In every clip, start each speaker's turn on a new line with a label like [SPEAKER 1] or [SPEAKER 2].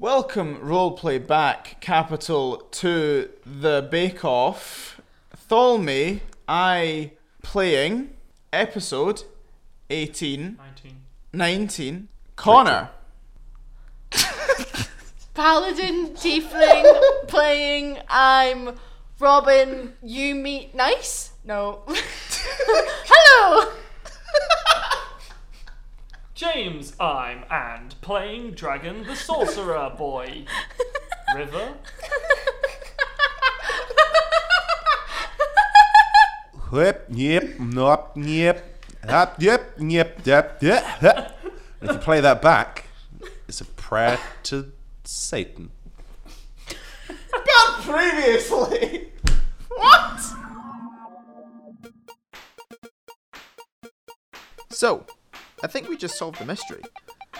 [SPEAKER 1] Welcome, roleplay back, capital, to the Bake Off. Tholme, I playing episode 18,
[SPEAKER 2] 19.
[SPEAKER 1] 19, Connor.
[SPEAKER 3] Paladin Tiefling playing I'm Robin You Meet Nice? No. Hello!
[SPEAKER 2] James, I'm and playing Dragon the Sorcerer Boy. River,
[SPEAKER 4] Yep, yep, nop, yep, hap, yep, yep, yep, yep. hep. And if you play that back, it's a prayer to Satan.
[SPEAKER 1] But previously! what? So, I think we just solved the mystery.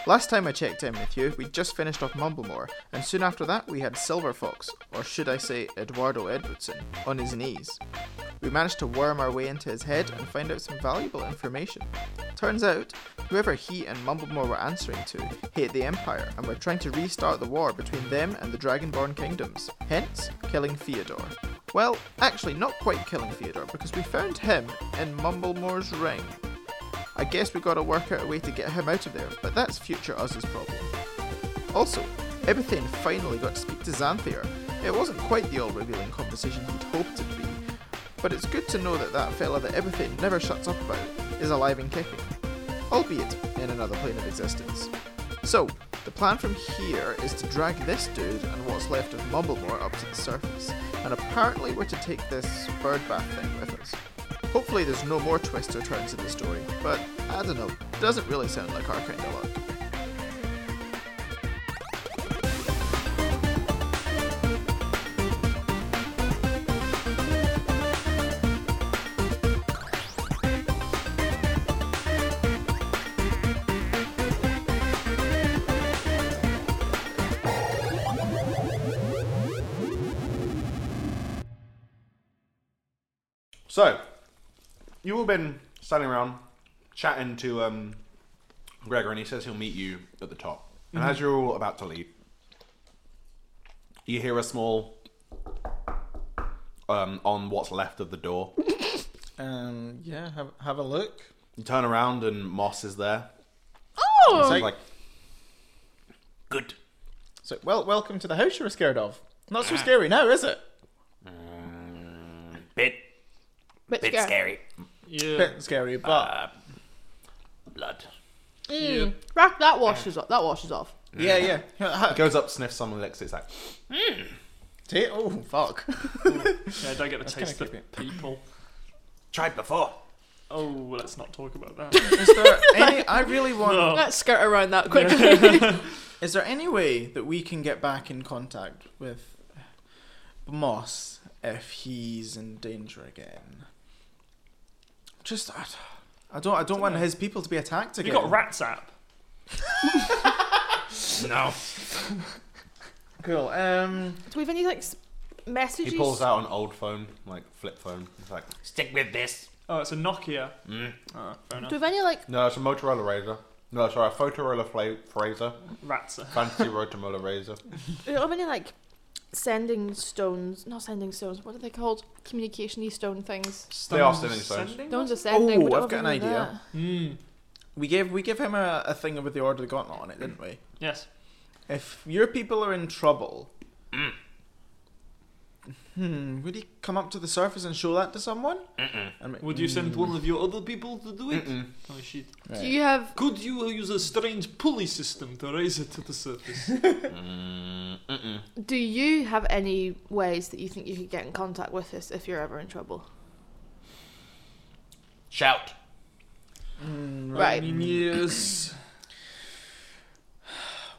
[SPEAKER 1] Last time I checked in with you, we just finished off Mumblemore, and soon after that we had Silver Fox, or should I say Eduardo Edwardson, on his knees. We managed to worm our way into his head and find out some valuable information. Turns out, whoever he and Mumblemore were answering to hate the Empire and were trying to restart the war between them and the Dragonborn kingdoms, hence, killing Theodore. Well, actually, not quite killing Theodore, because we found him in Mumblemore's ring. I guess we gotta work out a way to get him out of there, but that's future us's problem. Also, Ibethane finally got to speak to Xanthier. It wasn't quite the all revealing conversation he'd hoped it'd be, but it's good to know that that fella that Ibethane never shuts up about is alive and kicking, albeit in another plane of existence. So, the plan from here is to drag this dude and what's left of Mumblemore up to the surface, and apparently we're to take this bird bath thing with us. Hopefully there's no more twists or turns in the story, but I don't know, doesn't really sound like our kind of luck.
[SPEAKER 4] So, you've all been standing around chatting to um, Gregor, and he says he'll meet you at the top. And as you're all about to leave, you hear a small um, on what's left of the door.
[SPEAKER 1] Um, yeah, have, have a look.
[SPEAKER 4] You turn around, and Moss is there.
[SPEAKER 3] Oh!
[SPEAKER 4] He's like, good.
[SPEAKER 1] So, well, welcome to the house you were scared of. Not so scary now, is it?
[SPEAKER 4] Bit,
[SPEAKER 3] Bit
[SPEAKER 4] bit
[SPEAKER 3] scary.
[SPEAKER 4] scary.
[SPEAKER 2] Yeah.
[SPEAKER 1] Bit scary, but
[SPEAKER 4] Blood.
[SPEAKER 2] yeah.
[SPEAKER 3] That, Mm. that washes off. That washes off.
[SPEAKER 1] yeah, yeah. Ha-
[SPEAKER 4] Goes up, sniffs someone, licks it. It's like,
[SPEAKER 1] ta- Oh, fuck.
[SPEAKER 2] Yeah, don't get to
[SPEAKER 1] kinda
[SPEAKER 2] taste the
[SPEAKER 1] creepy.
[SPEAKER 2] people.
[SPEAKER 4] tried before.
[SPEAKER 2] Oh, let's not talk about that.
[SPEAKER 1] Is there any? I really want.
[SPEAKER 2] No.
[SPEAKER 3] Let's skirt around that quickly.
[SPEAKER 1] Is there any way that we can get back in contact with Moss if he's in danger again? Just, I, I don't, I don't want his people to be attacked
[SPEAKER 2] You
[SPEAKER 1] again.
[SPEAKER 2] got Rat's app.
[SPEAKER 4] No.
[SPEAKER 1] Cool. Um.
[SPEAKER 3] Do we have any like s- messages?
[SPEAKER 4] He pulls out an old phone, like flip phone. He's like, stick with this.
[SPEAKER 2] Oh, it's a Nokia.
[SPEAKER 4] Mm.
[SPEAKER 2] Oh, fair
[SPEAKER 3] Do we
[SPEAKER 2] enough.
[SPEAKER 3] have any like?
[SPEAKER 4] No, it's a Motorola Razor. No, sorry, a Motorola Fla- Fraser.
[SPEAKER 2] Rat's app.
[SPEAKER 4] Fancy Road to Motorola Razor.
[SPEAKER 3] Do we have any like? Sending stones, not sending stones. What are they called? Communication-y stone things.
[SPEAKER 4] They are sending stones.
[SPEAKER 3] Stones are sending.
[SPEAKER 1] Oh,
[SPEAKER 3] we don't
[SPEAKER 1] I've
[SPEAKER 3] have
[SPEAKER 1] got an
[SPEAKER 3] any of
[SPEAKER 1] idea.
[SPEAKER 2] Mm.
[SPEAKER 1] We gave we gave him a, a thing with the Order of the Gauntlet on it, didn't we?
[SPEAKER 2] Yes.
[SPEAKER 1] If your people are in trouble,
[SPEAKER 2] Mm.
[SPEAKER 1] hmm, would he come up to the surface and show that to someone? I mean-
[SPEAKER 2] Would you send one of your other people to do it?
[SPEAKER 4] Hmm. Mm-mm.
[SPEAKER 2] Oh shit.
[SPEAKER 1] hmm,
[SPEAKER 3] that.
[SPEAKER 1] Right.
[SPEAKER 3] Do you have?
[SPEAKER 2] Could you use a strange pulley system to raise it to the surface?
[SPEAKER 4] Mm, mm-mm.
[SPEAKER 3] Do you have any ways that you think you could get in contact with us if you're ever in trouble?
[SPEAKER 4] Shout.
[SPEAKER 1] Mm,
[SPEAKER 3] Right.
[SPEAKER 1] I mean, yes.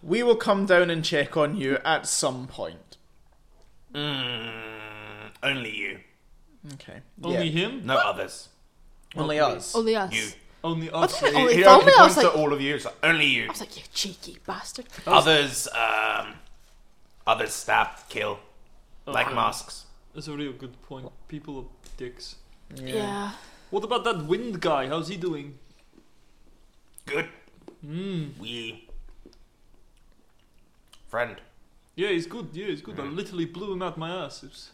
[SPEAKER 1] We will come down and check on you at some point.
[SPEAKER 4] Mm, only you,
[SPEAKER 1] Okay.
[SPEAKER 2] Only
[SPEAKER 1] yeah.
[SPEAKER 2] him?
[SPEAKER 4] no others.
[SPEAKER 1] only us.
[SPEAKER 3] Only us.
[SPEAKER 4] You.
[SPEAKER 2] Only us.
[SPEAKER 3] Oh,
[SPEAKER 4] he
[SPEAKER 3] it's
[SPEAKER 4] he
[SPEAKER 3] only us,
[SPEAKER 4] points
[SPEAKER 3] like-
[SPEAKER 4] at all of you. It's like, only you.
[SPEAKER 3] I was like, you cheeky bastard.
[SPEAKER 4] Others, um, others stab, kill,
[SPEAKER 2] Oh,
[SPEAKER 4] like
[SPEAKER 2] yeah.
[SPEAKER 4] masks.
[SPEAKER 2] That's a real good point. People are dicks.
[SPEAKER 3] Yeah.
[SPEAKER 2] What about that wind guy? How's he doing?
[SPEAKER 4] Good.
[SPEAKER 2] Mm.
[SPEAKER 4] We. Friend.
[SPEAKER 2] Yeah, it's good. Yeah, it's good. I literally blew him out my ass. It's...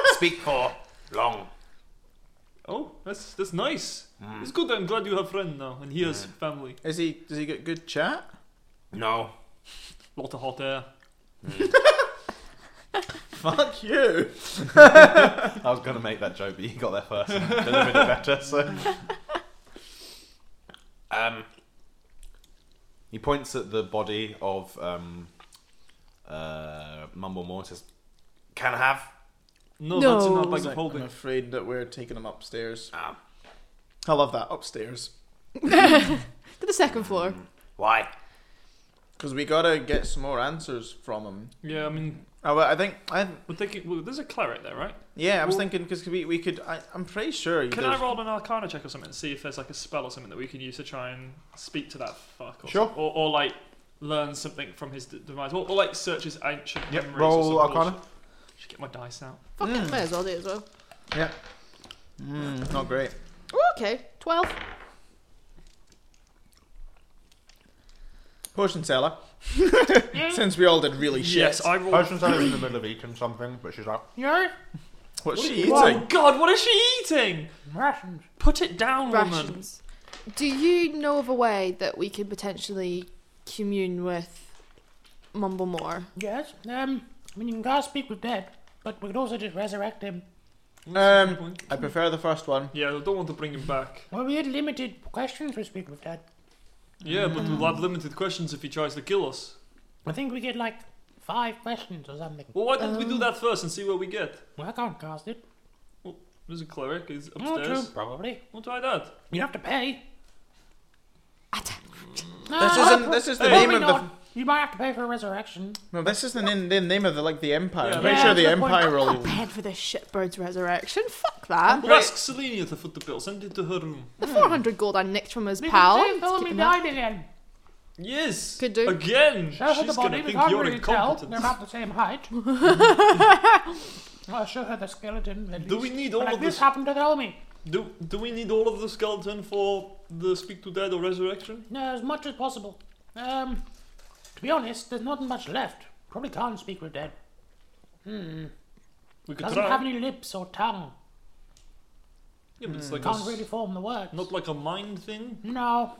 [SPEAKER 5] Speak for long.
[SPEAKER 2] Oh, that's that's nice.
[SPEAKER 4] Mm.
[SPEAKER 2] It's good. I'm glad you have friend now, and he has family.
[SPEAKER 1] Is he? Does he get good chat?
[SPEAKER 5] No.
[SPEAKER 2] Lot of hot air.
[SPEAKER 1] Fuck you.
[SPEAKER 5] I was going to make that joke, but you got there first. and delivered it better, so. Um, he points at the body of um, uh, Mumble Moore and says, Can I have?
[SPEAKER 2] No,
[SPEAKER 3] No.
[SPEAKER 2] that's in our bag
[SPEAKER 1] He's
[SPEAKER 2] of
[SPEAKER 1] like, I'm
[SPEAKER 2] holding.
[SPEAKER 1] afraid that we're taking him upstairs.
[SPEAKER 5] Ah,
[SPEAKER 1] I love that upstairs
[SPEAKER 3] To the second floor.
[SPEAKER 5] why?
[SPEAKER 1] because we gotta get some more answers from him.
[SPEAKER 2] Yeah, I mean,
[SPEAKER 1] Oh, well, I think I
[SPEAKER 2] we're taking. Well, there's a cleric there, right?
[SPEAKER 1] yeah. I was
[SPEAKER 2] Well-
[SPEAKER 1] thinking because we we could. I, I'm pretty sure.
[SPEAKER 2] Can
[SPEAKER 1] there's-
[SPEAKER 2] I roll an Arcana check or something and see if there's like a spell or something that we can use to try and speak to that fuck? Or
[SPEAKER 4] Sure.
[SPEAKER 2] something? Or, or like learn something from his d- demise, or, or like search his ancient
[SPEAKER 4] Yep,
[SPEAKER 2] memories.
[SPEAKER 4] roll
[SPEAKER 2] or something.
[SPEAKER 4] Arcana.
[SPEAKER 2] Should get my dice out.
[SPEAKER 3] Fuck it, might as well do it as well.
[SPEAKER 1] Yeah. Mm, not great.
[SPEAKER 3] Ooh, okay, 12.
[SPEAKER 1] Potion seller. Since we all did really shit.
[SPEAKER 2] Yes, I rolled.
[SPEAKER 4] Potion Sarah's in the middle of eating something, but she's like,
[SPEAKER 1] What's
[SPEAKER 2] What
[SPEAKER 1] she
[SPEAKER 2] are-
[SPEAKER 1] eating?
[SPEAKER 2] Oh God, what is she eating?
[SPEAKER 4] rations.
[SPEAKER 2] Put it down,
[SPEAKER 6] Oh,
[SPEAKER 2] woman.
[SPEAKER 3] Rations. Do you know of a way that we could potentially commune with Mumblemore?
[SPEAKER 6] Yes. Um. I mean, you can cast speak with dead, but we could also just resurrect him.
[SPEAKER 1] Um, I prefer the first one.
[SPEAKER 2] Yeah, I don't want to bring him back.
[SPEAKER 6] Well, we had limited questions for speak with dead.
[SPEAKER 2] Yeah, but we'll have limited questions if he tries to kill us.
[SPEAKER 6] I think we get like five questions or something.
[SPEAKER 2] Well, why don't we do that first and see what we get?
[SPEAKER 6] Well, I can't cast it.
[SPEAKER 2] There's a cleric. He's
[SPEAKER 6] Oh, true.
[SPEAKER 2] upstairs.
[SPEAKER 6] Probably.
[SPEAKER 2] We'll try that.
[SPEAKER 6] You have to pay.
[SPEAKER 1] This
[SPEAKER 6] Ah,
[SPEAKER 1] isn't. This is the
[SPEAKER 6] probably
[SPEAKER 1] name of the.
[SPEAKER 6] not. You might have to pay for a resurrection.
[SPEAKER 1] No, this is the, name- the name of the like the empire.
[SPEAKER 2] Yeah,
[SPEAKER 1] I'm pretty
[SPEAKER 6] yeah,
[SPEAKER 1] sure the
[SPEAKER 6] that's a good
[SPEAKER 1] empire will.
[SPEAKER 3] Bed for this shitbird's resurrection? Fuck that.
[SPEAKER 2] Well, ask Selenia to foot the bill. Send it to her room.
[SPEAKER 3] The 400 gold I nicked from his
[SPEAKER 6] We
[SPEAKER 3] pal.
[SPEAKER 6] can save
[SPEAKER 3] Let's keep
[SPEAKER 6] Philomene
[SPEAKER 3] him up.
[SPEAKER 6] died again.
[SPEAKER 2] Yes.
[SPEAKER 3] Could do.
[SPEAKER 2] Again.
[SPEAKER 6] Show her
[SPEAKER 2] She's
[SPEAKER 6] the
[SPEAKER 2] gonna
[SPEAKER 6] body. We
[SPEAKER 2] think
[SPEAKER 6] can't
[SPEAKER 2] you're
[SPEAKER 6] really tell.
[SPEAKER 2] incompetent.
[SPEAKER 6] They're not the same height. I'll show her the skeleton. At
[SPEAKER 2] Do
[SPEAKER 6] least.
[SPEAKER 2] we need all
[SPEAKER 6] Like
[SPEAKER 2] of this?
[SPEAKER 6] this happened to Philomene.
[SPEAKER 2] Do do we need all of the skeleton for the speak to dead or resurrection?
[SPEAKER 6] No, as much as possible. Um, to be honest, there's not much left. Probably can't speak with dead.
[SPEAKER 2] We could
[SPEAKER 6] Doesn't
[SPEAKER 2] try.
[SPEAKER 6] have any lips or tongue.
[SPEAKER 2] yeah, but it's like a
[SPEAKER 6] Mm. Can't
[SPEAKER 2] s-
[SPEAKER 6] really form the words.
[SPEAKER 2] not like a mind thing.
[SPEAKER 6] No,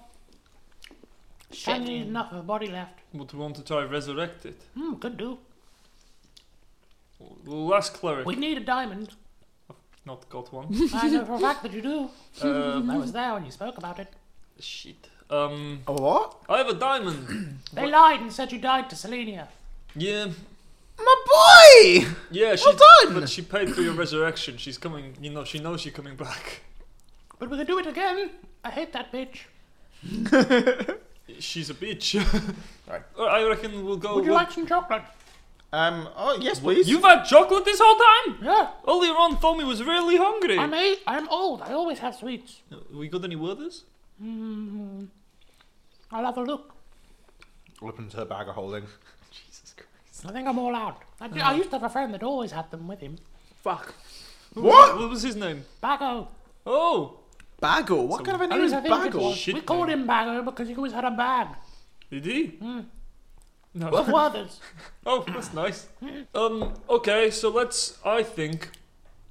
[SPEAKER 3] Shit.
[SPEAKER 6] only enough of a body left.
[SPEAKER 2] But we want to try resurrect it.
[SPEAKER 6] Hmm, could do.
[SPEAKER 2] Last cleric.
[SPEAKER 6] We need a diamond.
[SPEAKER 2] Not got one.
[SPEAKER 6] I know for a fact that you do.
[SPEAKER 2] um,
[SPEAKER 6] I was there when you spoke about it.
[SPEAKER 2] shit. Um,
[SPEAKER 1] A what?
[SPEAKER 2] I have a diamond.
[SPEAKER 6] They lied and said you died to Selenia.
[SPEAKER 2] Yeah,
[SPEAKER 1] My boy.
[SPEAKER 2] yeah. She,
[SPEAKER 1] done!
[SPEAKER 2] But she paid for your resurrection. She's coming. You know, she knows you're coming back.
[SPEAKER 6] But we could do it again. I hate that bitch.
[SPEAKER 2] She's a bitch.
[SPEAKER 1] Right.
[SPEAKER 2] Uh, I reckon we'll go.
[SPEAKER 6] Would you
[SPEAKER 2] with-
[SPEAKER 6] like some chocolate?
[SPEAKER 1] Um. Oh yes, please.
[SPEAKER 2] You've had chocolate this whole time.
[SPEAKER 6] Yeah.
[SPEAKER 2] Earlier on, Tommy was really hungry. Uh,
[SPEAKER 6] I'm eight. I'm old. I always have sweets.
[SPEAKER 2] We got any withers?
[SPEAKER 6] Hmm. I'll have a look.
[SPEAKER 4] opens her bag of holding.
[SPEAKER 2] Jesus Christ.
[SPEAKER 6] I think I'm all out. I, do- I used to have a friend that always had them with him.
[SPEAKER 3] Fuck.
[SPEAKER 1] What?
[SPEAKER 2] What was his name?
[SPEAKER 6] Baggo.
[SPEAKER 2] Oh,
[SPEAKER 1] Bagel. What kind of a name is
[SPEAKER 6] I think it
[SPEAKER 1] Bagel?
[SPEAKER 6] was.
[SPEAKER 2] Shit
[SPEAKER 6] We called him Baggo because he always had a bag
[SPEAKER 2] did he?
[SPEAKER 6] Hmm.
[SPEAKER 2] No.
[SPEAKER 6] of Werther's.
[SPEAKER 2] Oh, that's nice. Um, okay, so let's. I think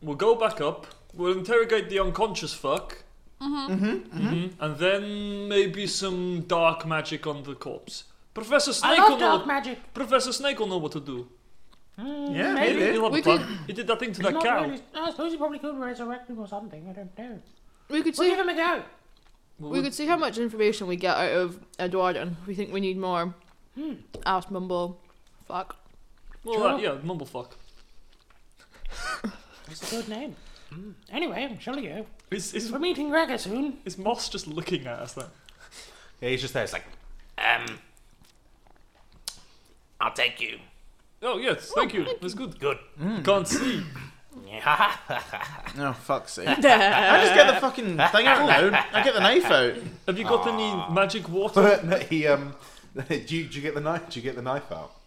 [SPEAKER 2] we'll go back up. We'll interrogate the unconscious fuck. Mm-hmm. Mm-hmm. And then maybe some dark magic on the corpse. Professor
[SPEAKER 6] I
[SPEAKER 2] Snake will
[SPEAKER 6] love
[SPEAKER 2] know.
[SPEAKER 6] dark magic. Mm,
[SPEAKER 2] Professor Snake will know what to do.
[SPEAKER 1] Yeah,
[SPEAKER 6] maybe.
[SPEAKER 1] maybe.
[SPEAKER 2] He'll have
[SPEAKER 3] We
[SPEAKER 2] a plan. He did that thing to that
[SPEAKER 6] Not
[SPEAKER 2] cow.
[SPEAKER 6] really- I suppose you probably could resurrect him or something. I don't know.
[SPEAKER 3] We could
[SPEAKER 6] We'll
[SPEAKER 3] see
[SPEAKER 6] give him a go.
[SPEAKER 2] Well,
[SPEAKER 3] we could see how much information we get out of Eduardo. We think we need more.
[SPEAKER 2] Hmm.
[SPEAKER 3] Ask Mumble. Fuck.
[SPEAKER 2] well, that, yeah, mumblefuck.
[SPEAKER 6] That's a good name. Hmm. Anyway, shall we go?
[SPEAKER 2] Is, is,
[SPEAKER 6] We're meeting Gregor soon.
[SPEAKER 2] is Moss just looking at us then?
[SPEAKER 5] Yeah, he's just there. It's like,
[SPEAKER 7] Um, I'll take you.
[SPEAKER 2] Oh, yes, thank you. That's good.
[SPEAKER 7] Good.
[SPEAKER 2] Can't see.
[SPEAKER 1] Oh fuck's sake! I just get the fucking thing out now. I get the knife out.
[SPEAKER 2] Have you got any magic water?
[SPEAKER 4] he um, do you, do you get the knife? Do you get the knife out? So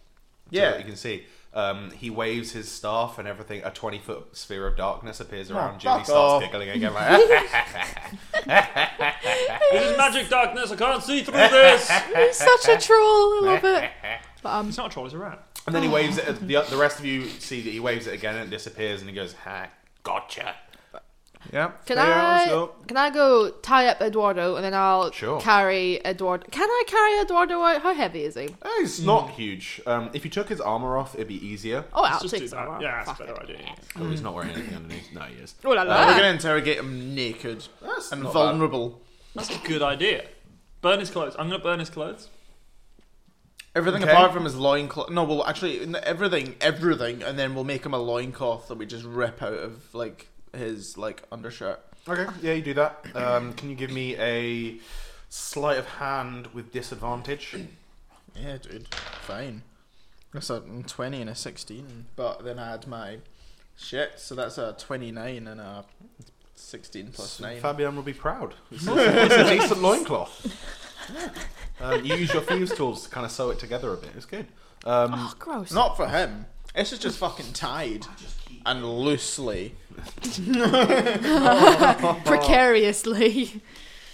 [SPEAKER 4] that
[SPEAKER 1] Yeah.
[SPEAKER 4] you can see. Um, he waves his staff and everything. A twenty foot sphere of darkness appears around you. and
[SPEAKER 1] fuck
[SPEAKER 4] He starts
[SPEAKER 1] off.
[SPEAKER 4] giggling again. Like,
[SPEAKER 2] This is magic darkness. I can't see through this.
[SPEAKER 3] He's such a troll. I love it. But um,
[SPEAKER 2] It's not a troll, it's a rat.
[SPEAKER 4] And then he waves it. At the, the rest of you see that he waves it again and it disappears, and he goes, "Ha, gotcha."
[SPEAKER 1] Yeah.
[SPEAKER 3] Can
[SPEAKER 1] fair,
[SPEAKER 3] I
[SPEAKER 1] so-
[SPEAKER 3] can I go tie up Eduardo and then I'll
[SPEAKER 4] Sure.
[SPEAKER 3] carry Eduardo? Can I carry Eduardo out? How heavy is he?
[SPEAKER 4] Eh, It's not huge. Um, if you took his armor off, it'd be easier.
[SPEAKER 3] Oh, I'll
[SPEAKER 2] just
[SPEAKER 3] take
[SPEAKER 2] do
[SPEAKER 3] some.
[SPEAKER 2] that.
[SPEAKER 3] Well,
[SPEAKER 2] Yeah, that's
[SPEAKER 3] fuck
[SPEAKER 2] a better
[SPEAKER 3] it.
[SPEAKER 2] idea.
[SPEAKER 4] Oh, he's not wearing anything underneath. No, he is.
[SPEAKER 3] Oh la
[SPEAKER 1] Uh, we're
[SPEAKER 3] la!
[SPEAKER 1] gonna interrogate him naked
[SPEAKER 4] That's
[SPEAKER 1] and
[SPEAKER 4] not bad.
[SPEAKER 1] vulnerable.
[SPEAKER 2] That's a good idea. Burn his clothes. I'm gonna burn his clothes.
[SPEAKER 1] Everything
[SPEAKER 4] Okay.
[SPEAKER 1] apart from his loincloth. No, well, actually, n- everything, everything, and then we'll make him a loincloth that we just rip out of like his like undershirt.
[SPEAKER 4] Okay, yeah, you do that. Um, can you give me a sleight of hand with disadvantage?
[SPEAKER 1] Yeah, dude, fine. That's a mm, twenty and a sixteen, but then I had my shit, so that's a twenty-nine and a sixteen plus nine.
[SPEAKER 4] Fabian will be proud. It's a, it's a decent loincloth. Um, you use your thieves' tools to kind of sew it together a bit. It's good. Um,
[SPEAKER 3] Oh, gross.
[SPEAKER 1] Not for him. This is just fucking tied and loosely.
[SPEAKER 3] Precariously.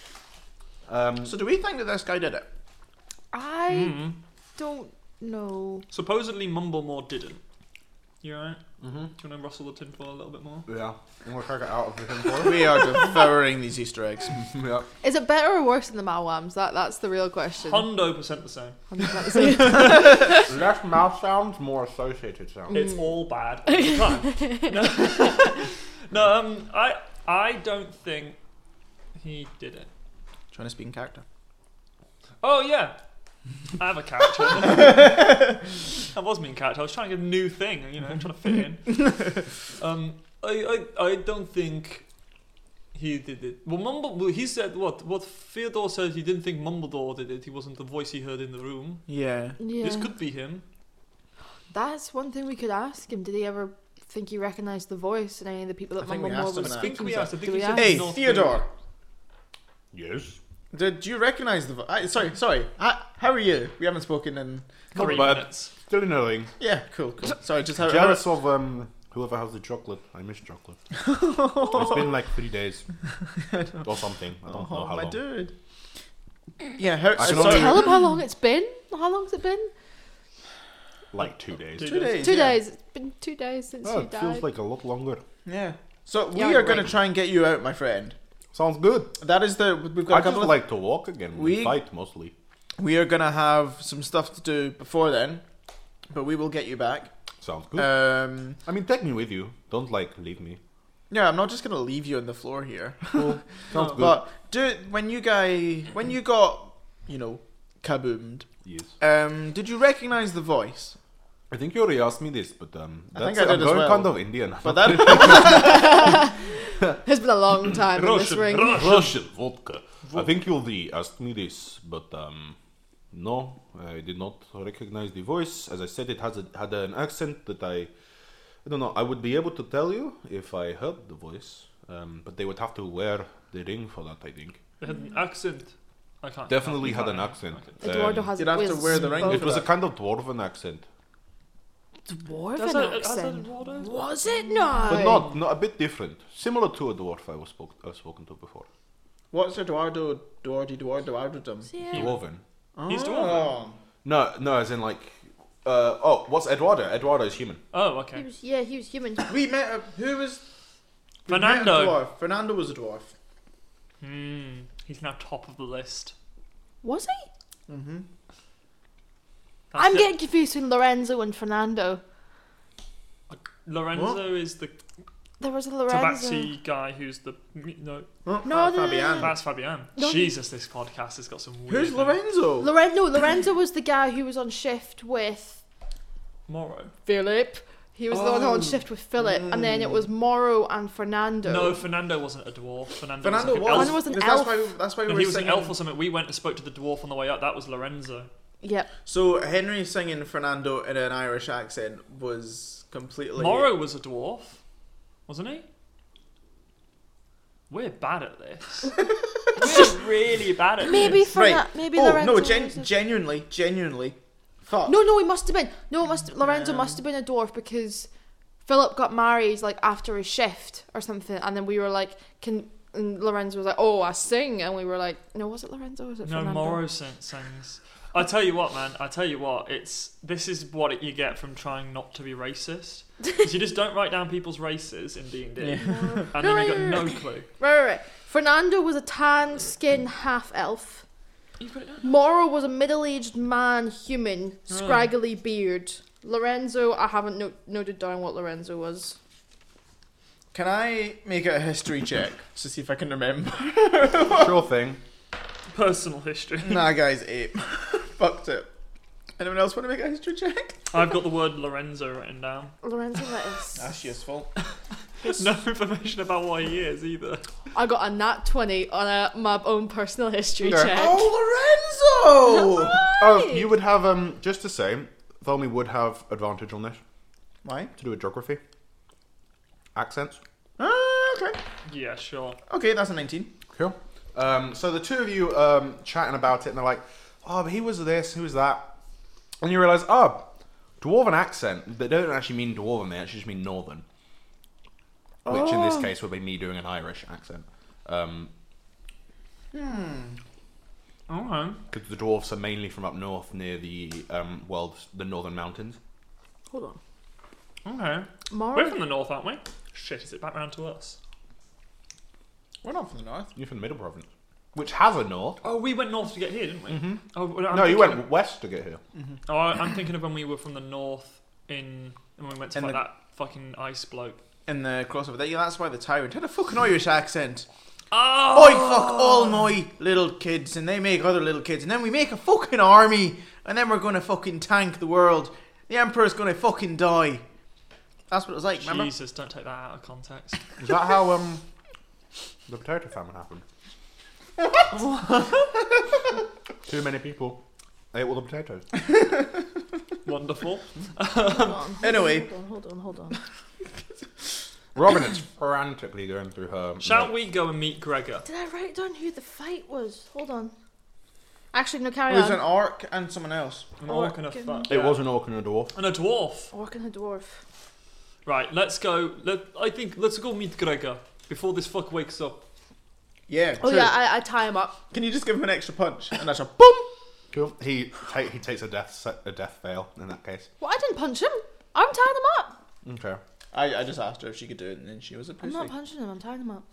[SPEAKER 4] um,
[SPEAKER 1] So, do we think that this guy did it?
[SPEAKER 3] I
[SPEAKER 2] Hmm.
[SPEAKER 3] don't know.
[SPEAKER 2] Supposedly Mumblemore didn't. You alright? Mm-hmm. Do you want to rustle the tinfoil a little bit more?
[SPEAKER 4] yeah, and we'll crack it out of the tinfoil.
[SPEAKER 1] We are devouring these Easter eggs.
[SPEAKER 4] yeah.
[SPEAKER 3] Is it better or worse than the Malwams? That that's the real question.
[SPEAKER 2] Hundo percent the same.
[SPEAKER 3] I'm just about to say-
[SPEAKER 4] Less mouth sounds, more associated
[SPEAKER 3] Mm.
[SPEAKER 4] sounds.
[SPEAKER 2] It's all bad. all the time. no, no um, I, I don't think he did it.
[SPEAKER 1] Trying to speak in character.
[SPEAKER 2] Oh yeah, I have a character. that was me in character. I was trying to get a new thing, you know, trying to fit in. Um, I, I, I don't think he did it. Well, Mumble, well, he said what? What Theodore said he didn't think Mumbledore did it. He wasn't the voice he heard in the room.
[SPEAKER 1] Yeah.
[SPEAKER 3] yeah.
[SPEAKER 2] This could be him.
[SPEAKER 3] That's one thing we could ask him. Did he ever think he recognised the voice in any of the people
[SPEAKER 1] I
[SPEAKER 3] that
[SPEAKER 1] think
[SPEAKER 3] Mumble
[SPEAKER 1] we
[SPEAKER 3] More
[SPEAKER 1] asked him
[SPEAKER 3] was
[SPEAKER 1] that.
[SPEAKER 2] I think
[SPEAKER 3] speaking
[SPEAKER 2] we
[SPEAKER 3] to?
[SPEAKER 2] asked. I think
[SPEAKER 3] Do
[SPEAKER 2] he
[SPEAKER 3] we
[SPEAKER 2] said
[SPEAKER 3] ask?
[SPEAKER 1] Hey,
[SPEAKER 2] North
[SPEAKER 1] Theodore.
[SPEAKER 4] Yes.
[SPEAKER 1] Did you recognize the vo- I, sorry, sorry. I, how are you? We haven't spoken in.
[SPEAKER 2] North Three
[SPEAKER 4] But-
[SPEAKER 2] minutes.
[SPEAKER 4] Still annoying.
[SPEAKER 1] Yeah, cool. cool. Sorry, just how.
[SPEAKER 4] Jealous of um, whoever has the chocolate. I miss chocolate. it's been like three days or something. I don't know
[SPEAKER 1] Oh,
[SPEAKER 4] how
[SPEAKER 1] my
[SPEAKER 4] long.
[SPEAKER 1] dude. Yeah, how,
[SPEAKER 4] I can
[SPEAKER 1] sorry,
[SPEAKER 4] only-
[SPEAKER 3] Tell him how long it's been. How long's it been?
[SPEAKER 4] Like two days.
[SPEAKER 1] two days.
[SPEAKER 3] Two
[SPEAKER 1] yeah.
[SPEAKER 3] days. It's been two days since
[SPEAKER 4] Oh,
[SPEAKER 3] you
[SPEAKER 4] it
[SPEAKER 3] died.
[SPEAKER 4] feels like a lot longer.
[SPEAKER 1] Yeah. So we
[SPEAKER 3] Yeah,
[SPEAKER 1] are going
[SPEAKER 3] right.
[SPEAKER 1] to try and get you out, my friend.
[SPEAKER 4] Sounds good.
[SPEAKER 1] That is the we've got
[SPEAKER 4] I
[SPEAKER 1] a
[SPEAKER 4] just
[SPEAKER 1] couple of.
[SPEAKER 4] like to walk again. We
[SPEAKER 1] We-
[SPEAKER 4] fight mostly.
[SPEAKER 1] We are going to have some stuff to do before then, but we will get you back.
[SPEAKER 4] Sounds good.
[SPEAKER 1] Um.
[SPEAKER 4] I mean, take me with you. Don't like leave me.
[SPEAKER 1] Yeah, I'm not just going to leave you on the floor here.
[SPEAKER 4] Cool. Sounds good.
[SPEAKER 1] But do when you guy when you got you know kaboomed.
[SPEAKER 4] yes.
[SPEAKER 1] Um. Did you recognize the voice?
[SPEAKER 4] I think you already asked me this, but um,
[SPEAKER 1] I
[SPEAKER 4] that's
[SPEAKER 1] think I did
[SPEAKER 4] it. I'm
[SPEAKER 1] as
[SPEAKER 4] going
[SPEAKER 1] well.
[SPEAKER 4] kind of Indian.
[SPEAKER 1] But that.
[SPEAKER 3] It's been a long time in this
[SPEAKER 2] Russian,
[SPEAKER 3] ring.
[SPEAKER 2] Russian.
[SPEAKER 4] Russian vodka. I think you already asked me this, but um, no, I did not recognize the voice. As I said, it has a, had an accent that I, I don't know. I would be able to tell you if I heard the voice, um, but they would have to wear the ring for that. I think
[SPEAKER 2] They had an accent. I can't.
[SPEAKER 4] definitely
[SPEAKER 2] I
[SPEAKER 4] had
[SPEAKER 2] can't-
[SPEAKER 4] an accent.
[SPEAKER 3] Eduardo
[SPEAKER 4] Um,
[SPEAKER 3] has
[SPEAKER 1] You'd have to
[SPEAKER 3] was
[SPEAKER 1] wear the ring.
[SPEAKER 3] both-
[SPEAKER 4] It was a kind of dwarven accent,
[SPEAKER 2] Does
[SPEAKER 3] dwarven
[SPEAKER 2] that, does that
[SPEAKER 3] accent.
[SPEAKER 2] Eduardo?
[SPEAKER 3] Was it not?
[SPEAKER 4] but not not a bit different. Similar to a dwarf I was spoke, I've spoken to before.
[SPEAKER 1] What's Eduardo Duarte Eduardo Ah. Alderdom?
[SPEAKER 3] Yeah.
[SPEAKER 4] Dwarven.
[SPEAKER 2] He's dwarven.
[SPEAKER 4] No, no, as in like, uh, oh, what's Eduardo? Eduardo is human.
[SPEAKER 2] Oh,
[SPEAKER 3] He
[SPEAKER 2] okay.
[SPEAKER 3] was, yeah, he was human.
[SPEAKER 1] We met a who was we met a
[SPEAKER 2] Fernando.
[SPEAKER 1] dwarf. Fernando was a dwarf.
[SPEAKER 2] Hmm. he's now top of the list.
[SPEAKER 3] Was he?
[SPEAKER 1] Mm-hmm.
[SPEAKER 2] That's
[SPEAKER 3] I'm
[SPEAKER 2] it.
[SPEAKER 3] getting confused between Lorenzo and Fernando.
[SPEAKER 2] Lorenzo is the
[SPEAKER 3] There was a Lorenzo.
[SPEAKER 2] Tabaxi guy who's the no.
[SPEAKER 3] No, no, no,
[SPEAKER 1] Fabian.
[SPEAKER 3] no,
[SPEAKER 2] That's Fabian.
[SPEAKER 3] No.
[SPEAKER 2] Jesus, this podcast has got some weird. uh,
[SPEAKER 1] Who's Lorenzo?
[SPEAKER 3] Loren- no, Lorenzo was the guy who was on shift with
[SPEAKER 2] Morrow.
[SPEAKER 3] Philip. He was the one
[SPEAKER 1] Oh. Mm.
[SPEAKER 3] on shift with Philip, and then it was Moro and Fernando.
[SPEAKER 2] No, Fernando wasn't a dwarf. Fernando,
[SPEAKER 1] Fernando
[SPEAKER 2] was. Like an
[SPEAKER 1] was.
[SPEAKER 3] Fernando was an
[SPEAKER 1] because
[SPEAKER 3] elf.
[SPEAKER 1] That's why we, that's why we
[SPEAKER 2] elf. No,
[SPEAKER 1] were
[SPEAKER 2] he was an
[SPEAKER 1] singing.
[SPEAKER 2] elf or something. We went and spoke to the dwarf on the way out. That was Lorenzo.
[SPEAKER 3] Yep.
[SPEAKER 1] So Henry singing Fernando in an Irish accent was completely.
[SPEAKER 2] Morrow was a dwarf, wasn't he? We're bad at this. We're really bad at
[SPEAKER 3] Maybe
[SPEAKER 2] this.
[SPEAKER 3] Ferna-
[SPEAKER 1] Right.
[SPEAKER 3] Maybe
[SPEAKER 1] oh
[SPEAKER 3] Lorenzo.
[SPEAKER 1] no,
[SPEAKER 3] was
[SPEAKER 1] gen-
[SPEAKER 3] a-
[SPEAKER 1] genuinely, genuinely. Fuck.
[SPEAKER 3] No, no, he must have been. No, it must Lorenzo
[SPEAKER 1] Um,
[SPEAKER 3] must have been a dwarf because Philip got married like after his shift or something, and then we were like, "Can?" And Lorenzo was like, "Oh, I sing," and we were like, "No, was it Lorenzo? or Was it
[SPEAKER 2] No,
[SPEAKER 3] Fernando?"
[SPEAKER 2] Morrow sing- sings. I tell you what, man. I tell you what. It's this is what you get from trying not to be racist. 'Cause you just don't write down people's races in D and D, and then you got no clue.
[SPEAKER 3] Right, right, right. Fernando was a tan skinned half elf. Moro was a middle aged man human,
[SPEAKER 1] Hmm.
[SPEAKER 3] scraggly beard. Lorenzo, I haven't no- noted down what Lorenzo was.
[SPEAKER 1] Can I make a history check to see if I can remember?
[SPEAKER 4] Sure thing.
[SPEAKER 2] Personal history.
[SPEAKER 1] nah, guys, ape. Fucked it. Anyone else want to make a history check?
[SPEAKER 2] I've got the word Lorenzo written down.
[SPEAKER 3] Lorenzo Lettuce.
[SPEAKER 1] That's useful.
[SPEAKER 2] No information about what he is either.
[SPEAKER 3] I got a nat 20 on a, my own personal history
[SPEAKER 4] Yeah.
[SPEAKER 3] check.
[SPEAKER 1] Oh, Lorenzo!
[SPEAKER 4] Oh, you would have um just the same. Thelmy would have advantage on this
[SPEAKER 1] Why?
[SPEAKER 4] to do with geography, accents.
[SPEAKER 1] Ah, okay.
[SPEAKER 2] Yeah, sure.
[SPEAKER 1] Okay, that's a 19.
[SPEAKER 4] Cool. Um, so the two of you um, chatting about it, and they're like, "Oh, but he was this, he was that," and you realize, "Oh, dwarven accent. They don't actually mean dwarven; they actually just mean northern." Which in this case would be me doing an Irish accent, Um, because
[SPEAKER 2] Alright.
[SPEAKER 4] the dwarves are mainly from up north near the um, well, the northern mountains.
[SPEAKER 3] Hold on.
[SPEAKER 2] Okay. We're
[SPEAKER 3] Moro.
[SPEAKER 2] from the north, aren't we? Shit, is it back round to us?
[SPEAKER 1] We're not from the north.
[SPEAKER 4] You're from the middle province, which has a north.
[SPEAKER 2] Oh, we went north to get here, didn't we? Oh, well, I'm
[SPEAKER 4] no, you
[SPEAKER 2] thinking
[SPEAKER 4] went
[SPEAKER 2] Of,
[SPEAKER 4] west to get here.
[SPEAKER 2] oh, I'm thinking of when we were from the north in and when we went to
[SPEAKER 1] And
[SPEAKER 2] fight
[SPEAKER 1] the-
[SPEAKER 2] that fucking ice bloke.
[SPEAKER 1] In the crossover. That, yeah, that's why the tyrant had a fucking Irish accent.
[SPEAKER 2] Oh,
[SPEAKER 1] I fuck all my little kids, and they make other little kids, and then we make a fucking army, and then we're gonna fucking tank the world. The emperor's gonna fucking die. That's what it was like. Oh, Remember?
[SPEAKER 2] Jesus! Don't take that out of context.
[SPEAKER 4] Is that how um the potato famine happened? Too many people ate all the potatoes.
[SPEAKER 2] Wonderful.
[SPEAKER 3] Hold on. hold
[SPEAKER 1] Anyway.
[SPEAKER 3] on, Hold on, hold on, hold on.
[SPEAKER 4] Robin is frantically going through her.
[SPEAKER 2] Shall
[SPEAKER 4] notes.
[SPEAKER 2] we go and meet Gregor?
[SPEAKER 3] Did I write down who the fight was? Hold on. Actually, no, carry
[SPEAKER 1] It was an
[SPEAKER 3] on.
[SPEAKER 1] orc and someone else.
[SPEAKER 2] An orc and a
[SPEAKER 3] Orc
[SPEAKER 2] fuck.
[SPEAKER 4] It was an orc and a dwarf.
[SPEAKER 2] And a dwarf.
[SPEAKER 3] Orc and a dwarf.
[SPEAKER 2] Right. Let's go. Let I think let's go meet Gregor before this fuck wakes up.
[SPEAKER 1] Yeah.
[SPEAKER 3] Oh,
[SPEAKER 1] true.
[SPEAKER 3] yeah, I, I tie him up.
[SPEAKER 1] Can you just give him an extra punch? And that's a boom.
[SPEAKER 4] Cool. He ta- he takes a death se- a death veil in that case.
[SPEAKER 3] Well, I didn't punch him. I'm tying him up.
[SPEAKER 4] Okay.
[SPEAKER 1] I, I just asked her if she could do it, and then she was a
[SPEAKER 3] I'm
[SPEAKER 1] pussy.
[SPEAKER 3] not punching him, I'm tying him up.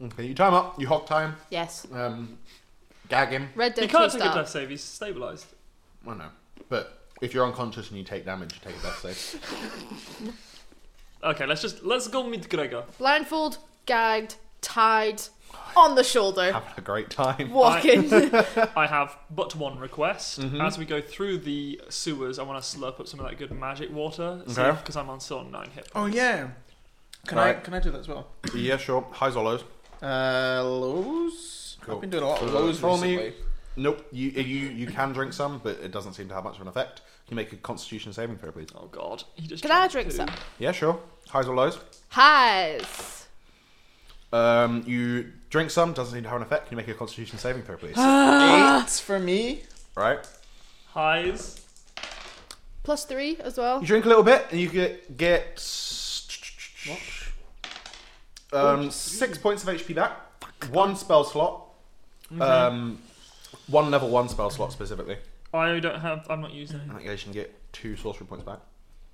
[SPEAKER 4] Okay. You tie him up. You hog tie him.
[SPEAKER 3] Yes.
[SPEAKER 4] Um, gag him.
[SPEAKER 3] Red
[SPEAKER 2] He
[SPEAKER 3] Dead
[SPEAKER 2] can't
[SPEAKER 3] 2
[SPEAKER 2] take a
[SPEAKER 3] style.
[SPEAKER 2] death save. He's stabilized.
[SPEAKER 4] I know. But if you're unconscious and you take damage, you take a death save.
[SPEAKER 2] Okay. Let's just let's go meet Gregor.
[SPEAKER 3] Blindfold, gagged, tied, on the shoulder,
[SPEAKER 4] Having a great time.
[SPEAKER 3] walking.
[SPEAKER 2] I have but one request. As we go through the sewers, I want to slurp up some of that good magic water because
[SPEAKER 4] Okay.
[SPEAKER 2] I'm on still on nine hit.
[SPEAKER 1] Oh yeah. Can I
[SPEAKER 4] Right.
[SPEAKER 1] can I do that as well?
[SPEAKER 4] yeah, sure. Highs or lows.
[SPEAKER 1] Uh, lows.
[SPEAKER 4] Cool.
[SPEAKER 1] I've been doing a lot of
[SPEAKER 4] So,
[SPEAKER 1] lows
[SPEAKER 4] roll me.
[SPEAKER 1] recently.
[SPEAKER 4] Nope. You you you can drink some, but it doesn't seem to have much of an effect. Can you make a Constitution saving throw, please?
[SPEAKER 2] Oh God! He just
[SPEAKER 3] Can I
[SPEAKER 2] drank
[SPEAKER 3] drink
[SPEAKER 2] two.
[SPEAKER 3] some?
[SPEAKER 4] Yeah, sure. Highs or lows.
[SPEAKER 3] Highs.
[SPEAKER 4] Um, you drink some. Doesn't seem to have an effect. Can you make a Constitution saving throw, please?
[SPEAKER 2] Uh,
[SPEAKER 1] Eight for me.
[SPEAKER 4] right.
[SPEAKER 2] Highs.
[SPEAKER 3] Plus three as well.
[SPEAKER 4] You drink a little bit, and you get get um six points of HP back. One spell slot. Um, one level one spell slot specifically.
[SPEAKER 2] I don't have. I'm not using.
[SPEAKER 4] And
[SPEAKER 2] It.
[SPEAKER 4] that guy can get two sorcery points back.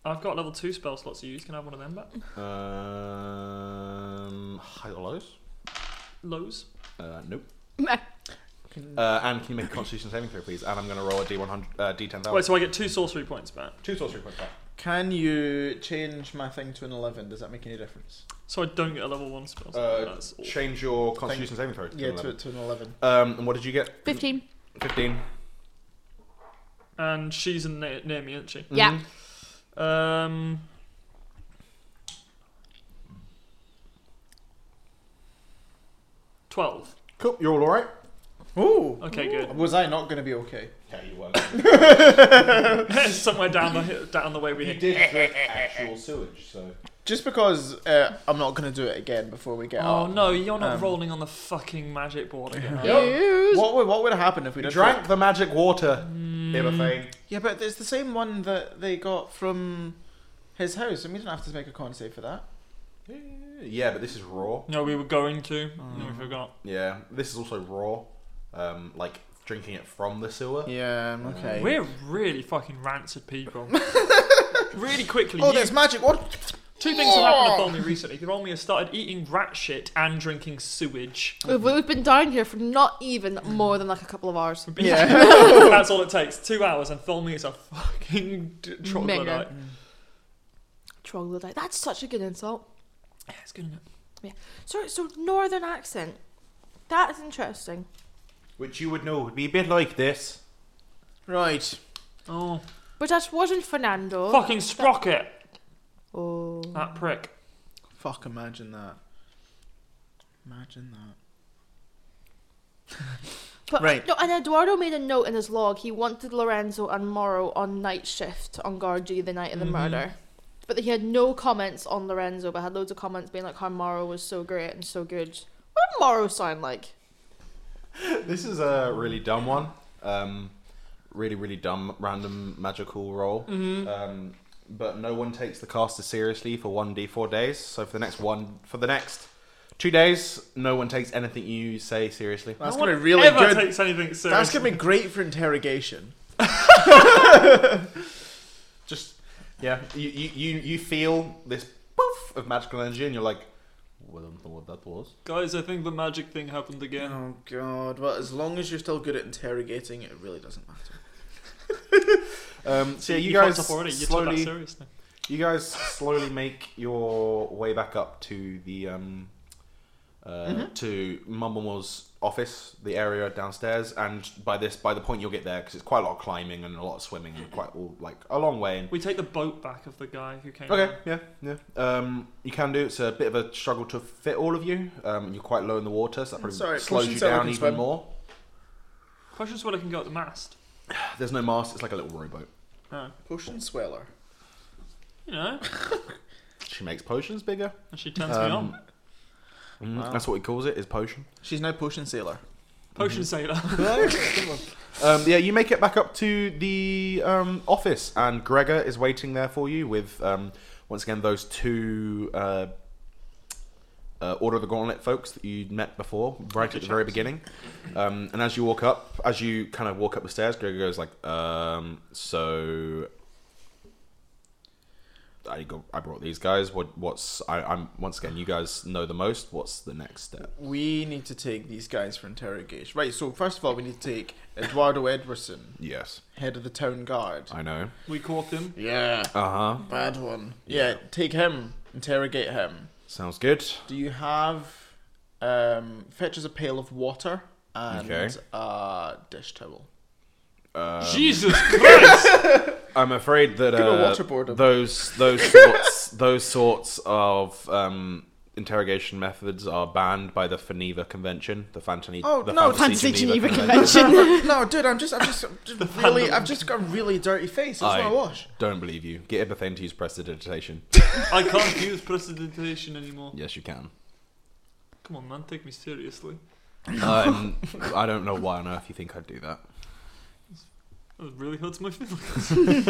[SPEAKER 2] I've got level two spell slots to use. Can I have one of them
[SPEAKER 4] Mm.
[SPEAKER 2] back?
[SPEAKER 4] Um, highs or lows.
[SPEAKER 2] Lows.
[SPEAKER 4] Uh, nope.
[SPEAKER 2] Mm-hmm.
[SPEAKER 3] Meh.
[SPEAKER 4] Uh, and can you make a constitution saving throw, please? And I'm going to roll a D100, uh, D10,000.
[SPEAKER 1] Oh.
[SPEAKER 2] Wait, so I get two sorcery points back.
[SPEAKER 4] Two sorcery points back.
[SPEAKER 1] Can you change my thing to an eleven? Does that make any difference?
[SPEAKER 2] So I don't get a level one spell. slot.
[SPEAKER 4] Uh,
[SPEAKER 2] That's awful.
[SPEAKER 4] change your constitution saving throw. To
[SPEAKER 1] Yeah,
[SPEAKER 4] an
[SPEAKER 1] to,
[SPEAKER 4] 11.
[SPEAKER 1] to an eleven.
[SPEAKER 4] Um, and what did you get?
[SPEAKER 3] 15.
[SPEAKER 4] 15.
[SPEAKER 2] and she's in near, near me, isn't she?
[SPEAKER 3] Yeah.
[SPEAKER 2] Um. Twelve.
[SPEAKER 4] Cool, you're all alright?
[SPEAKER 1] Ooh.
[SPEAKER 2] Okay, good.
[SPEAKER 1] Was I not going to be okay?
[SPEAKER 4] Yeah, you were.
[SPEAKER 2] Somewhere down the down the way we hit.
[SPEAKER 4] did drink actual sewage, so.
[SPEAKER 1] Just because uh, I'm not going to do it again before we get
[SPEAKER 2] Oh
[SPEAKER 1] up.
[SPEAKER 2] no, you're not
[SPEAKER 1] Um,
[SPEAKER 2] rolling on the fucking magic board again. are you?
[SPEAKER 3] Use.
[SPEAKER 1] What would what would happen if we
[SPEAKER 4] You
[SPEAKER 1] did
[SPEAKER 4] drank the magic water,
[SPEAKER 1] Mm.
[SPEAKER 4] Ibafane.
[SPEAKER 1] that? Yeah, but it's the same one that they got from his house, and we didn't have to make a con save for that.
[SPEAKER 4] Yeah, but this is raw.
[SPEAKER 1] Mm.
[SPEAKER 2] No, we were going to. No, we forgot.
[SPEAKER 4] Yeah, this is also raw. Um, like drinking it from the sewer.
[SPEAKER 1] Yeah, okay.
[SPEAKER 2] We're really fucking rancid people. really quickly,
[SPEAKER 1] oh,
[SPEAKER 2] you-
[SPEAKER 1] there's magic. What?
[SPEAKER 2] two things have happened to Tholme recently. Tholme has started eating rat shit and drinking sewage.
[SPEAKER 3] We've, we've been down here for not even more than like a couple of hours.
[SPEAKER 1] Yeah.
[SPEAKER 2] That's all it takes. Two hours, and Tholme is a fucking d- troglodyte.
[SPEAKER 3] Troglodyte. That's such a good insult.
[SPEAKER 2] Yeah, it's good enough.
[SPEAKER 3] So, so northern accent. That is interesting.
[SPEAKER 4] Which you would know would be a bit like this.
[SPEAKER 1] right.
[SPEAKER 2] Oh,
[SPEAKER 3] But that wasn't Fernando.
[SPEAKER 2] fucking sprocket!
[SPEAKER 3] Oh.
[SPEAKER 2] That prick.
[SPEAKER 1] Fuck, imagine that. Imagine that.
[SPEAKER 3] But,
[SPEAKER 1] Right.
[SPEAKER 3] No, and Eduardo made a note in his log. He wanted Lorenzo and Morrow on night shift on Guardi the night of the murder. But he had no comments on Lorenzo, but had loads of comments being like how Morrow was so great and so good. What did Morrow sound like?
[SPEAKER 4] This is a really dumb one. Um, really, really dumb random magical roll.
[SPEAKER 2] Mm-hmm.
[SPEAKER 4] Um, but no one takes the caster seriously for one d four days. So for the next one, for the next two days, no one takes anything you say seriously.
[SPEAKER 1] That's
[SPEAKER 2] no
[SPEAKER 1] gonna
[SPEAKER 2] one
[SPEAKER 1] be really
[SPEAKER 2] ever
[SPEAKER 1] good.
[SPEAKER 2] takes anything seriously.
[SPEAKER 1] That's gonna be great for interrogation.
[SPEAKER 4] Just yeah, you you you, you feel this poof of magical energy, and you're like, well, I don't know what that was.
[SPEAKER 8] Guys, I think the magic thing happened again.
[SPEAKER 1] Oh god. Well, as long as you're still good at interrogating, it really doesn't matter.
[SPEAKER 4] Um, so yeah, you,
[SPEAKER 2] you fucked
[SPEAKER 4] guys
[SPEAKER 2] up already. You took that
[SPEAKER 4] slowly
[SPEAKER 2] seriously.
[SPEAKER 4] You guys slowly make your way back up to the um, uh,
[SPEAKER 1] Mm-hmm.
[SPEAKER 4] to Mumblemore's office, the area downstairs, and by this by the point you'll get there because it's quite a lot of climbing and a lot of swimming and quite all, like a long way. And
[SPEAKER 2] We take the boat back of the guy who came.
[SPEAKER 4] okay, yeah, yeah. Um, you can do. It's a bit of a struggle to fit all of you. Um, you're quite low in the water, so that probably
[SPEAKER 1] sorry,
[SPEAKER 4] slows
[SPEAKER 1] question
[SPEAKER 4] you
[SPEAKER 1] so I
[SPEAKER 4] down
[SPEAKER 1] can
[SPEAKER 4] even
[SPEAKER 1] swim.
[SPEAKER 4] more.
[SPEAKER 2] Questions whether I can go at the mast.
[SPEAKER 4] There's no mast. It's like a little rowboat.
[SPEAKER 2] Oh,
[SPEAKER 1] Potion sweller.
[SPEAKER 2] you know,
[SPEAKER 4] She makes potions bigger.
[SPEAKER 2] and she turns me on.
[SPEAKER 4] Mm,
[SPEAKER 1] Wow.
[SPEAKER 4] That's what he calls it. Is potion.
[SPEAKER 1] She's now potion sailor.
[SPEAKER 2] Potion sailor.
[SPEAKER 4] Um, yeah, you make it back up to the um, office, and Gregor is waiting there for you with, um, once again, those two uh, uh, Order of the Gauntlet folks that you met before, right at the very beginning. Um, and as you walk up, as you kind of walk up the stairs, Gregor goes like, um, "So, I go, I brought these guys. What, what's? I, I'm once again, you guys know the most. What's the next step?
[SPEAKER 1] We need to take these guys for interrogation. Right, so first of all, we need to take Eduardo Edwardson,
[SPEAKER 4] Yes,
[SPEAKER 1] head of the town guard.
[SPEAKER 4] I know.
[SPEAKER 2] we caught him.
[SPEAKER 1] Yeah,
[SPEAKER 4] Uh huh.
[SPEAKER 1] bad one. Yeah, take him, interrogate him.
[SPEAKER 4] Sounds good.
[SPEAKER 1] Do you have. Um, fetch us a pail of water and
[SPEAKER 4] Okay.
[SPEAKER 1] a dish towel.
[SPEAKER 2] Jesus Christ!
[SPEAKER 4] I'm afraid that
[SPEAKER 1] Good old
[SPEAKER 4] uh,
[SPEAKER 1] waterboard of-
[SPEAKER 4] those those sorts those sorts of um, interrogation methods are banned by the Geneva Convention, the Fantini.
[SPEAKER 1] Oh,
[SPEAKER 4] the
[SPEAKER 1] no,
[SPEAKER 4] Fantasy Geneva, Convention.
[SPEAKER 1] no, dude, I'm just, I'm just, I'm just really, I've just got a really dirty face. It's
[SPEAKER 4] I
[SPEAKER 1] not a wash.
[SPEAKER 4] don't believe you. Get Ibethane to use prestidigitation.
[SPEAKER 2] I can't use prestidigitation anymore.
[SPEAKER 4] yes, you can.
[SPEAKER 2] Come on, man, take me seriously.
[SPEAKER 4] Um, I don't know why on earth you think I'd do that.
[SPEAKER 2] That really hurts my feelings.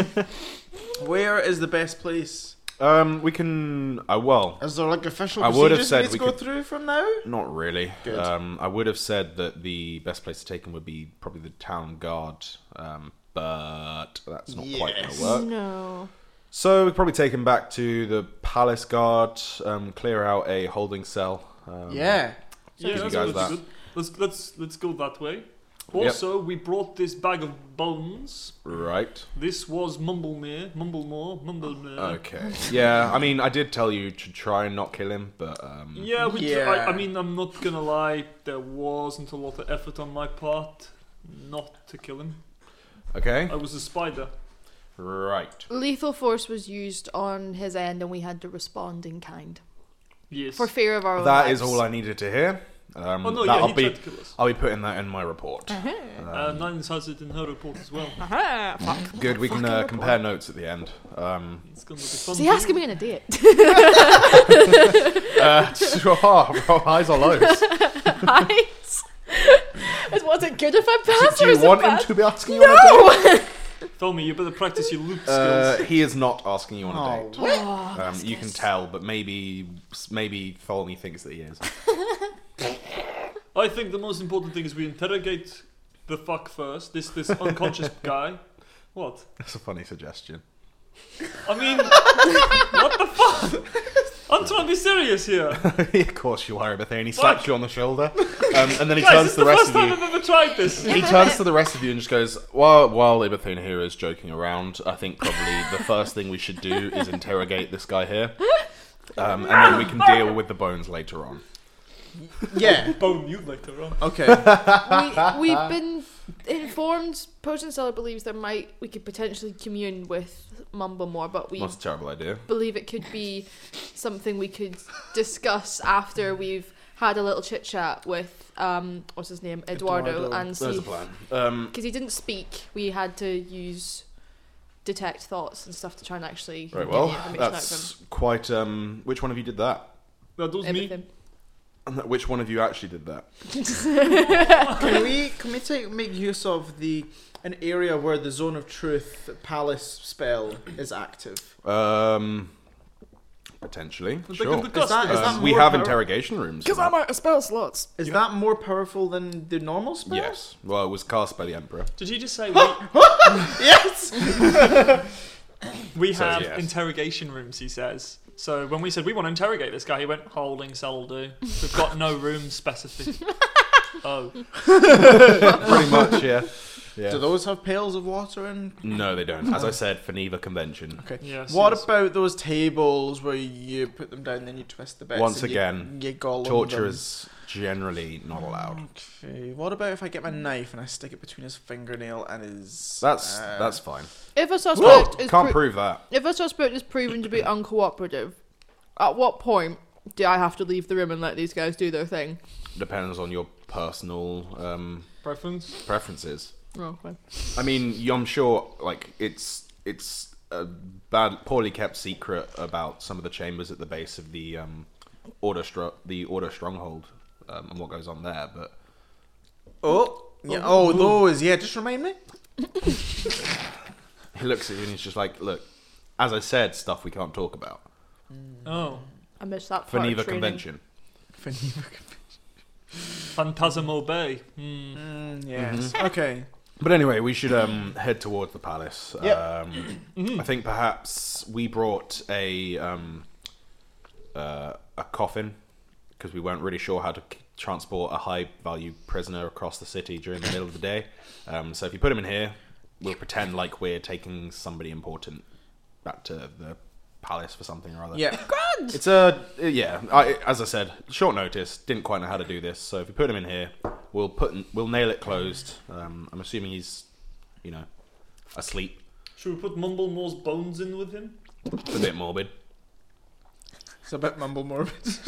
[SPEAKER 1] Where is the best place?
[SPEAKER 4] Um, we can. Uh, well,
[SPEAKER 1] Is there like official
[SPEAKER 4] I would have
[SPEAKER 1] procedures
[SPEAKER 4] said
[SPEAKER 1] we need to
[SPEAKER 4] we
[SPEAKER 1] go
[SPEAKER 4] could-
[SPEAKER 1] through from now?
[SPEAKER 4] Not really.
[SPEAKER 1] Good.
[SPEAKER 4] Um, I would have said that the best place to take him would be probably the town guard, um, but that's not quite going
[SPEAKER 1] Yes.
[SPEAKER 4] to work.
[SPEAKER 3] No.
[SPEAKER 4] So we probably take him back to the palace guard, um, clear out a holding cell. Um,
[SPEAKER 1] Yeah.
[SPEAKER 2] Yeah,
[SPEAKER 4] you
[SPEAKER 2] that's
[SPEAKER 4] guys
[SPEAKER 2] good, that's good. Let's let's let's go that way. Also, we brought this bag of bones.
[SPEAKER 4] Right.
[SPEAKER 2] This was Mumblemere, Mumblemore, Mumblemere.
[SPEAKER 4] Okay. yeah. I mean, I did tell you to try and not kill him, but um,
[SPEAKER 2] Yeah, we tr-
[SPEAKER 1] Yeah.
[SPEAKER 2] I, I mean, I'm not gonna lie, there wasn't a lot of effort on my part not to kill him.
[SPEAKER 4] okay.
[SPEAKER 2] I was a spider.
[SPEAKER 4] Right.
[SPEAKER 3] Lethal force was used on his end, and we had to respond in kind
[SPEAKER 2] Yes.
[SPEAKER 3] for fear of our own.
[SPEAKER 4] That
[SPEAKER 3] lives.
[SPEAKER 4] is all I needed to hear. Um,
[SPEAKER 2] oh no,
[SPEAKER 4] that'll
[SPEAKER 2] yeah, he
[SPEAKER 4] be. Um.
[SPEAKER 2] tried to kill us.
[SPEAKER 4] I'll be putting that in my report.
[SPEAKER 2] Uh, Nines has it in her report as well.
[SPEAKER 3] Aha, fuck.
[SPEAKER 4] Good. We can uh, compare notes at the end. Um,
[SPEAKER 2] It's gonna be fun.
[SPEAKER 3] Is he asking me on a date?
[SPEAKER 4] uh, oh, highs or lows?
[SPEAKER 3] Right? Is- was it good if I passed
[SPEAKER 4] Do
[SPEAKER 3] or
[SPEAKER 4] you
[SPEAKER 3] is it
[SPEAKER 4] want
[SPEAKER 3] bad?
[SPEAKER 4] him to be asking you on a date?
[SPEAKER 3] No!
[SPEAKER 2] Thelmy, you better practice your loop skills.
[SPEAKER 4] Uh, he is not asking you on a date.
[SPEAKER 3] Oh,
[SPEAKER 4] Um, you can tell, but maybe maybe Tholme thinks that he is.
[SPEAKER 2] I think the most important thing is we interrogate the fuck first. This this unconscious guy. What?
[SPEAKER 4] That's a funny suggestion.
[SPEAKER 2] I mean, what the fuck? I'm trying to be serious here.
[SPEAKER 4] of course you are, Bethany. He slaps you on the shoulder, um, and then he
[SPEAKER 2] Guys, this is
[SPEAKER 4] turns to
[SPEAKER 2] the
[SPEAKER 4] the rest
[SPEAKER 2] first
[SPEAKER 4] of you.
[SPEAKER 2] time I've ever tried this.
[SPEAKER 4] He turns to the rest of you and just goes, "While while Ibathuna here is joking around, I think probably the first thing we should do is interrogate this guy here, um, and then we can deal with the bones later on."
[SPEAKER 1] Yeah.
[SPEAKER 2] Bone you later on.
[SPEAKER 1] Okay.
[SPEAKER 3] we, we've been informed. Potion seller believes there might we could potentially commune with Mumblemore, but we
[SPEAKER 4] Not a terrible idea.
[SPEAKER 3] believe it could be something we could discuss after we've had a little chit chat with um what's his name Eduardo,
[SPEAKER 1] Eduardo.
[SPEAKER 3] and
[SPEAKER 4] There's
[SPEAKER 3] see
[SPEAKER 4] a plan. Um,
[SPEAKER 3] because he didn't speak. We had to use detect thoughts and stuff to try and actually
[SPEAKER 4] right.
[SPEAKER 3] get
[SPEAKER 4] Well,
[SPEAKER 3] the information out
[SPEAKER 4] that's quite. Um, which one of you did that?
[SPEAKER 2] That was
[SPEAKER 3] of him.
[SPEAKER 2] me.
[SPEAKER 3] Everything.
[SPEAKER 4] And that- Which one of you actually did that?
[SPEAKER 1] can we can we take make use of the an area where the zone of truth palace spell is active?
[SPEAKER 4] Um, potentially. Sure.
[SPEAKER 2] Look at the
[SPEAKER 1] Is that, is
[SPEAKER 4] Um,
[SPEAKER 1] that
[SPEAKER 4] we
[SPEAKER 1] more
[SPEAKER 4] have
[SPEAKER 1] power-
[SPEAKER 4] interrogation rooms.
[SPEAKER 3] Because
[SPEAKER 4] for
[SPEAKER 3] I'm
[SPEAKER 4] that.
[SPEAKER 3] out of spell slots.
[SPEAKER 1] Is that more powerful than the normal spell?
[SPEAKER 4] Yes. Well, it was cast by the emperor.
[SPEAKER 2] Did you just say we,
[SPEAKER 1] Yes.
[SPEAKER 2] we
[SPEAKER 4] Says
[SPEAKER 2] have
[SPEAKER 4] yes.
[SPEAKER 2] interrogation rooms? He says. So when we said we want to interrogate this guy, he went holding cell will do. We've got no room specific. oh,
[SPEAKER 4] Pretty much. Yeah. Yeah.
[SPEAKER 1] Do those have pails of water and?
[SPEAKER 4] No, they don't. As I said, for neither convention.
[SPEAKER 1] Okay.
[SPEAKER 2] yes.
[SPEAKER 1] What
[SPEAKER 2] yes.
[SPEAKER 1] about those tables where you put them down, then you twist the bits?
[SPEAKER 4] Once
[SPEAKER 1] and you-
[SPEAKER 4] again,
[SPEAKER 1] you, gall on
[SPEAKER 4] Torture
[SPEAKER 1] them?
[SPEAKER 4] is generally not allowed.
[SPEAKER 1] Okay. What about if I get my knife and I stick it between his fingernail and his?
[SPEAKER 4] That's
[SPEAKER 1] uh,
[SPEAKER 4] that's fine.
[SPEAKER 3] If a
[SPEAKER 4] Well,
[SPEAKER 3] suspect is
[SPEAKER 4] can't
[SPEAKER 3] pro-
[SPEAKER 4] prove that.
[SPEAKER 3] if a suspect is proven to be uncooperative, at what point do I have to leave the room and let these guys do their thing?
[SPEAKER 4] Depends on your personal um,
[SPEAKER 2] preference?
[SPEAKER 4] preferences.
[SPEAKER 3] Oh, okay.
[SPEAKER 4] I mean, y- I'm sure like it's it's a bad, poorly kept secret about some of the chambers at the base of the um, order stru- the order stronghold um, and what goes on there. But
[SPEAKER 1] Oh. Yeah. Oh, those. Yeah. Just remind me.
[SPEAKER 4] he looks at you and he's just like, look, as I said, stuff we can't talk about
[SPEAKER 2] Oh,
[SPEAKER 3] I missed that part.
[SPEAKER 4] for
[SPEAKER 3] of
[SPEAKER 4] neither
[SPEAKER 3] training.
[SPEAKER 4] convention.
[SPEAKER 2] Phantasmal Bay. Hmm.
[SPEAKER 1] Mm, yes. Okay.
[SPEAKER 4] But anyway, we should um, head towards the palace.
[SPEAKER 1] Yep. Mm-hmm.
[SPEAKER 4] Um, I think perhaps we brought a um, uh, a coffin because we weren't really sure how to k- transport a high value prisoner across the city during the middle of the day. Um, so if you put him in here, we'll pretend like we're taking somebody important back to the palace for something or other.
[SPEAKER 1] Yeah.
[SPEAKER 4] It's a yeah. I, as I said, short notice. Didn't quite know how to do this, so if we put him in here, we'll put we'll nail it closed. Um, I'm assuming he's, you know, asleep.
[SPEAKER 2] Should we put Mumblemore's bones in with him?
[SPEAKER 4] It's a bit morbid.
[SPEAKER 1] It's a bit mumble morbid.
[SPEAKER 2] Let's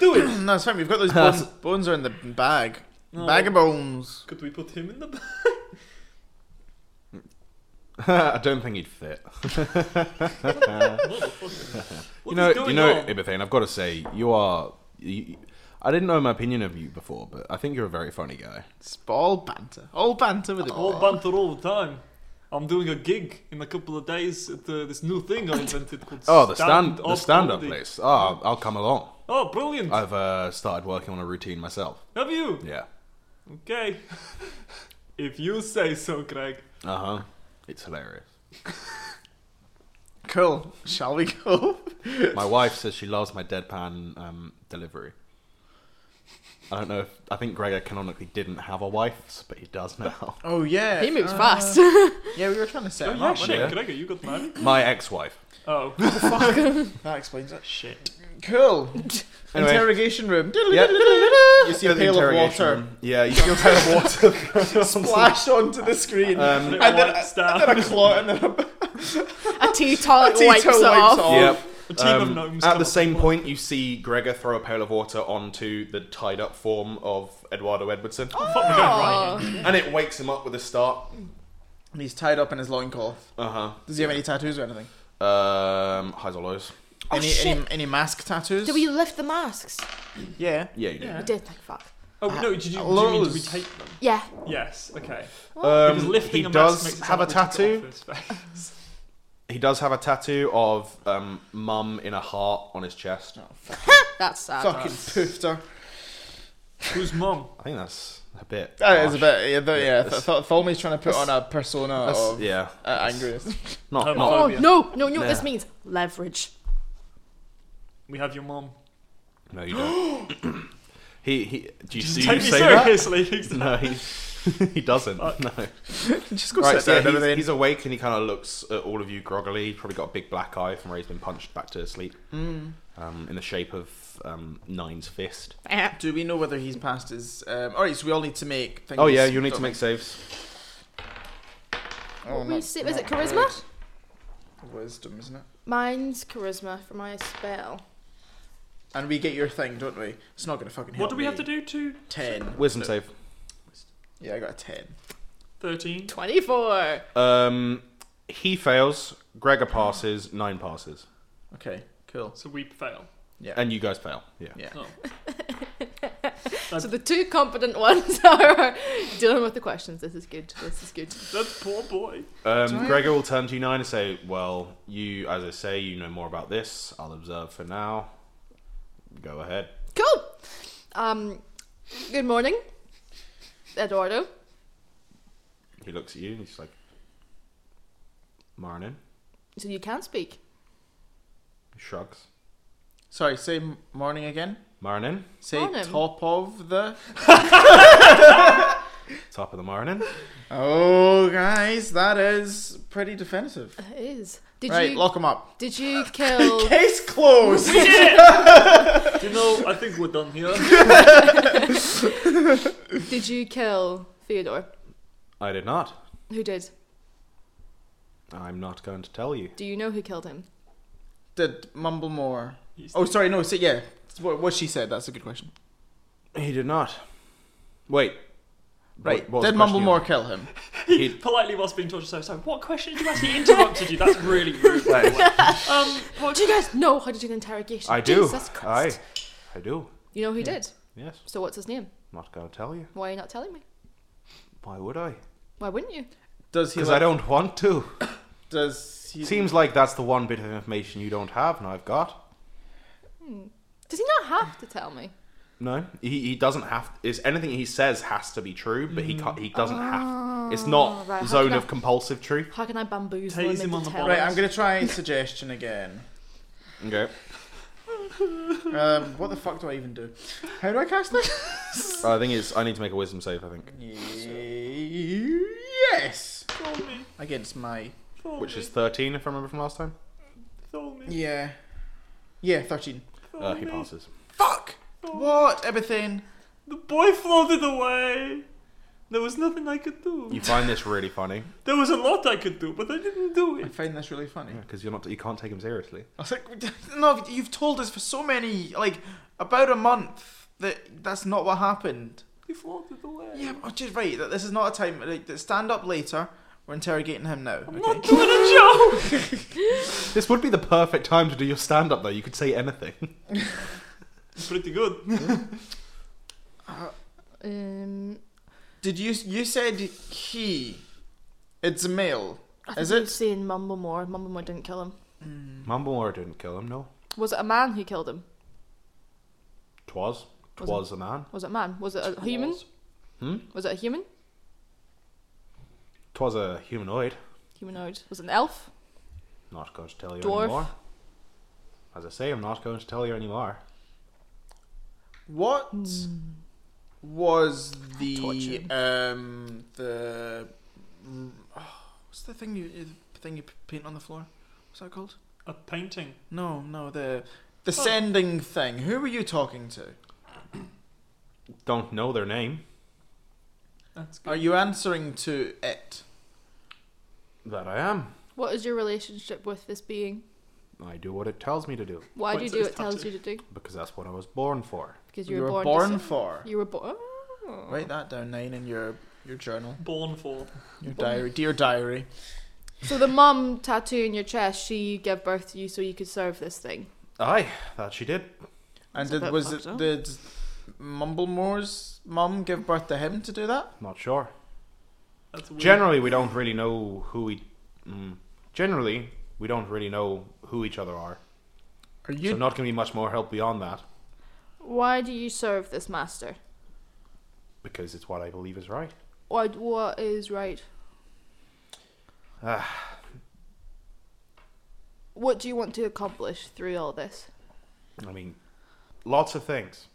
[SPEAKER 2] do it.
[SPEAKER 1] That's fine. We've got those bones. bones are in the bag.
[SPEAKER 2] No.
[SPEAKER 1] Bag of bones.
[SPEAKER 2] Could we put him in the?
[SPEAKER 4] I don't think he'd fit.
[SPEAKER 2] What
[SPEAKER 4] you
[SPEAKER 2] is
[SPEAKER 4] know, you
[SPEAKER 2] going
[SPEAKER 4] know,
[SPEAKER 2] on?
[SPEAKER 4] Ibethane. I've got to say, you are. You, I didn't know my opinion of you before, but I think you're a very funny guy.
[SPEAKER 1] It's all banter. All banter with it.
[SPEAKER 2] All banter all the time. I'm doing a gig in a couple of days at uh, this new thing I invented called
[SPEAKER 4] Oh, the stand, the
[SPEAKER 2] Up
[SPEAKER 4] stand-up
[SPEAKER 2] Comedy.
[SPEAKER 4] place. Oh, I'll, I'll come along.
[SPEAKER 2] Oh, brilliant.
[SPEAKER 4] I've uh, started working on a routine myself.
[SPEAKER 2] Have you?
[SPEAKER 4] Yeah.
[SPEAKER 2] Okay. if you say so, Craig.
[SPEAKER 4] Uh huh. It's hilarious.
[SPEAKER 1] Cool. Shall we go?
[SPEAKER 4] My wife says she loves my deadpan um, delivery. I don't know if I think Gregor canonically didn't have a wife, but he does now.
[SPEAKER 1] Oh yeah.
[SPEAKER 3] He moves
[SPEAKER 1] Uh,
[SPEAKER 3] fast.
[SPEAKER 1] Yeah, we were trying to set
[SPEAKER 2] Oh,
[SPEAKER 1] him
[SPEAKER 2] yeah,
[SPEAKER 1] up.
[SPEAKER 2] shit,
[SPEAKER 4] yeah.
[SPEAKER 2] Gregor, you got married?
[SPEAKER 4] My ex-wife.
[SPEAKER 2] Oh,
[SPEAKER 1] That explains it.
[SPEAKER 2] shit.
[SPEAKER 1] Cool.
[SPEAKER 4] Anyway.
[SPEAKER 1] Interrogation room.
[SPEAKER 4] Yep.
[SPEAKER 1] You see
[SPEAKER 4] Go
[SPEAKER 1] a pail
[SPEAKER 4] to the
[SPEAKER 1] of
[SPEAKER 4] interrogation
[SPEAKER 1] water
[SPEAKER 4] room. Yeah, you see a pail of water.
[SPEAKER 1] splash onto the screen, and,
[SPEAKER 4] Um,
[SPEAKER 1] then,
[SPEAKER 2] Wipes
[SPEAKER 1] a- and
[SPEAKER 2] down.
[SPEAKER 1] then a claw, and then a,
[SPEAKER 3] A teetotal
[SPEAKER 1] a
[SPEAKER 3] wipes
[SPEAKER 1] wipes
[SPEAKER 3] it off.
[SPEAKER 1] off.
[SPEAKER 4] yep.
[SPEAKER 2] A team of gnomes
[SPEAKER 4] um, at
[SPEAKER 2] come
[SPEAKER 4] the
[SPEAKER 2] up
[SPEAKER 4] same point, you see Gregor throw a pail of water onto the tied-up form of Eduardo Edwardson,
[SPEAKER 2] Fuck, we're going right.
[SPEAKER 3] Oh.
[SPEAKER 4] and it wakes him up with a start.
[SPEAKER 1] And he's tied up in his loincloth.
[SPEAKER 4] Uh
[SPEAKER 1] Does he have any tattoos or anything?
[SPEAKER 4] huh. Um, highs or lows?
[SPEAKER 3] Oh,
[SPEAKER 1] any,
[SPEAKER 3] shit.
[SPEAKER 1] any any mask tattoos?
[SPEAKER 3] Do we lift the masks?
[SPEAKER 1] Yeah.
[SPEAKER 4] Yeah, you do.
[SPEAKER 3] We did, thank fuck.
[SPEAKER 4] Ah,
[SPEAKER 2] Oh, no, did you, do you mean
[SPEAKER 1] Lows.
[SPEAKER 2] do we take them?
[SPEAKER 3] Yeah.
[SPEAKER 2] Yes, okay.
[SPEAKER 4] Um,
[SPEAKER 2] Because lifting
[SPEAKER 4] he
[SPEAKER 2] a mask makes
[SPEAKER 4] does
[SPEAKER 2] it
[SPEAKER 4] have a
[SPEAKER 2] sound like we took it
[SPEAKER 4] tattoo.
[SPEAKER 2] off his face.
[SPEAKER 4] He does have a tattoo of um, mum in a heart on his chest.
[SPEAKER 3] That's sad.
[SPEAKER 1] Fucking poofed her.
[SPEAKER 2] Who's mum?
[SPEAKER 4] I think that's a bit.
[SPEAKER 1] That is a
[SPEAKER 4] harsh.
[SPEAKER 1] bit. Yeah, th- yeah.
[SPEAKER 4] that's-
[SPEAKER 1] Th- Tholme's trying to put on a persona of
[SPEAKER 4] Yeah.
[SPEAKER 1] uh, angriness.
[SPEAKER 4] Not,
[SPEAKER 2] Um,
[SPEAKER 4] not
[SPEAKER 3] Oh,
[SPEAKER 2] Phobia.
[SPEAKER 3] no, no, you know what
[SPEAKER 4] Yeah.
[SPEAKER 3] this means? Leverage.
[SPEAKER 2] We have your mum.
[SPEAKER 4] No, you don't. he, he. Do you see
[SPEAKER 2] Take
[SPEAKER 4] you
[SPEAKER 2] me
[SPEAKER 4] say
[SPEAKER 2] seriously.
[SPEAKER 4] that? No, he, he doesn't. No.
[SPEAKER 1] Just go
[SPEAKER 4] Right,
[SPEAKER 1] sit
[SPEAKER 4] so
[SPEAKER 1] there.
[SPEAKER 4] he's,
[SPEAKER 1] everything.
[SPEAKER 4] he's awake and he kind of looks at all of you groggily. Probably got a big black eye from where he's been punched back to sleep.
[SPEAKER 1] Mm.
[SPEAKER 4] Um, in the shape of um, Nine's fist.
[SPEAKER 3] Ah.
[SPEAKER 1] Do we know whether he's passed his? Um, all right, so we all need to make. Things,
[SPEAKER 4] Oh yeah, you need to
[SPEAKER 1] don't
[SPEAKER 4] make saves.
[SPEAKER 1] we? Oh,
[SPEAKER 3] We
[SPEAKER 1] not-
[SPEAKER 3] see- is
[SPEAKER 1] not
[SPEAKER 3] it charisma?
[SPEAKER 1] great. Wisdom, isn't it?
[SPEAKER 3] Mine's charisma for my spell.
[SPEAKER 1] And we get your thing, don't we? It's not gonna fucking help.
[SPEAKER 2] What do we have to do to
[SPEAKER 1] Ten.
[SPEAKER 4] Wisdom save.
[SPEAKER 1] Yeah, I got a ten.
[SPEAKER 2] 13?
[SPEAKER 3] 24.
[SPEAKER 4] Um, he fails. Gregor passes. Nine passes.
[SPEAKER 1] Okay, cool.
[SPEAKER 2] So we fail.
[SPEAKER 4] And you guys fail. Yeah.
[SPEAKER 1] Yeah.
[SPEAKER 2] Oh.
[SPEAKER 3] So the two competent ones are dealing with the questions. This is good. This is good.
[SPEAKER 2] That poor boy.
[SPEAKER 4] Um, Gregor will turn to you nine and say, "Well, you, as I say, you know more about this. I'll observe for now. Go ahead."
[SPEAKER 3] Cool. Um, good morning, Eduardo.
[SPEAKER 4] He looks at you and he's like, "Morning."
[SPEAKER 3] So you can speak.
[SPEAKER 4] He shrugs.
[SPEAKER 1] Sorry, say m- morning again.
[SPEAKER 4] Morning.
[SPEAKER 1] Say
[SPEAKER 3] Morning.
[SPEAKER 1] top of the.
[SPEAKER 4] Top of the morning.
[SPEAKER 1] Oh, guys, that is pretty definitive.
[SPEAKER 3] Uh, It is. Did
[SPEAKER 1] right,
[SPEAKER 3] you
[SPEAKER 1] lock him up.
[SPEAKER 3] did you kill?
[SPEAKER 1] Case closed.
[SPEAKER 2] Do you know, I think we're done here.
[SPEAKER 3] did you kill Theodore?
[SPEAKER 4] I did not.
[SPEAKER 3] Who did?
[SPEAKER 4] I'm not going to tell you.
[SPEAKER 3] Do you know who killed him?
[SPEAKER 1] Did mumble more.
[SPEAKER 2] He's-
[SPEAKER 1] Oh, sorry, no. Say yeah. What, what she said. That's a good question.
[SPEAKER 4] He did not. Wait.
[SPEAKER 1] Right.
[SPEAKER 4] What- what was
[SPEAKER 1] Did
[SPEAKER 4] the question
[SPEAKER 1] Mumble
[SPEAKER 4] you-
[SPEAKER 1] more kill him?
[SPEAKER 2] He politely, whilst being tortured, so sorry. What question did you ask? He interrupted you. That's really rude. um, what,
[SPEAKER 3] Do you guys know how to do an interrogation?
[SPEAKER 4] I do.
[SPEAKER 3] Jesus
[SPEAKER 4] I.
[SPEAKER 3] Christ.
[SPEAKER 4] I do.
[SPEAKER 3] You know who did.
[SPEAKER 4] Yes.
[SPEAKER 3] So what's his name?
[SPEAKER 4] Not going to tell you.
[SPEAKER 3] Why are you not telling me?
[SPEAKER 4] Why would I?
[SPEAKER 3] Why wouldn't you?
[SPEAKER 1] Does he?
[SPEAKER 4] Because
[SPEAKER 1] like-
[SPEAKER 4] I don't want to.
[SPEAKER 1] Does he?
[SPEAKER 4] Seems like that's the one bit of information you don't have, and I've got.
[SPEAKER 3] Does he not have to tell me?
[SPEAKER 4] No, he, he doesn't have. Is anything he says has to be true, but he can't, he doesn't have. It's not
[SPEAKER 3] Ah, right, how
[SPEAKER 4] zone
[SPEAKER 3] can I-
[SPEAKER 4] of compulsive truth.
[SPEAKER 3] How can I bamboozle
[SPEAKER 2] Tase
[SPEAKER 3] him,
[SPEAKER 2] him on
[SPEAKER 3] into
[SPEAKER 2] the
[SPEAKER 3] telling?
[SPEAKER 1] Right. I'm gonna try suggestion again.
[SPEAKER 4] Okay.
[SPEAKER 1] Um, what the fuck do I even do? How do I cast this?
[SPEAKER 4] I think it's. I need to make a wisdom save. I think,
[SPEAKER 1] yes.
[SPEAKER 2] Throw me,
[SPEAKER 1] Against my.
[SPEAKER 2] throw
[SPEAKER 4] which
[SPEAKER 2] me,
[SPEAKER 4] is thirteen, if I remember from last time.
[SPEAKER 2] throw me,
[SPEAKER 1] Yeah. Yeah. Thirteen.
[SPEAKER 2] throw
[SPEAKER 4] Uh, he
[SPEAKER 2] me.
[SPEAKER 4] passes.
[SPEAKER 1] Fuck. What? Everything.
[SPEAKER 2] The boy floated away. There was nothing I could do.
[SPEAKER 4] You find this really funny
[SPEAKER 2] There was a lot I could do, but I didn't do
[SPEAKER 1] I
[SPEAKER 2] it.
[SPEAKER 1] find this really funny.
[SPEAKER 4] because you're not. You can't take him seriously.
[SPEAKER 1] I was like, no, you've told us for so many, like, about a month that that's not what happened.
[SPEAKER 2] He floated away.
[SPEAKER 1] Yeah, but just right. That this is not a time. Like, stand up later. We're interrogating him now.
[SPEAKER 2] Not doing a joke.
[SPEAKER 4] This would be the perfect time to do your stand up, though. You could say anything.
[SPEAKER 2] Pretty good.
[SPEAKER 3] Um,
[SPEAKER 1] Did you? You said he. It's a male.
[SPEAKER 3] I
[SPEAKER 1] Is
[SPEAKER 3] think
[SPEAKER 1] it?
[SPEAKER 3] you've seen Mumblemore. Mumblemore didn't kill him.
[SPEAKER 4] Mumblemore didn't kill him. No,
[SPEAKER 3] Was it a man who killed him?
[SPEAKER 4] twas twas a man.
[SPEAKER 3] Was it a man? Was it a human?
[SPEAKER 4] Hmm?
[SPEAKER 3] Was it a human?
[SPEAKER 4] Twas a humanoid.
[SPEAKER 3] Humanoid. Was it an elf?
[SPEAKER 4] Not going to tell you
[SPEAKER 3] Dwarf.
[SPEAKER 4] anymore. As I say, I'm not going to tell you anymore.
[SPEAKER 1] What was the
[SPEAKER 3] Hmm. Torture.
[SPEAKER 1] um the oh, what's the thing you the thing you p- paint on the floor? What's that called?
[SPEAKER 2] A painting.
[SPEAKER 1] No, no the the
[SPEAKER 3] Oh.
[SPEAKER 1] sending thing. Who were you talking to?
[SPEAKER 4] Don't know their name.
[SPEAKER 2] That's good.
[SPEAKER 1] Are you answering to it?
[SPEAKER 4] That I am.
[SPEAKER 3] What is your relationship with this being?
[SPEAKER 4] I do what it tells me to do
[SPEAKER 3] Why
[SPEAKER 2] Wait,
[SPEAKER 3] do you
[SPEAKER 2] so
[SPEAKER 3] do
[SPEAKER 2] it's
[SPEAKER 3] what it tells you
[SPEAKER 2] tattoo.
[SPEAKER 3] to do?
[SPEAKER 4] because that's what I was born for.
[SPEAKER 3] Because you
[SPEAKER 1] You
[SPEAKER 3] were,
[SPEAKER 1] were
[SPEAKER 3] born.
[SPEAKER 1] born
[SPEAKER 3] dis-
[SPEAKER 1] for.
[SPEAKER 3] You were oh. born.
[SPEAKER 1] Write that down, nine, in your your journal,
[SPEAKER 2] Born for.
[SPEAKER 1] your diary, dear diary.
[SPEAKER 3] So the mum tattoo in your chest. She gave birth to you so you could serve this thing.
[SPEAKER 4] Aye, that she did.
[SPEAKER 1] And
[SPEAKER 3] That's
[SPEAKER 1] did,
[SPEAKER 3] a bit
[SPEAKER 1] was it
[SPEAKER 3] fucked up.
[SPEAKER 1] did Mumblemore's mum give birth to him to do that?
[SPEAKER 4] Not sure.
[SPEAKER 2] That's weird.
[SPEAKER 4] Generally, we don't really know who we. Mm, generally, we don't really know who each other are.
[SPEAKER 1] Are you
[SPEAKER 4] So not going to be much more help beyond that.
[SPEAKER 3] Why do you serve this master?
[SPEAKER 4] because it's what I believe is right.
[SPEAKER 3] What, what is right? what do you want to accomplish through all this?
[SPEAKER 4] I mean, lots of things.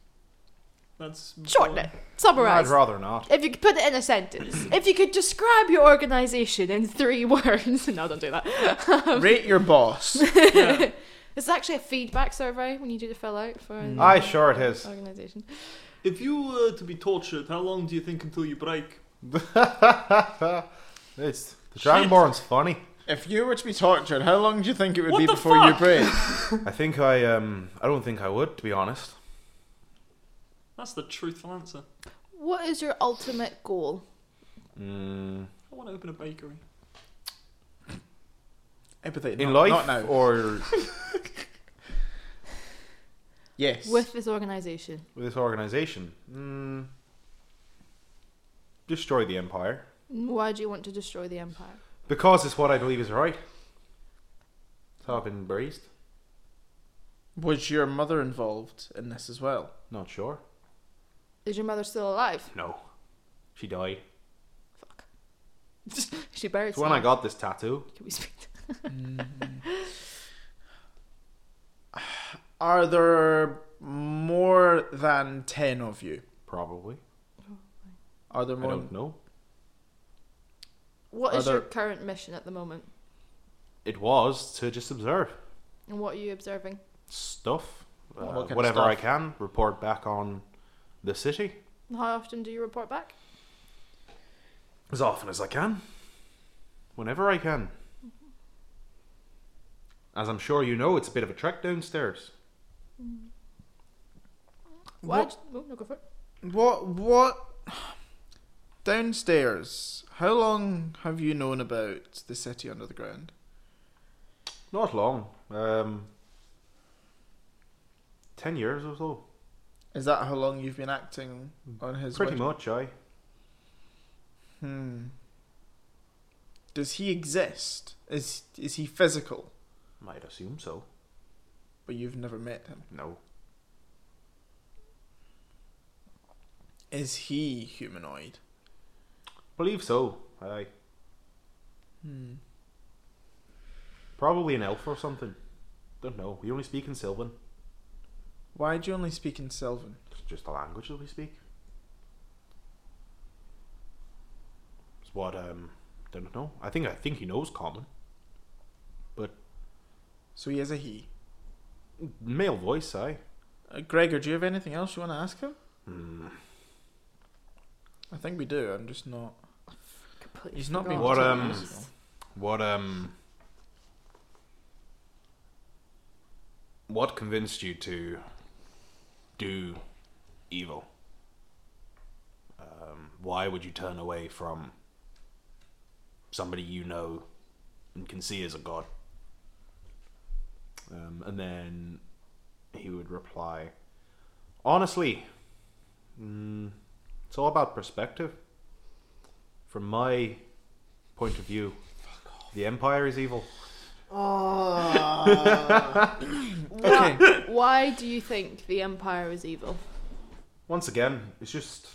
[SPEAKER 2] That's
[SPEAKER 3] Shorten it.
[SPEAKER 4] I'd
[SPEAKER 3] Summarize.
[SPEAKER 4] rather not.
[SPEAKER 3] If you could put it in a sentence, if you could describe your organization in three words, no, don't do that.
[SPEAKER 1] Rate your boss.
[SPEAKER 3] it's actually a feedback survey when you do to fill out for an
[SPEAKER 4] I sure Mm. Ah, it is.
[SPEAKER 3] organization.
[SPEAKER 2] If you were to be tortured, how long do you think until you break?
[SPEAKER 4] it's the Dragonborn's funny.
[SPEAKER 1] if you were to be tortured, how long do you think it would
[SPEAKER 2] What
[SPEAKER 1] be
[SPEAKER 2] the
[SPEAKER 1] before you
[SPEAKER 2] fuck?
[SPEAKER 1] break?
[SPEAKER 4] I think I um I don't think I would to be honest.
[SPEAKER 2] That's the truthful answer.
[SPEAKER 3] What is your ultimate goal?
[SPEAKER 4] Mm,
[SPEAKER 2] I want to open a bakery.
[SPEAKER 1] Empathy. not,
[SPEAKER 4] in life
[SPEAKER 1] Not now.
[SPEAKER 4] or
[SPEAKER 1] yes.
[SPEAKER 3] With this organization.
[SPEAKER 4] with this organization. Mm, destroy the empire
[SPEAKER 3] Why do you want to destroy the empire?
[SPEAKER 4] because it's what I believe is right. So I've been embraced.
[SPEAKER 1] Was your mother involved in this as well?
[SPEAKER 4] Not sure.
[SPEAKER 3] Is your mother still alive?
[SPEAKER 4] No, she died.
[SPEAKER 3] She buried
[SPEAKER 4] It's when I
[SPEAKER 3] someone.
[SPEAKER 4] got this tattoo.
[SPEAKER 3] Can we speak to-
[SPEAKER 1] Are there more than ten of you?
[SPEAKER 4] Probably.
[SPEAKER 1] Are there
[SPEAKER 4] I
[SPEAKER 1] more?
[SPEAKER 4] don't know.
[SPEAKER 3] What
[SPEAKER 1] Are
[SPEAKER 3] is your
[SPEAKER 1] there-
[SPEAKER 3] current mission at the moment?
[SPEAKER 4] It was to just observe
[SPEAKER 3] And what are you observing?
[SPEAKER 4] stuff, uh,
[SPEAKER 1] What kind of
[SPEAKER 4] whatever I
[SPEAKER 1] stuff?
[SPEAKER 4] can report back on the city
[SPEAKER 3] And How often do you report back?
[SPEAKER 4] as often as I can, whenever I can. As I'm sure you know, it's a bit of a trek downstairs.
[SPEAKER 3] Why?
[SPEAKER 1] What?
[SPEAKER 3] Oh, no, go for it.
[SPEAKER 1] What? What? Downstairs. How long have you known about the city under the ground?
[SPEAKER 4] Not long, um, ten years or so,
[SPEAKER 1] Is that how long you've been acting on his?
[SPEAKER 4] pretty
[SPEAKER 1] word?
[SPEAKER 4] much. I
[SPEAKER 1] Hmm. Does he exist? Is is he physical?
[SPEAKER 4] might assume so.
[SPEAKER 1] But you've never met him.
[SPEAKER 4] No,
[SPEAKER 1] Is he humanoid?
[SPEAKER 4] believe so. I
[SPEAKER 1] Hmm.
[SPEAKER 4] probably an elf or something. Don't know. We only speak in Sylvan.
[SPEAKER 1] Why do you only speak in Sylvan?
[SPEAKER 4] It's just the language that we speak. It's what um don't know. I think I think he knows common.
[SPEAKER 1] So he is a he.
[SPEAKER 4] Male voice, I.
[SPEAKER 1] Uh, Gregor, do you have anything else you want to ask him?
[SPEAKER 4] Hmm.
[SPEAKER 1] I think we do. I'm just not.
[SPEAKER 3] Completely
[SPEAKER 1] He's not been.
[SPEAKER 3] forgot.
[SPEAKER 4] What,
[SPEAKER 1] particularly
[SPEAKER 4] um,
[SPEAKER 1] musical.
[SPEAKER 4] What um What convinced you to do evil? Um, why would you turn away from somebody you know and can see as a god? Um, and then he would reply, Honestly, mm, it's all about perspective. From my point of view, the Empire is evil.
[SPEAKER 3] Why, why do you think the Empire is evil?
[SPEAKER 4] Once again, it's just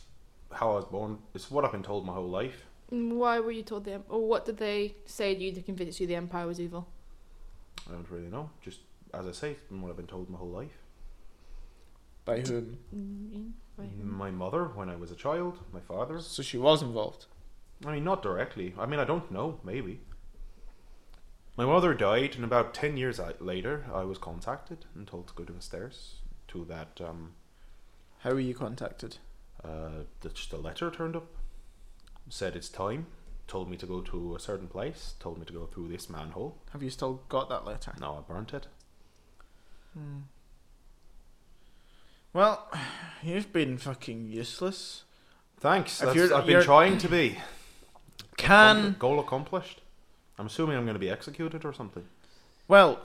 [SPEAKER 4] how I was born. It's what I've been told my whole life.
[SPEAKER 3] And Why were you told the em- or what did they say to you to convince you the Empire was evil?
[SPEAKER 4] I don't really know. Just as I say, it's been what I've been told my whole life.
[SPEAKER 1] By whom?
[SPEAKER 3] Mm, right.
[SPEAKER 4] Mm-hmm. My mother, when I was a child, my father.
[SPEAKER 1] So she was involved.
[SPEAKER 4] I mean, not directly. I mean, I don't know. Maybe. My mother died, and about ten years I- later, I was contacted and told to go downstairs to that. Um,
[SPEAKER 1] How were you contacted?
[SPEAKER 4] uh, the, just a letter turned up, said it's time, told me to go to a certain place, told me to go through this manhole.
[SPEAKER 1] Have you still got that letter?
[SPEAKER 4] No, I burnt it.
[SPEAKER 1] Well, you've been fucking useless.
[SPEAKER 4] Thanks.
[SPEAKER 1] If
[SPEAKER 4] That's,
[SPEAKER 1] you're-
[SPEAKER 4] I've been
[SPEAKER 1] you're-
[SPEAKER 4] trying to be.
[SPEAKER 1] Can
[SPEAKER 4] goal accomplished. I'm assuming I'm going to be executed or something.
[SPEAKER 1] well,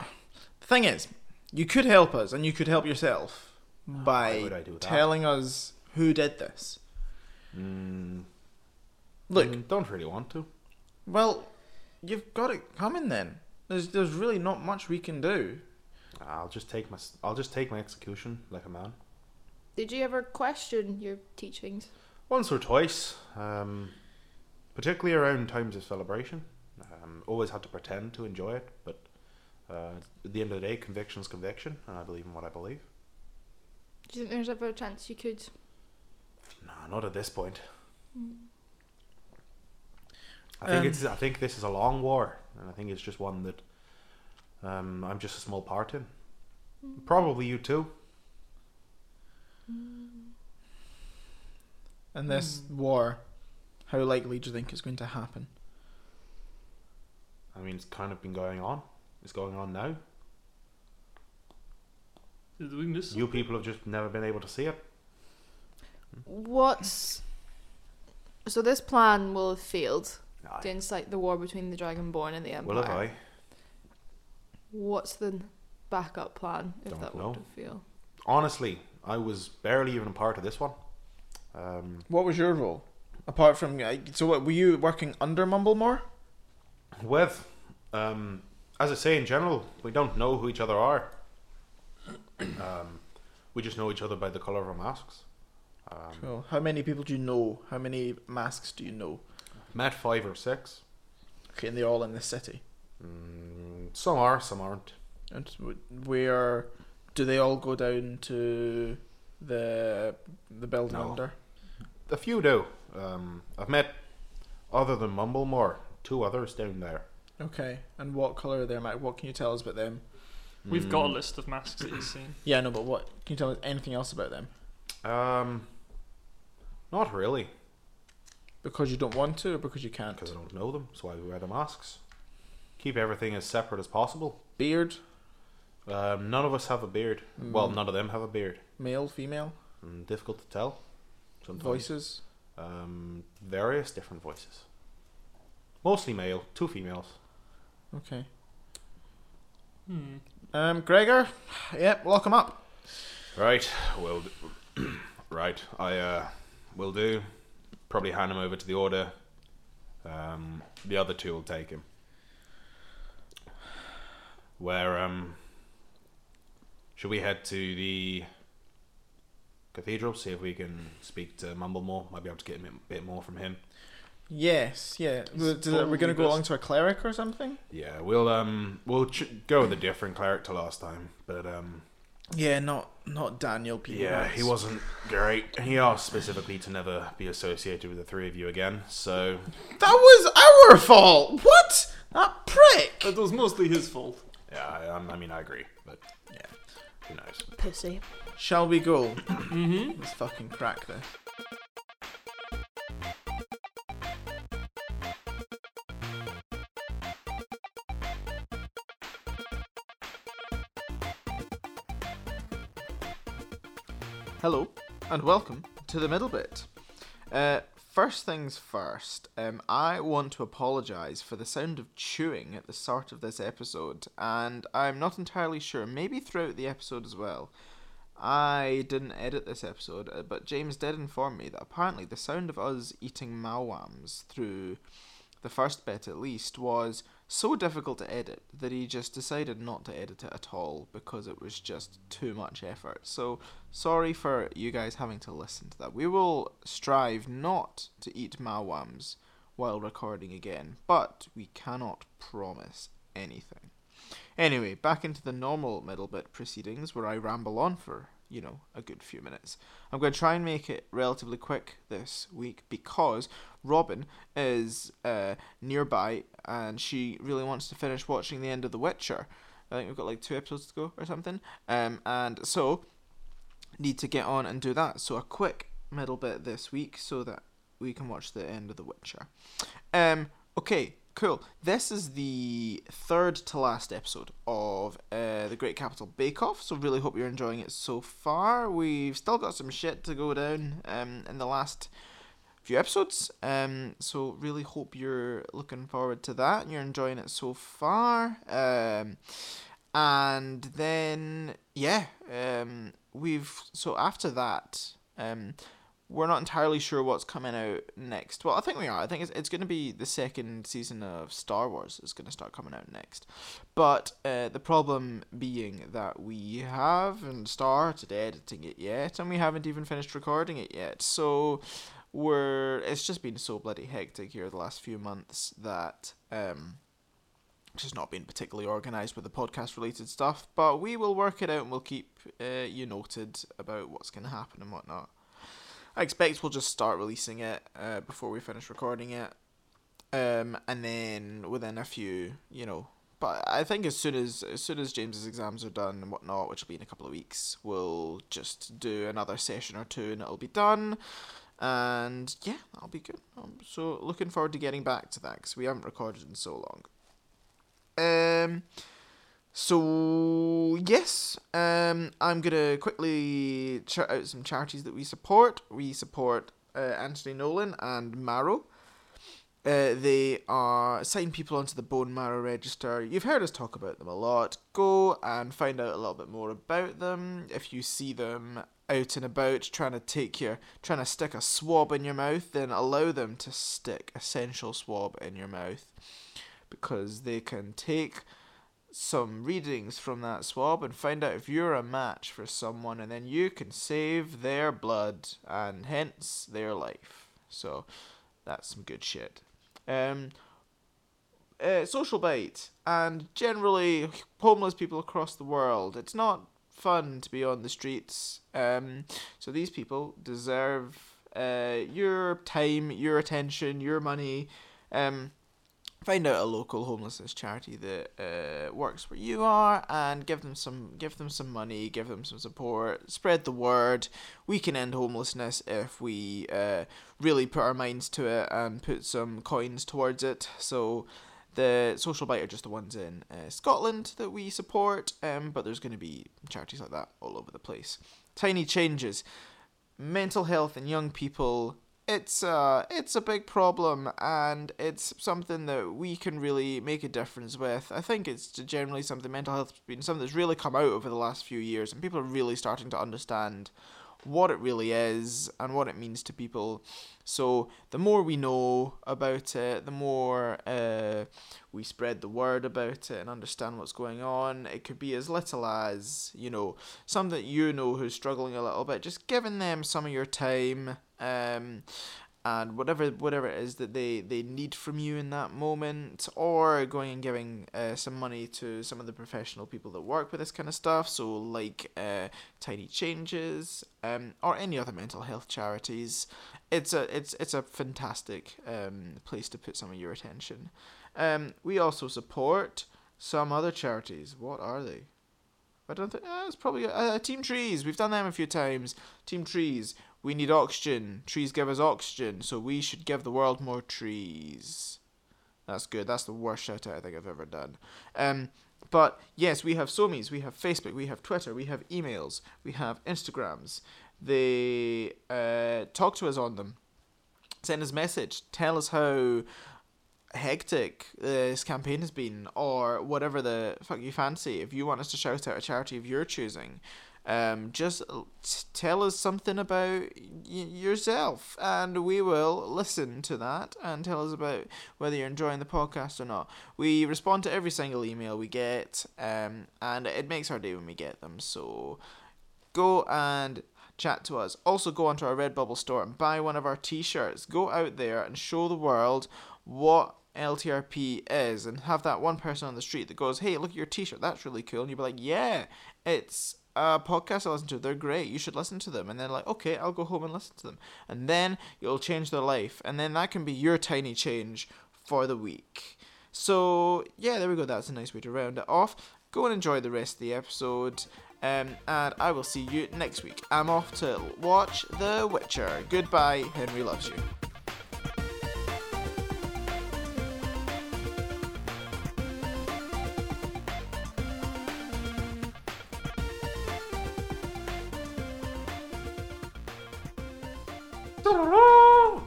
[SPEAKER 1] the thing is, you could help us, and you could help yourself by
[SPEAKER 4] Ah, would I do that?
[SPEAKER 1] telling us who did this.
[SPEAKER 4] Mm,
[SPEAKER 1] Look,
[SPEAKER 4] mm, don't really want to.
[SPEAKER 1] well, you've got it coming. Then there's there's really not much we can do.
[SPEAKER 4] I'll just take my s- I'll just take my execution like a man.
[SPEAKER 3] Did you ever question your teachings?
[SPEAKER 4] Once or twice, um, particularly around times of celebration. Um, always had to pretend to enjoy it, but uh, at the end of the day, conviction's conviction, and I believe in what I believe.
[SPEAKER 9] Do you think there's ever a chance you could?
[SPEAKER 4] Nah, not at this point. I think it's. I think this is a long war, and I think it's just one that um, I'm just a small part in. Probably you too.
[SPEAKER 1] And this
[SPEAKER 4] Hmm.
[SPEAKER 1] war, how likely do you think it's going to happen?
[SPEAKER 4] I mean, it's kind of been going on. It's going on now.
[SPEAKER 2] Did we miss
[SPEAKER 4] You people have just never been able to see it. Hmm.
[SPEAKER 9] What's so this plan will have failed
[SPEAKER 4] Aye.
[SPEAKER 9] to incite the war between the Dragonborn and the Empire.
[SPEAKER 4] Will have I?
[SPEAKER 9] What's the backup plan if
[SPEAKER 4] Don't
[SPEAKER 9] that
[SPEAKER 4] know.
[SPEAKER 9] would have failed?
[SPEAKER 4] Honestly, I was barely even a part of this one. Um,
[SPEAKER 1] What was your role? Apart from uh, so, what were you working under Mumblemore?
[SPEAKER 4] with, um, as I say in general, we don't know who each other are. Um, we just know each other by the color of our masks. Um,
[SPEAKER 1] Cool. How many people do you know? How many masks do you know?
[SPEAKER 4] Met five or six.
[SPEAKER 1] Okay, and they're all in this city.
[SPEAKER 4] Mm, some are, some aren't.
[SPEAKER 1] And wh- where do they all go down to the the building
[SPEAKER 4] No.
[SPEAKER 1] under?
[SPEAKER 4] A few do. Um, I've met, other than Mumblemore, two others down there.
[SPEAKER 1] Okay, and what color are they? Matt? What can you tell us about them?
[SPEAKER 2] We've got
[SPEAKER 4] Mm.
[SPEAKER 2] a list of masks that you've seen.
[SPEAKER 1] Yeah, no, but what can you tell us anything else about them?
[SPEAKER 4] Um, not really,
[SPEAKER 1] Because you don't want to, or because you can't.
[SPEAKER 4] because I don't know them. That's why we wear the masks. Keep everything as separate as possible.
[SPEAKER 1] Beard,
[SPEAKER 4] Um, none of us have a beard. Well,
[SPEAKER 2] Mm.
[SPEAKER 4] none of them have a beard.
[SPEAKER 1] male, female,
[SPEAKER 4] Mm, difficult to tell. Sometimes.
[SPEAKER 1] voices.
[SPEAKER 4] Um, various different voices. Mostly male, two females.
[SPEAKER 1] Okay.
[SPEAKER 2] Hmm.
[SPEAKER 1] Um, Gregor. Yep, lock him up.
[SPEAKER 4] Right, well, d- right. I uh, will do. Probably hand him over to the order. Um, the other two will take him. Where um, should we head to the cathedral? See if we can speak to Mumblemore. Might be able to get a bit- bit more from him.
[SPEAKER 1] Yes, yeah. We're,
[SPEAKER 2] probably
[SPEAKER 1] going to go
[SPEAKER 2] best.
[SPEAKER 1] along to a cleric or something?
[SPEAKER 4] Yeah, we'll um, we'll ch- go with a different cleric to last time, but um,
[SPEAKER 1] Yeah, not not Daniel. Peter
[SPEAKER 4] Yeah,
[SPEAKER 1] Rice.
[SPEAKER 4] he wasn't great. He asked specifically to never be associated with the three of you again, so
[SPEAKER 1] That was our fault. What? That prick.
[SPEAKER 2] It was mostly his fault.
[SPEAKER 4] yeah, I, I'm- I mean, I agree, but yeah, who knows?
[SPEAKER 3] Pussy.
[SPEAKER 1] Shall we go? mm-hmm. Let's fucking crack this. Hello, and welcome to the middle bit. Uh, first things first, um, I want to apologise for the sound of chewing at the start of this episode, and I'm not entirely sure, maybe throughout the episode as well. I didn't edit this episode, uh, but James did inform me that apparently the sound of us eating malwams through the first bit at least was so difficult to edit that he just decided not to edit it at all because it was just too much effort. So sorry for you guys having to listen to that. We will strive not to eat malwams while recording again, but we cannot promise anything. Anyway, back into the normal middle bit proceedings where I ramble on for, you know, a good few minutes. I'm going to try and make it relatively quick this week because Robin is uh, nearby and she really wants to finish watching the end of The Witcher. I think we've got like two episodes to go or something. Um, and so need to get on and do that. So a quick middle bit this week so that we can watch the end of The Witcher. Um, okay, cool. This is the third to last episode of uh, the Great Capital Bake Off. So really hope you're enjoying it so far. We've still got some shit to go down um, in the last few episodes. Um, so really hope you're looking forward to that and you're enjoying it so far. Um, and then yeah, um, we've so after that, um, we're not entirely sure what's coming out next. Well, I think we are. I think it's, it's going to be the second season of Star Wars is going to start coming out next. But uh, the problem being that we haven't started editing it yet, and we haven't even finished recording it yet. So we're it's just been so bloody hectic here the last few months that um it's just not been particularly organised with the podcast related stuff. But we will work it out and we'll keep uh, you noted about what's going to happen and whatnot. I expect we'll just start releasing it uh, before we finish recording it, um, and then within a few, you know. But I think as soon as as soon as James's exams are done and whatnot, which will be in a couple of weeks, we'll just do another session or two, and it'll be done. And yeah, that'll be good. Um, so looking forward to getting back to that because we haven't recorded in so long. Um, so yes, um, I'm gonna quickly shout out some charities that we support. We support uh, Anthony Nolan and Marrow. Uh, they are sign people onto the bone marrow register. You've heard us talk about them a lot. Go and find out a little bit more about them. If you see them out and about trying to take your trying to stick a swab in your mouth, then allow them to stick a sensual swab in your mouth because they can take some readings from that swab and find out if you're a match for someone, and then you can save their blood and hence their life. So that's some good shit. Um, uh, social bait and generally homeless people across the world. It's not fun to be on the streets. Um, so these people deserve uh, your time, your attention, your money. Um, find out a local homelessness charity that uh, works where you are and give them some give them some money give them some support spread the word we can end homelessness if we uh, really put our minds to it and put some coins towards it so the social bite are just the ones in uh, Scotland that we support, um, but there's going to be charities like that all over the place. Tiny changes, mental health in young people. It's a it's a big problem, and it's something that we can really make a difference with. I think it's generally something mental health has been something that's really come out over the last few years, and people are really starting to understand what it really is and what it means to people. So the more we know about it, the more uh, we spread the word about it and understand what's going on. It could be as little as you know, some that you know who's struggling a little bit, just giving them some of your time. Um, and whatever whatever it is that they, they need from you in that moment, or going and giving uh, some money to some of the professional people that work with this kind of stuff, so like uh, Tiny Changes um, or any other mental health charities, it's a it's it's a fantastic um, place to put some of your attention. Um, we also support some other charities. What are they? I don't think uh, it's probably uh, Team Trees. We've done them a few times. Team Trees. We need oxygen. Trees give us oxygen, so we should give the world more trees. That's good. That's the worst shout out I think I've ever done. Um, but yes, we have Somies, we have Facebook, we have Twitter, we have emails, we have Instagrams. They uh, talk to us on them. Send us message. Tell us how hectic uh, this campaign has been, or whatever the fuck you fancy. If you want us to shout out a charity of your choosing, um, just l- t- tell us something about y- yourself, and we will listen to that and tell us about whether you're enjoying the podcast or not. We respond to every single email we get, um, and it makes our day when we get them. So go and chat to us. Also, go onto our Redbubble store and buy one of our t shirts. Go out there and show the world what LTRP is and have that one person on the street that goes, Hey, look at your t shirt. That's really cool. And you'll be like, Yeah, it's a podcast I listen to. They're great. You should listen to them. And then, like, Okay, I'll go home and listen to them. And then it'll change their life. And then that can be your tiny change for the week. So, yeah, there we go. That's a nice way to round it off. Go and enjoy the rest of the episode. Um, and I will see you next week. I'm off to watch The Witcher. Goodbye. Henry loves you.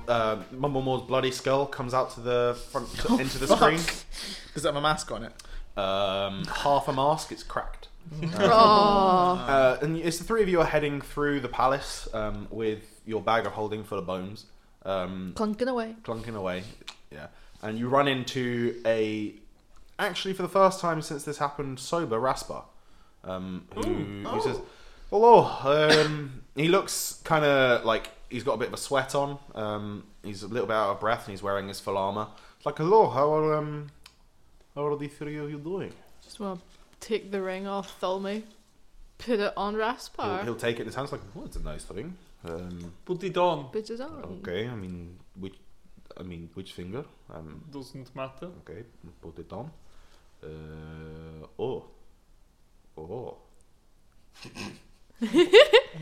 [SPEAKER 4] Uh, Mumble Moore's bloody skull comes out to the front to, into the screen.
[SPEAKER 1] Does that have a mask on it?
[SPEAKER 4] Um, half a mask, it's cracked. Mm. Um,
[SPEAKER 9] Oh,
[SPEAKER 4] Uh, and it's the three of you are heading through the palace um, with your bag of holding full of bones, um,
[SPEAKER 3] Clunking away.
[SPEAKER 4] clunking away. Yeah, and you run into a actually for the first time since this happened sober Rasper, oh, um, who, who says, "Hello." Um, he looks kind of like he's got a bit of a sweat on. Um, he's a little bit out of breath, and he's wearing his full armor. It's like, hello, how are um, how are the three of you doing?
[SPEAKER 9] Just want to take the ring off Thulmi, put it on
[SPEAKER 4] He'll,
[SPEAKER 9] Raspar,
[SPEAKER 4] he'll take it in his hands, like, oh, it's a nice ring. Um,
[SPEAKER 2] Put it on.
[SPEAKER 9] put it
[SPEAKER 3] Oh.
[SPEAKER 9] on.
[SPEAKER 4] okay, I mean, which, I mean, which finger? Um,
[SPEAKER 2] Doesn't matter.
[SPEAKER 4] Okay, put it on. Uh, oh. Oh.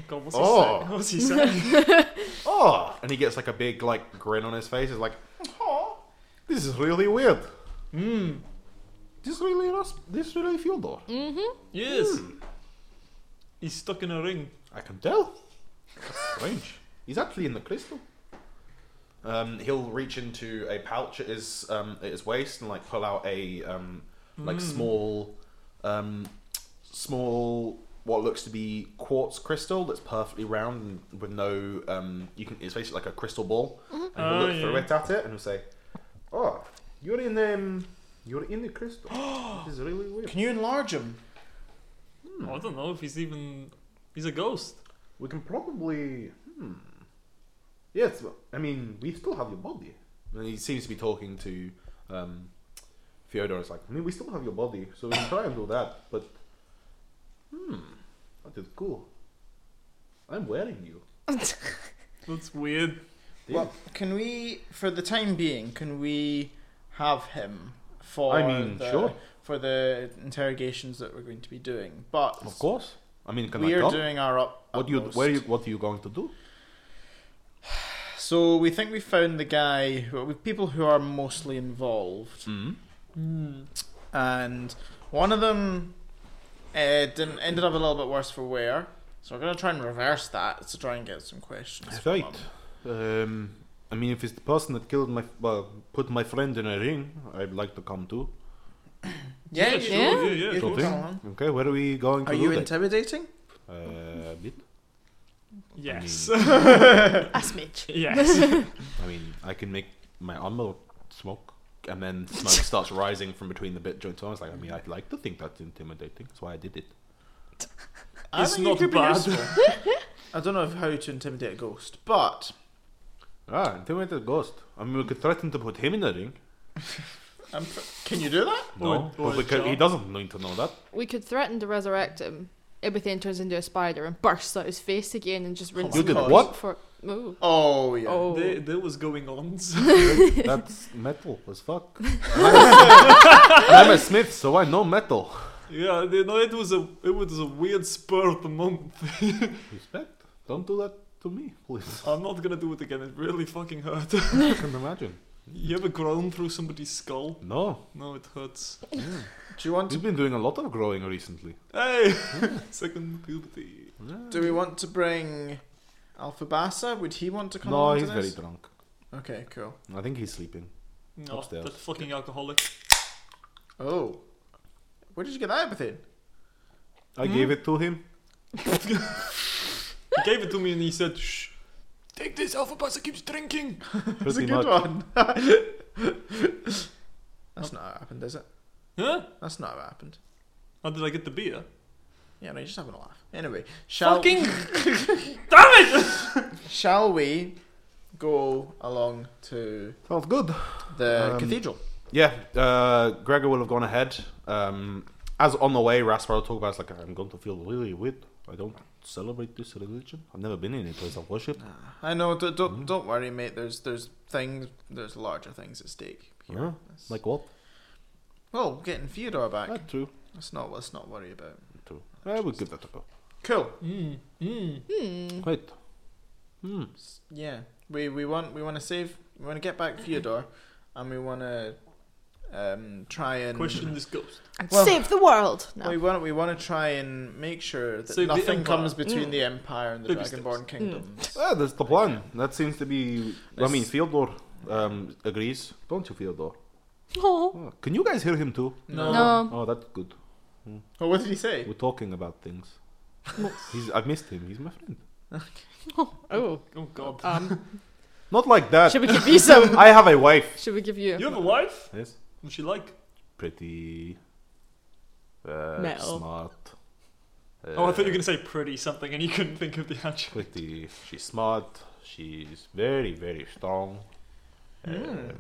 [SPEAKER 2] God, what's
[SPEAKER 4] Oh.
[SPEAKER 2] he saying? What's he saying?
[SPEAKER 4] Oh! And he gets like a big like grin on his face. He's like, oh, this is really weird.
[SPEAKER 2] Mmm.
[SPEAKER 4] This really, ras- this really Fyodor.
[SPEAKER 2] Yes.
[SPEAKER 4] Hmm.
[SPEAKER 2] He's stuck in a ring.
[SPEAKER 4] I can tell. That's strange. He's actually in the crystal. Um, he'll reach into a pouch at his um, at his waist and like pull out a um,
[SPEAKER 2] Hmm.
[SPEAKER 4] like small um, small what looks to be quartz crystal that's perfectly round and with no um, you can it's basically like a crystal ball and he'll
[SPEAKER 2] Oh,
[SPEAKER 4] look through
[SPEAKER 2] yeah.
[SPEAKER 4] it at it and he'll say, "Oh, you're in um, you're in the crystal. this is really weird.
[SPEAKER 1] Can you enlarge him?
[SPEAKER 4] Hmm.
[SPEAKER 2] I don't know if he's even. He's a ghost.
[SPEAKER 4] We can probably hmm." Yes, well, I mean, we still have your body. And he seems to be talking to um, Fyodor. It's like, I mean, we still have your body, so we can try and do that, but. Hmm, that is cool. I'm wearing you.
[SPEAKER 2] That's weird.
[SPEAKER 4] Well,
[SPEAKER 1] Well, can we, for the time being, can we have him for
[SPEAKER 4] I mean,
[SPEAKER 1] the,
[SPEAKER 4] sure.
[SPEAKER 1] for the interrogations that we're going to be doing? But
[SPEAKER 4] of course. I mean, can
[SPEAKER 1] we
[SPEAKER 4] I
[SPEAKER 1] are
[SPEAKER 4] come?
[SPEAKER 1] doing our up.
[SPEAKER 4] what do you,
[SPEAKER 1] utmost.
[SPEAKER 4] where you, what are you going to do?
[SPEAKER 1] So we think we found the guy. who- With people who are mostly involved,
[SPEAKER 4] Mm.
[SPEAKER 1] and one of them uh, didn't, ended up a little bit worse for wear. So we're gonna try and reverse that to try and get some questions. from
[SPEAKER 4] Right.
[SPEAKER 1] him.
[SPEAKER 4] Um, I mean, if it's the person that killed my, well, put my friend in a ring, I'd like to come too.
[SPEAKER 1] Yeah, you-
[SPEAKER 2] sure,
[SPEAKER 9] yeah.
[SPEAKER 2] yeah,
[SPEAKER 1] you
[SPEAKER 2] yeah.
[SPEAKER 1] can
[SPEAKER 4] Sure thing.
[SPEAKER 1] come along.
[SPEAKER 4] Okay, where are we going to
[SPEAKER 1] Are
[SPEAKER 4] do
[SPEAKER 1] you
[SPEAKER 4] that?
[SPEAKER 1] intimidating?
[SPEAKER 4] uh, a bit.
[SPEAKER 2] Yes.
[SPEAKER 9] That's Mitch.
[SPEAKER 2] yes.
[SPEAKER 4] I mean, I can make my armor smoke, and then smoke starts rising from between the bit joints. I was like, I mean, I'd like to think that's intimidating. That's why I did it.
[SPEAKER 1] I
[SPEAKER 2] It's
[SPEAKER 1] think it
[SPEAKER 2] not
[SPEAKER 1] could be
[SPEAKER 2] bad.
[SPEAKER 1] useful. I don't know how to intimidate a ghost, but
[SPEAKER 4] Ah, intimidated ghost. I mean, we could threaten to put him in a ring.
[SPEAKER 1] um, f- can you do that?
[SPEAKER 4] No,
[SPEAKER 2] Or- or
[SPEAKER 4] but we
[SPEAKER 2] a
[SPEAKER 4] could- he
[SPEAKER 2] jar.
[SPEAKER 4] doesn't need to know that.
[SPEAKER 9] We could threaten to resurrect him. Everything turns into a spider and bursts out his face again and just rinse
[SPEAKER 4] You
[SPEAKER 9] and
[SPEAKER 4] did
[SPEAKER 9] repeat
[SPEAKER 4] what?
[SPEAKER 9] For oh,
[SPEAKER 1] Oh yeah.
[SPEAKER 9] oh.
[SPEAKER 2] There, there was going on.
[SPEAKER 4] That's metal as fuck. And I'm a- I'm a smith, so I know metal.
[SPEAKER 2] yeah, you know, it was a it was a weird spur of the moment.
[SPEAKER 4] Respect. Don't do that to me, please.
[SPEAKER 2] I'm not gonna do it again. It really fucking hurt.
[SPEAKER 4] I can imagine.
[SPEAKER 2] you ever grown through somebody's skull?
[SPEAKER 4] No,
[SPEAKER 2] No, it hurts.
[SPEAKER 1] Do you want
[SPEAKER 4] Mm. he's
[SPEAKER 1] to?
[SPEAKER 4] been doing a lot of growing recently.
[SPEAKER 2] Hey, second puberty.
[SPEAKER 1] Do we want to bring Alphabasa? Would he want to come?
[SPEAKER 4] No,
[SPEAKER 1] along to
[SPEAKER 4] he's very
[SPEAKER 1] this?
[SPEAKER 4] drunk.
[SPEAKER 1] Okay, cool.
[SPEAKER 4] I think he's sleeping.
[SPEAKER 2] No,
[SPEAKER 4] Upstairs.
[SPEAKER 2] that fucking alcoholic.
[SPEAKER 1] Oh, where did you get that epithet?
[SPEAKER 4] I
[SPEAKER 1] Hmm?
[SPEAKER 4] gave it to him.
[SPEAKER 2] He gave it to me and he said, "Shh, take this. Alpha Pasa keeps drinking."
[SPEAKER 1] That's a
[SPEAKER 4] Pretty
[SPEAKER 1] good
[SPEAKER 4] much.
[SPEAKER 1] one. That's not how it happened, is it?
[SPEAKER 2] Huh?
[SPEAKER 1] That's not how it happened.
[SPEAKER 2] How did I get the beer?
[SPEAKER 1] Yeah, no, you're just having a laugh. Anyway, shall
[SPEAKER 2] Fucking
[SPEAKER 1] shall we go along to
[SPEAKER 4] Sounds good.
[SPEAKER 1] the
[SPEAKER 4] Um,
[SPEAKER 1] cathedral?
[SPEAKER 4] Yeah, uh, Gregor will have gone ahead. Um, as on the way, Raspar will talk about it's like I'm going to feel really weird. I don't celebrate this religion. I've never been in a place of worship.
[SPEAKER 1] I know. Don't don't, don't worry, mate. There's there's things. There's larger things at stake here.
[SPEAKER 4] Huh?
[SPEAKER 1] That's-
[SPEAKER 4] Like what?
[SPEAKER 1] well, getting Theodore back.
[SPEAKER 4] That's true.
[SPEAKER 1] Let's not let's not worry about.
[SPEAKER 4] True. I would give that a go.
[SPEAKER 1] Cool.
[SPEAKER 2] Mm, mm.
[SPEAKER 4] Wait. Hmm.
[SPEAKER 1] S- Yeah, we we want we want to save. We want to get back Theodore, and we want to um try and
[SPEAKER 2] Question this ghost.
[SPEAKER 9] And
[SPEAKER 1] Well-
[SPEAKER 9] save the world. No.
[SPEAKER 1] We want we want to try and make sure that
[SPEAKER 2] Save the
[SPEAKER 1] nothing
[SPEAKER 2] Empire.
[SPEAKER 1] comes between
[SPEAKER 9] Mm.
[SPEAKER 1] the Empire and the
[SPEAKER 2] Baby
[SPEAKER 1] Dragonborn Oh, kingdom.
[SPEAKER 4] Ah, that's the plan. That seems to be. I
[SPEAKER 1] Let's-
[SPEAKER 4] mean, Fyodor um, agrees, don't you, Fyodor?
[SPEAKER 9] Oh.
[SPEAKER 4] Oh, can you guys hear him too?
[SPEAKER 1] No.
[SPEAKER 9] No.
[SPEAKER 3] Um.
[SPEAKER 4] Oh, that's good.
[SPEAKER 1] Oh, what did he say?
[SPEAKER 4] We're talking about things. He's, I've missed him. He's my friend.
[SPEAKER 9] Oh.
[SPEAKER 2] Oh God.
[SPEAKER 9] Um,
[SPEAKER 4] Not like that.
[SPEAKER 9] should we give you some?
[SPEAKER 4] I have a wife.
[SPEAKER 9] Should we give you?
[SPEAKER 2] You have a wife?
[SPEAKER 4] Yes.
[SPEAKER 2] What's she like?
[SPEAKER 4] pretty uh,
[SPEAKER 9] Metal.
[SPEAKER 4] smart,
[SPEAKER 2] Oh, I thought you were going to say pretty something and you couldn't think of the actual.
[SPEAKER 4] pretty. She's smart. She's very, very strong. Um,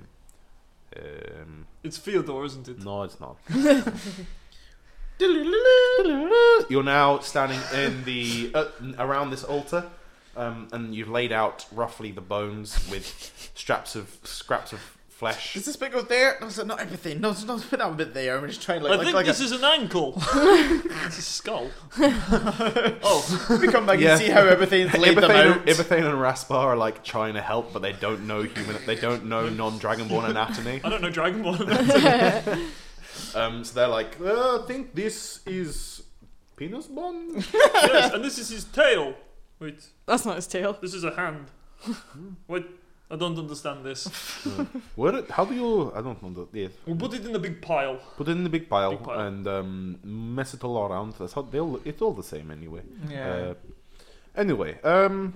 [SPEAKER 4] um,
[SPEAKER 2] It's Theodore, isn't it?
[SPEAKER 4] no, it's not. You're now standing in the uh, n- around this altar, um, and you've laid out roughly the bones with straps of scraps of flesh.
[SPEAKER 1] Does this bit go there? No, so not everything. No, it's not that bit there. I'm just trying to
[SPEAKER 2] I
[SPEAKER 1] like, like,
[SPEAKER 2] think
[SPEAKER 1] like
[SPEAKER 2] this
[SPEAKER 1] a,
[SPEAKER 2] is an ankle. it's a skull. Oh.
[SPEAKER 1] we come back
[SPEAKER 4] Yeah.
[SPEAKER 1] and see how everything's laid them
[SPEAKER 4] Ibethane,
[SPEAKER 1] out.
[SPEAKER 4] Ibethane and Raspa are like trying to help, but they don't know human. They don't know non-dragonborn anatomy.
[SPEAKER 2] I don't know Dragon Ball.
[SPEAKER 4] Um, so they're like, uh, I think this is penis bone.
[SPEAKER 2] yes, and this is his tail. Wait,
[SPEAKER 9] That's not his tail.
[SPEAKER 2] this is a hand. Wait, I don't understand this.
[SPEAKER 4] Where? How do you? I don't know. Yes.
[SPEAKER 2] We'll put it in a big pile.
[SPEAKER 4] Put it in the big pile,
[SPEAKER 2] Big pile.
[SPEAKER 4] and um, mess it all around. That's how they'll. It's all the same anyway.
[SPEAKER 1] Yeah.
[SPEAKER 4] Uh, anyway, um,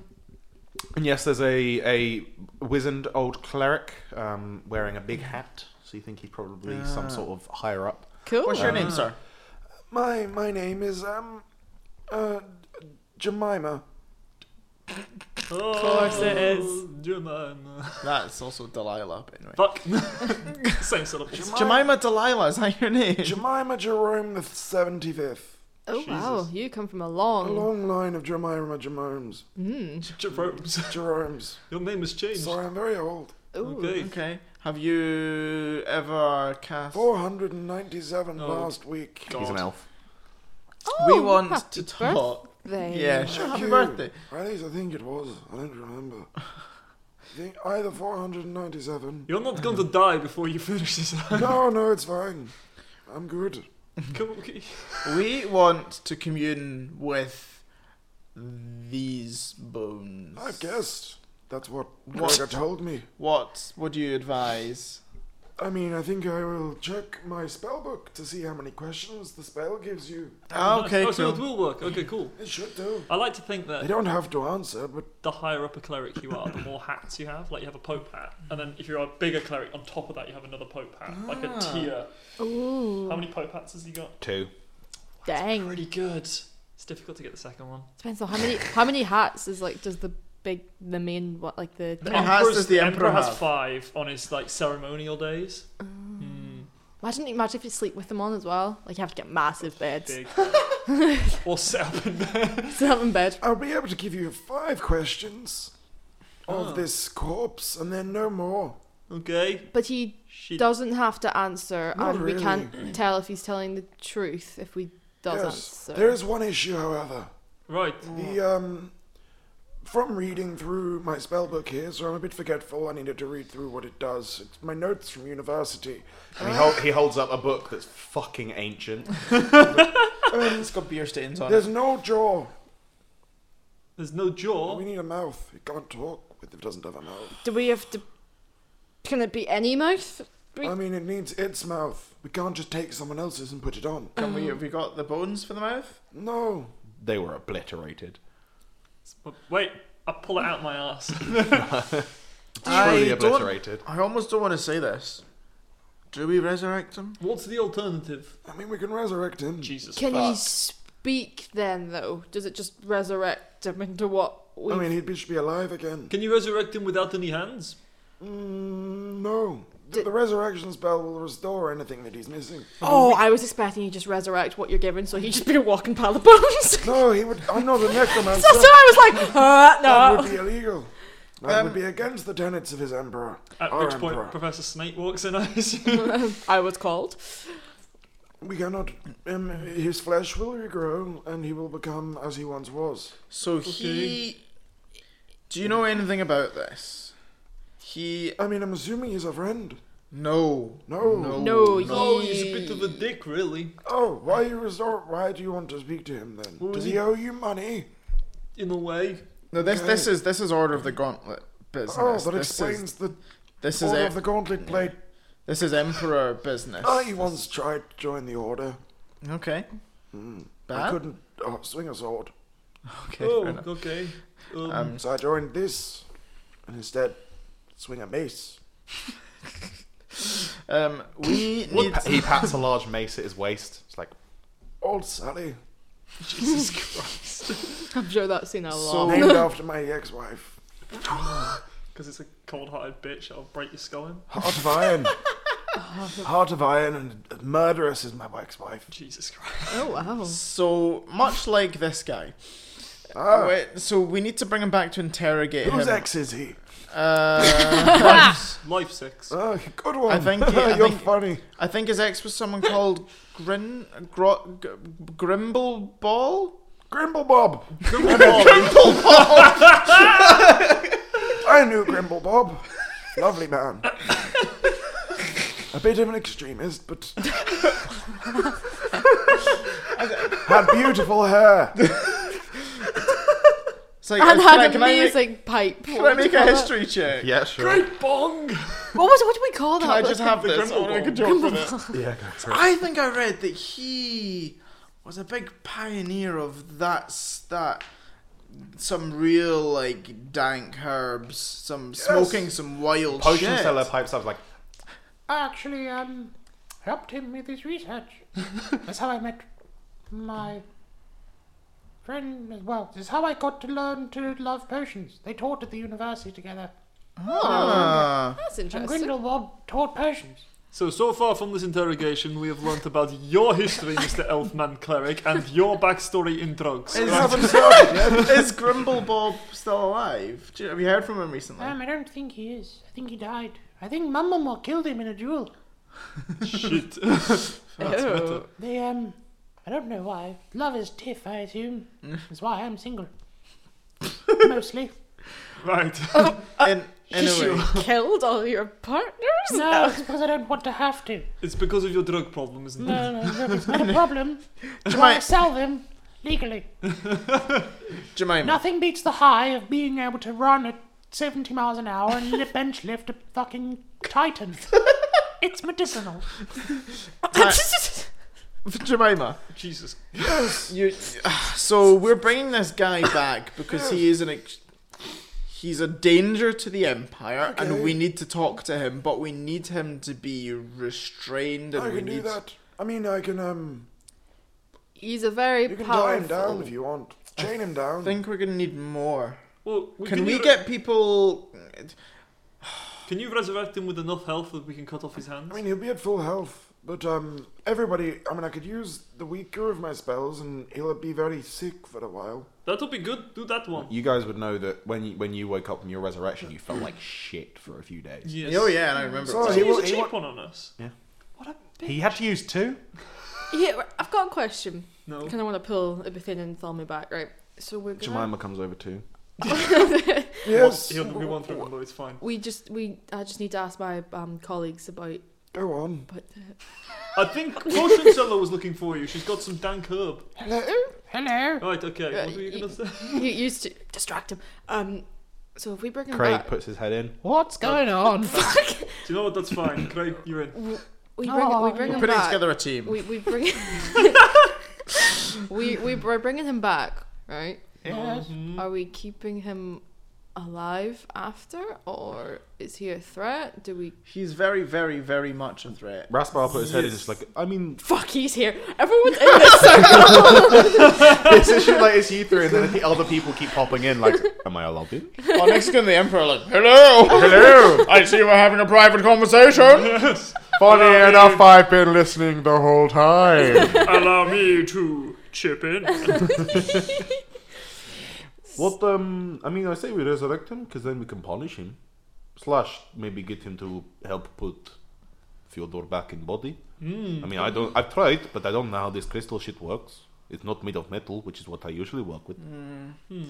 [SPEAKER 4] and yes, there's a a wizened old cleric um, wearing a big hat. So you think he's probably some sort of higher up.
[SPEAKER 9] Cool.
[SPEAKER 1] What's your
[SPEAKER 2] Uh.
[SPEAKER 1] name, sir?
[SPEAKER 10] My my name is um uh Jemima.
[SPEAKER 2] Oh, of
[SPEAKER 9] course it is.
[SPEAKER 2] Oh, Jemima.
[SPEAKER 1] That's also Delilah, but anyway.
[SPEAKER 2] Fuck. Same syllables.
[SPEAKER 1] Jemima Delilah, is that your name?
[SPEAKER 10] Jemima Jerome the seventy fifth.
[SPEAKER 9] Oh wow, you come from a
[SPEAKER 10] A
[SPEAKER 9] long. Hmm.
[SPEAKER 10] long line of Jemima Jeromes.
[SPEAKER 2] Jerome's.
[SPEAKER 10] Jeromes.
[SPEAKER 2] Your name has changed.
[SPEAKER 10] Sorry, I'm very old.
[SPEAKER 2] Okay.
[SPEAKER 1] Okay. Have you ever cast?
[SPEAKER 10] Four hundred and ninety seven
[SPEAKER 2] Oh.
[SPEAKER 10] last week.
[SPEAKER 4] He's an
[SPEAKER 2] God.
[SPEAKER 4] elf.
[SPEAKER 1] we
[SPEAKER 9] Oh,
[SPEAKER 1] want
[SPEAKER 9] happy
[SPEAKER 1] to talk.
[SPEAKER 9] birthday.
[SPEAKER 1] Yeah, sure.
[SPEAKER 10] Thank
[SPEAKER 1] Happy
[SPEAKER 10] you.
[SPEAKER 1] birthday.
[SPEAKER 10] I think I think it was. I don't remember. I think either four hundred and ninety seven.
[SPEAKER 2] You're not going to die before you finish this.
[SPEAKER 10] No, no, it's fine. I'm good.
[SPEAKER 2] Come on, okay.
[SPEAKER 1] We want to commune with these bones.
[SPEAKER 10] I've guessed. That's what
[SPEAKER 1] What?
[SPEAKER 10] Gregor told me.
[SPEAKER 1] What would you advise?
[SPEAKER 10] I mean, I think I will check my spell book to see how many questions the spell gives you.
[SPEAKER 1] Ah, okay,
[SPEAKER 2] Oh, so it
[SPEAKER 1] cool.
[SPEAKER 2] will work. Okay, cool.
[SPEAKER 10] It should do.
[SPEAKER 2] I like to think
[SPEAKER 10] They
[SPEAKER 2] that
[SPEAKER 10] don't have to answer, but
[SPEAKER 2] the higher up a cleric you are, the more hats you have. Like you have a pope hat, and then if you're a bigger cleric, on top of that you have another pope hat, like a tier. Ooh. How many pope hats has he got?
[SPEAKER 4] Two.
[SPEAKER 9] Dang.
[SPEAKER 2] Pretty good. It's difficult to get the second one.
[SPEAKER 9] Depends on how many how many hats is like does the big the main what like the
[SPEAKER 2] The
[SPEAKER 1] many hats
[SPEAKER 2] emperor's-
[SPEAKER 1] does the emperor
[SPEAKER 2] has
[SPEAKER 1] have?
[SPEAKER 2] five on his like ceremonial days. Hmm.
[SPEAKER 9] Oh. imagine imagine if you sleep with them on as well. Like you have to get massive beds.
[SPEAKER 2] Big. or set up in bed.
[SPEAKER 9] Sit up in bed.
[SPEAKER 10] I'll be able to give you five questions
[SPEAKER 2] Ah.
[SPEAKER 1] Oh.
[SPEAKER 10] of this corpse, and then no more.
[SPEAKER 2] Okay.
[SPEAKER 9] But he
[SPEAKER 2] She
[SPEAKER 9] doesn't have to answer,
[SPEAKER 10] Not
[SPEAKER 9] and we
[SPEAKER 10] really.
[SPEAKER 9] can't tell if he's telling the truth if we does
[SPEAKER 10] Yes,
[SPEAKER 9] answer.
[SPEAKER 10] there is one issue, however.
[SPEAKER 2] Right.
[SPEAKER 10] The um, from reading through my spell book here, so I'm a bit forgetful. I needed to read through what it does. It's my notes from university.
[SPEAKER 4] And he, hol- he holds up a book that's fucking ancient.
[SPEAKER 1] It's got beer stains on it.
[SPEAKER 10] There's no jaw.
[SPEAKER 2] There's no jaw.
[SPEAKER 1] Oh.
[SPEAKER 10] We need a mouth. It can't talk if it doesn't have a mouth.
[SPEAKER 9] Do we have to? Can it be any mouth? We-
[SPEAKER 10] I mean, it needs its mouth. We can't just take someone else's and put it on.
[SPEAKER 1] Can we? Have we got the bones for the mouth?
[SPEAKER 10] No.
[SPEAKER 4] They were obliterated.
[SPEAKER 2] But Wait. I pull it out my ass.
[SPEAKER 4] Truly
[SPEAKER 1] I don't-
[SPEAKER 4] obliterated.
[SPEAKER 1] I almost don't want to say this. Do we resurrect them?
[SPEAKER 2] What's the alternative?
[SPEAKER 10] I mean, we can resurrect him.
[SPEAKER 2] Jesus.
[SPEAKER 9] Can
[SPEAKER 2] fuck.
[SPEAKER 9] he speak then though? Does it just resurrect him into what we?
[SPEAKER 10] I mean, he'd be, should be alive again.
[SPEAKER 2] Can you resurrect him without any hands?
[SPEAKER 10] Mm, no. The, the resurrection spell will restore anything that he's missing.
[SPEAKER 9] oh, I was expecting you just resurrect what you're given, so he'd just be a walking pile of bones.
[SPEAKER 10] No, he would. I'm not a necromancer.
[SPEAKER 9] That's what I was like. Uh,
[SPEAKER 10] that
[SPEAKER 9] no.
[SPEAKER 10] would be illegal. That would be against the tenets of his emperor.
[SPEAKER 2] At
[SPEAKER 10] Our
[SPEAKER 2] which point,
[SPEAKER 10] emperor.
[SPEAKER 2] Professor Snape walks in. Oh, I assume.
[SPEAKER 9] I was called.
[SPEAKER 10] We cannot. Um, his flesh will regrow, and he will become as he once was.
[SPEAKER 1] So he. Do you know anything about this? He.
[SPEAKER 10] I mean, I'm assuming he's a friend.
[SPEAKER 1] No.
[SPEAKER 10] No.
[SPEAKER 9] No,
[SPEAKER 2] oh,
[SPEAKER 9] ye-
[SPEAKER 2] he's a bit of a dick, really.
[SPEAKER 10] Oh, why you resort? Why do you want to speak to him then?
[SPEAKER 2] Well,
[SPEAKER 10] Does
[SPEAKER 2] he-
[SPEAKER 10] he owe you money?
[SPEAKER 2] In a way.
[SPEAKER 1] No. This.
[SPEAKER 10] Okay.
[SPEAKER 1] This is. This is Order of the Gauntlet business.
[SPEAKER 10] Oh, that
[SPEAKER 1] this
[SPEAKER 10] explains
[SPEAKER 1] Is,
[SPEAKER 10] the
[SPEAKER 1] this is
[SPEAKER 10] order
[SPEAKER 1] it.
[SPEAKER 10] of the gauntlet plate.
[SPEAKER 1] This is Emperor business.
[SPEAKER 10] I once tried to join the order.
[SPEAKER 1] Okay.
[SPEAKER 10] Hmm. I
[SPEAKER 1] Bad?
[SPEAKER 10] couldn't oh, swing a sword,
[SPEAKER 1] Okay.
[SPEAKER 2] Oh,
[SPEAKER 1] fair enough.
[SPEAKER 2] okay. Um,
[SPEAKER 1] Um,
[SPEAKER 10] so I joined this, and instead swing a mace.
[SPEAKER 1] um, we need. um,
[SPEAKER 4] Pa- he pats a large mace at his waist. It's like,
[SPEAKER 10] Old Sally,
[SPEAKER 2] Jesus Christ.
[SPEAKER 9] I'm sure that's seen a
[SPEAKER 10] So
[SPEAKER 9] lot.
[SPEAKER 10] named after my ex-wife.
[SPEAKER 2] Because it's a cold hearted bitch, I'll break your skull in.
[SPEAKER 10] Heart of iron. Heart of iron and murderous is my ex-wife.
[SPEAKER 2] Jesus
[SPEAKER 1] Ah.
[SPEAKER 2] Christ.
[SPEAKER 9] oh wow.
[SPEAKER 1] So much like this guy.
[SPEAKER 10] Ah,
[SPEAKER 1] Wait, so we need to bring him back to interrogate
[SPEAKER 10] whose
[SPEAKER 1] him.
[SPEAKER 10] ex is he?
[SPEAKER 1] Uh,
[SPEAKER 2] Life six.
[SPEAKER 10] Oh, good one.
[SPEAKER 1] I think he- I
[SPEAKER 10] you're
[SPEAKER 1] think-
[SPEAKER 10] funny.
[SPEAKER 1] I think his ex was someone called Grin Gro, G- Grimble Ball.
[SPEAKER 10] Grimble Bob. I knew Grimble Bob. Lovely man. A bit of an extremist, but had beautiful hair.
[SPEAKER 1] It's like,
[SPEAKER 9] And
[SPEAKER 1] uh,
[SPEAKER 9] had an
[SPEAKER 1] I make-
[SPEAKER 9] amazing pipe.
[SPEAKER 1] Can I make a history check?
[SPEAKER 4] Yeah, sure.
[SPEAKER 2] Great bong!
[SPEAKER 9] What was? What do we call that?
[SPEAKER 1] Can I just have
[SPEAKER 2] the
[SPEAKER 1] this?
[SPEAKER 2] Grimble
[SPEAKER 1] Or I
[SPEAKER 2] Ball.
[SPEAKER 1] could joke with it. I think I read that he was a big pioneer of that s- that some real like dank herbs, some smoking some wild
[SPEAKER 11] Potion
[SPEAKER 1] shit.
[SPEAKER 11] seller pipes up like,
[SPEAKER 6] I actually um helped him with his research. That's how I met my friend as well. This is how I got to learn to love potions. They taught at the university together.
[SPEAKER 1] Ah.
[SPEAKER 9] That's
[SPEAKER 6] And
[SPEAKER 9] interesting.
[SPEAKER 6] Grindelwald taught potions.
[SPEAKER 2] So, so far from this interrogation, we have learnt about your history, Mr. Elfman Cleric, and your backstory in drugs.
[SPEAKER 1] Is, is Grimble Bob still alive? Do you- have you heard from him recently?
[SPEAKER 6] Um, I don't think he is. I think he died. I think Mummamore killed him in a duel.
[SPEAKER 2] Shit.
[SPEAKER 9] Ew.
[SPEAKER 6] They um I don't know why. Love is tiff, I assume. That's why I'm single. Mostly.
[SPEAKER 2] Right.
[SPEAKER 1] in, anyway,
[SPEAKER 9] Killed all your partners?
[SPEAKER 6] No, it's because I don't want to have to.
[SPEAKER 2] It's because of your drug problem, isn't it?
[SPEAKER 6] No, no, look, it's not a problem. That's why I
[SPEAKER 1] Jemima,
[SPEAKER 6] sell them legally.
[SPEAKER 1] Jemima,
[SPEAKER 6] Nothing beats the high of being able to run at 70 miles an hour and li- bench lift a fucking titan. It's medicinal.
[SPEAKER 1] Jemima,
[SPEAKER 2] Jesus.
[SPEAKER 1] you. So we're bringing this guy back because he is an. Ex- he's a danger to the empire, and we need to talk to him. But we need him to be restrained, and
[SPEAKER 10] I
[SPEAKER 1] we
[SPEAKER 10] can do
[SPEAKER 1] need.
[SPEAKER 10] that. I mean, I can um,
[SPEAKER 9] He's a very
[SPEAKER 10] you can tie him
[SPEAKER 9] powerful.
[SPEAKER 10] down if you want. Chain him
[SPEAKER 1] I
[SPEAKER 10] down.
[SPEAKER 1] think we're gonna need more.
[SPEAKER 2] Well, we
[SPEAKER 1] Can we
[SPEAKER 2] re-
[SPEAKER 1] get people?
[SPEAKER 2] Can you resurrect him with enough health that we can cut off his hands?
[SPEAKER 10] I mean, he'll be at full health, but um, everybody. I mean, I could use the weaker of my spells, and he'll be very sick for a while.
[SPEAKER 2] That'll be good. Do that one.
[SPEAKER 4] You guys would know that when you, when you woke up from your resurrection, you felt like shit for a few days.
[SPEAKER 2] Yes.
[SPEAKER 1] Oh yeah, and I remember.
[SPEAKER 10] So
[SPEAKER 1] it.
[SPEAKER 2] Did
[SPEAKER 10] he
[SPEAKER 2] you
[SPEAKER 10] will.
[SPEAKER 2] use a
[SPEAKER 10] He
[SPEAKER 2] cheap
[SPEAKER 10] will
[SPEAKER 2] one on us?
[SPEAKER 11] he had to use two?
[SPEAKER 9] Yeah, I've got a question.
[SPEAKER 2] No.
[SPEAKER 9] Kind of want to pull everything and throw me back, right? So we're gonna.
[SPEAKER 4] Jemima comes over too.
[SPEAKER 10] yes.
[SPEAKER 2] He'll, we won't throw him, though, it's fine.
[SPEAKER 9] We just we I just need to ask my um, colleagues about
[SPEAKER 10] Go on.
[SPEAKER 9] but
[SPEAKER 2] I think Potion Seller was looking for you. She's got some dank herb.
[SPEAKER 6] Hello.
[SPEAKER 2] Right, okay.
[SPEAKER 9] Yeah,
[SPEAKER 2] What were you
[SPEAKER 9] y-
[SPEAKER 2] going to say?
[SPEAKER 9] you used to distract him. Um, so if we bring him
[SPEAKER 4] Craig
[SPEAKER 9] back,
[SPEAKER 4] puts his head in.
[SPEAKER 6] What's going on?
[SPEAKER 2] Do you know what? That's fine. Craig, you're in.
[SPEAKER 9] we bring we
[SPEAKER 6] Oh.
[SPEAKER 9] bring him
[SPEAKER 1] Putting
[SPEAKER 9] back.
[SPEAKER 1] together a team.
[SPEAKER 9] We we bring we we we're bringing him back, right?
[SPEAKER 11] Oh.
[SPEAKER 6] yes.
[SPEAKER 9] Are we keeping him alive after, or is he a threat? Do we?
[SPEAKER 1] He's very, very, very much a threat.
[SPEAKER 4] Rasbar put his head in. It's like, I mean,
[SPEAKER 9] Fuck, he's here. Everyone's in this circle.
[SPEAKER 11] it's literally like it's you three, and then the other people keep popping in, like,
[SPEAKER 4] am I allowed in?
[SPEAKER 1] Oh, next to the Emperor, like, hello, hello. I see we're having a private conversation.
[SPEAKER 11] funny enough, I've been listening the whole time.
[SPEAKER 2] Allow me to chip in.
[SPEAKER 4] What, um, I mean, I say we resurrect him because then we can punish him. Slash, maybe get him to help put Fyodor back in body.
[SPEAKER 2] Hmm,
[SPEAKER 4] I mean, I don't, I've tried, but I don't know how this crystal shit works. It's not made of metal, which is what I usually work with.
[SPEAKER 2] hmm.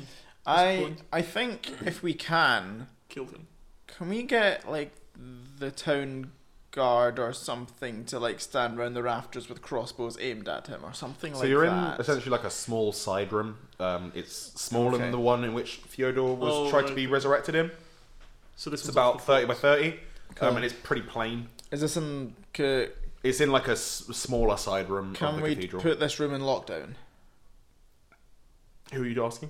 [SPEAKER 1] I, I think if we can,
[SPEAKER 2] Killed him.
[SPEAKER 1] can we get like the town guard or something to like stand round the rafters with crossbows aimed at him or something
[SPEAKER 4] So
[SPEAKER 1] like
[SPEAKER 4] you're
[SPEAKER 1] that?
[SPEAKER 4] in essentially like a small side room. Um, it's smaller
[SPEAKER 1] Okay.
[SPEAKER 4] than the one in which Fyodor was
[SPEAKER 2] Oh,
[SPEAKER 4] tried to
[SPEAKER 2] right.
[SPEAKER 4] be resurrected in.
[SPEAKER 2] So this
[SPEAKER 4] It's
[SPEAKER 2] was
[SPEAKER 4] about thirty by thirty,
[SPEAKER 1] Cool.
[SPEAKER 4] um, and it's pretty plain.
[SPEAKER 1] Is this in? Can,
[SPEAKER 4] It's in like a s- smaller side room Mm, of
[SPEAKER 1] can
[SPEAKER 4] the
[SPEAKER 1] we
[SPEAKER 4] cathedral.
[SPEAKER 1] put this room in lockdown?
[SPEAKER 4] Who are you asking?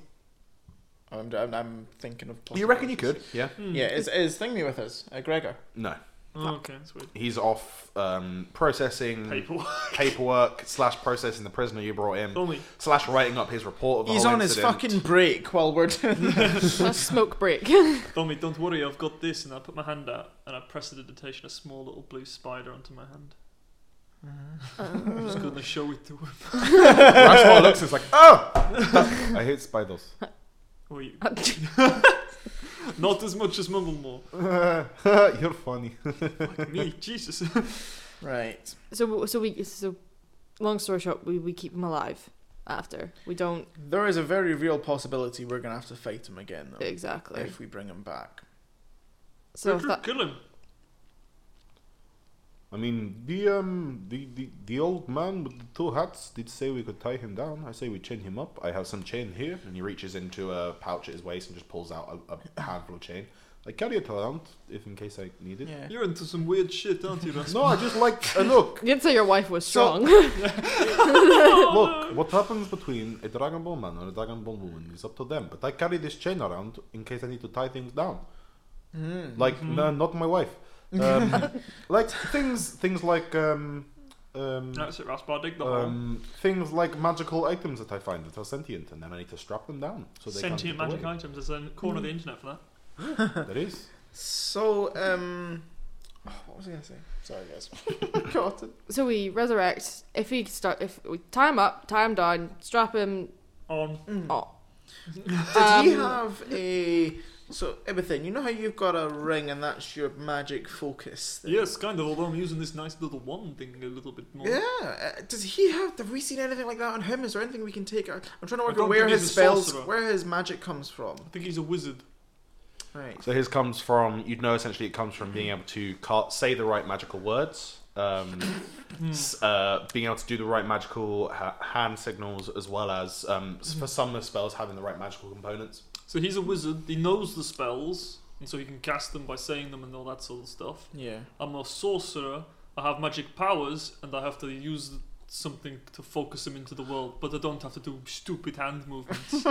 [SPEAKER 1] I'm, I'm, I'm thinking of.
[SPEAKER 4] You reckon you could? Yeah.
[SPEAKER 1] Hmm. Yeah, is is Thingy with us, uh, Gregor?
[SPEAKER 4] No.
[SPEAKER 2] Okay, that's weird.
[SPEAKER 4] He's off um, processing
[SPEAKER 2] Paperwork.
[SPEAKER 4] paperwork slash processing the prisoner you brought in
[SPEAKER 2] Only.
[SPEAKER 4] slash writing up his report of the
[SPEAKER 1] He's
[SPEAKER 4] whole
[SPEAKER 1] on his
[SPEAKER 4] incident.
[SPEAKER 1] fucking break while we're doing
[SPEAKER 9] A smoke break.
[SPEAKER 2] Tommy, don't worry, I've got this. And I put my hand out and I press the digitation, a small little blue spider onto my hand. I'm just gonna show it to him.
[SPEAKER 4] That's what it looks. It's like oh, I hate spiders.
[SPEAKER 2] Oh, you. Not as much as Mumblemore.
[SPEAKER 4] You're funny.
[SPEAKER 2] Fuck me, Jesus.
[SPEAKER 1] Right.
[SPEAKER 9] so so we so long story short, we, we keep him alive after. We don't
[SPEAKER 1] There is a very real possibility we're going to have to fight him again,
[SPEAKER 9] Oh.
[SPEAKER 1] though,
[SPEAKER 9] exactly.
[SPEAKER 1] if we bring him back.
[SPEAKER 9] so if that,
[SPEAKER 2] Kill him.
[SPEAKER 4] I mean, the um, the, the the old man with the two hats did say we could tie him down. I say we chain him up. I have some chain here, and he reaches into a pouch at his waist and just pulls out a, a handful of chain. I carry it around if in case I need it.
[SPEAKER 1] Yeah.
[SPEAKER 2] You're into some weird shit, aren't you, Rasmus?
[SPEAKER 4] No, I just like and look,
[SPEAKER 9] you'd say your wife was
[SPEAKER 1] So-
[SPEAKER 9] strong.
[SPEAKER 4] look. What happens between a Dragon Ball man and a Dragon Ball woman is up to them. But I carry this chain around in case I need to tie things down.
[SPEAKER 1] Hmm.
[SPEAKER 4] Like no, not my wife. Um, like things, things like um, um,
[SPEAKER 2] That's it, Rasmus. I dig the hole.
[SPEAKER 4] um, things like magical items that I find that are sentient, and then I need to strap them down so they
[SPEAKER 2] Sentient
[SPEAKER 4] can't
[SPEAKER 2] magic items. There's a corner of the internet for that.
[SPEAKER 4] items. There is.
[SPEAKER 1] So, um. oh, what was I going to say? Sorry, guys. Forgotten.
[SPEAKER 9] So we resurrect. If we start, if we tie him up, tie him down, strap him.
[SPEAKER 2] On.
[SPEAKER 9] Oh,
[SPEAKER 1] Mm. Did he
[SPEAKER 9] Um,
[SPEAKER 1] have a. So, everything. You know how you've got a ring and that's your magic focus thing?
[SPEAKER 2] Yes, kind of, although I'm using this nice little wand thing a little bit more.
[SPEAKER 1] Yeah. uh, Does he have. Have we seen anything like that on him? Is there anything we can take out? I'm trying to work
[SPEAKER 2] don't
[SPEAKER 1] out where
[SPEAKER 2] think he's
[SPEAKER 1] his
[SPEAKER 2] a
[SPEAKER 1] spells.
[SPEAKER 2] sorcerer.
[SPEAKER 1] Where his magic comes from.
[SPEAKER 2] I think he's a wizard.
[SPEAKER 1] Right.
[SPEAKER 4] So his comes from you'd know essentially it comes from being able to ca- say the right magical words, um, s- uh, being able to do the right magical ha- hand signals, as well as um, s- for some of the spells having the right magical components.
[SPEAKER 2] So he's a wizard, he knows the spells, and so he can cast them by saying them and all that sort of stuff.
[SPEAKER 1] Yeah.
[SPEAKER 2] I'm a sorcerer, I have magic powers, and I have to use something to focus him into the world, but I don't have to do stupid hand movements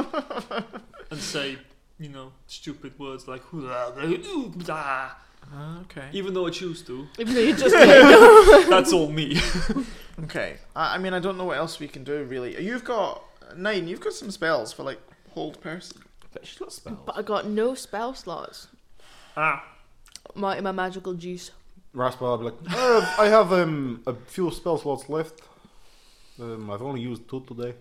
[SPEAKER 2] and say, you know, stupid words like,
[SPEAKER 1] Ah, okay.
[SPEAKER 2] even though I choose to.
[SPEAKER 9] even though you just did.
[SPEAKER 2] That's all me.
[SPEAKER 1] Okay. I, I mean, I don't know what else we can do, really. You've got. Nine, you've got some spells for, like, hold person.
[SPEAKER 4] But she's got spells.
[SPEAKER 9] but I got no spell slots.
[SPEAKER 2] ah,
[SPEAKER 9] My my magical juice.
[SPEAKER 4] Raspar will be like, "Uh, I have um, a few spell slots left. Um, I've only used two today.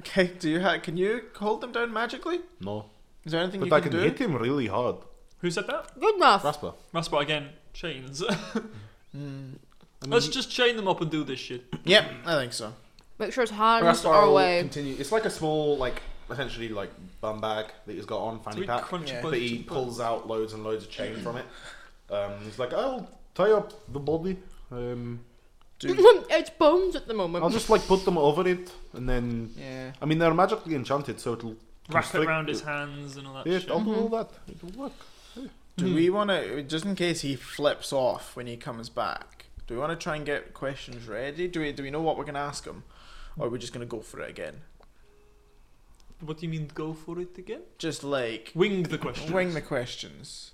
[SPEAKER 1] Okay, do you ha- can you hold them down magically?
[SPEAKER 4] No,
[SPEAKER 1] Is there anything
[SPEAKER 4] but
[SPEAKER 1] you
[SPEAKER 4] I
[SPEAKER 1] can,
[SPEAKER 4] can
[SPEAKER 1] do?
[SPEAKER 4] hit him really hard.
[SPEAKER 2] who said that?
[SPEAKER 9] Good enough.
[SPEAKER 4] Raspar.
[SPEAKER 2] Raspar again, chains. Hmm.
[SPEAKER 4] I mean,
[SPEAKER 2] Let's just chain them up and do this shit.
[SPEAKER 1] Yep, I think so.
[SPEAKER 9] Make sure it's hands
[SPEAKER 4] Raspar
[SPEAKER 9] our
[SPEAKER 4] will
[SPEAKER 9] way.
[SPEAKER 4] continue. It's like a small, like essentially like bum bag that he's got on fanny
[SPEAKER 2] We
[SPEAKER 4] pack,
[SPEAKER 2] crunch
[SPEAKER 1] Yeah.
[SPEAKER 2] punch
[SPEAKER 4] but he
[SPEAKER 2] and punch.
[SPEAKER 4] pulls out loads and loads of chain from it. Um, he's like, I'll tie up the body. Um,
[SPEAKER 9] it's bones at the moment.
[SPEAKER 4] I'll just like put them over it, and then
[SPEAKER 1] Yeah.
[SPEAKER 4] I mean they're magically enchanted, so it'll
[SPEAKER 2] Wrap it
[SPEAKER 4] constrict
[SPEAKER 2] around his
[SPEAKER 4] the-
[SPEAKER 2] hands and all that
[SPEAKER 4] Yeah,
[SPEAKER 2] shit.
[SPEAKER 4] I'll do
[SPEAKER 9] Mm-hmm.
[SPEAKER 4] all that. It'll work.
[SPEAKER 1] Do
[SPEAKER 4] Hmm.
[SPEAKER 1] we want to, just in case he flips off when he comes back, do we want to try and get questions ready? Do we do we know what we're gonna ask him, or are we just gonna go for it again?
[SPEAKER 2] What do you mean, go for it again?
[SPEAKER 1] Just like
[SPEAKER 2] Wing the question.
[SPEAKER 1] wing the questions.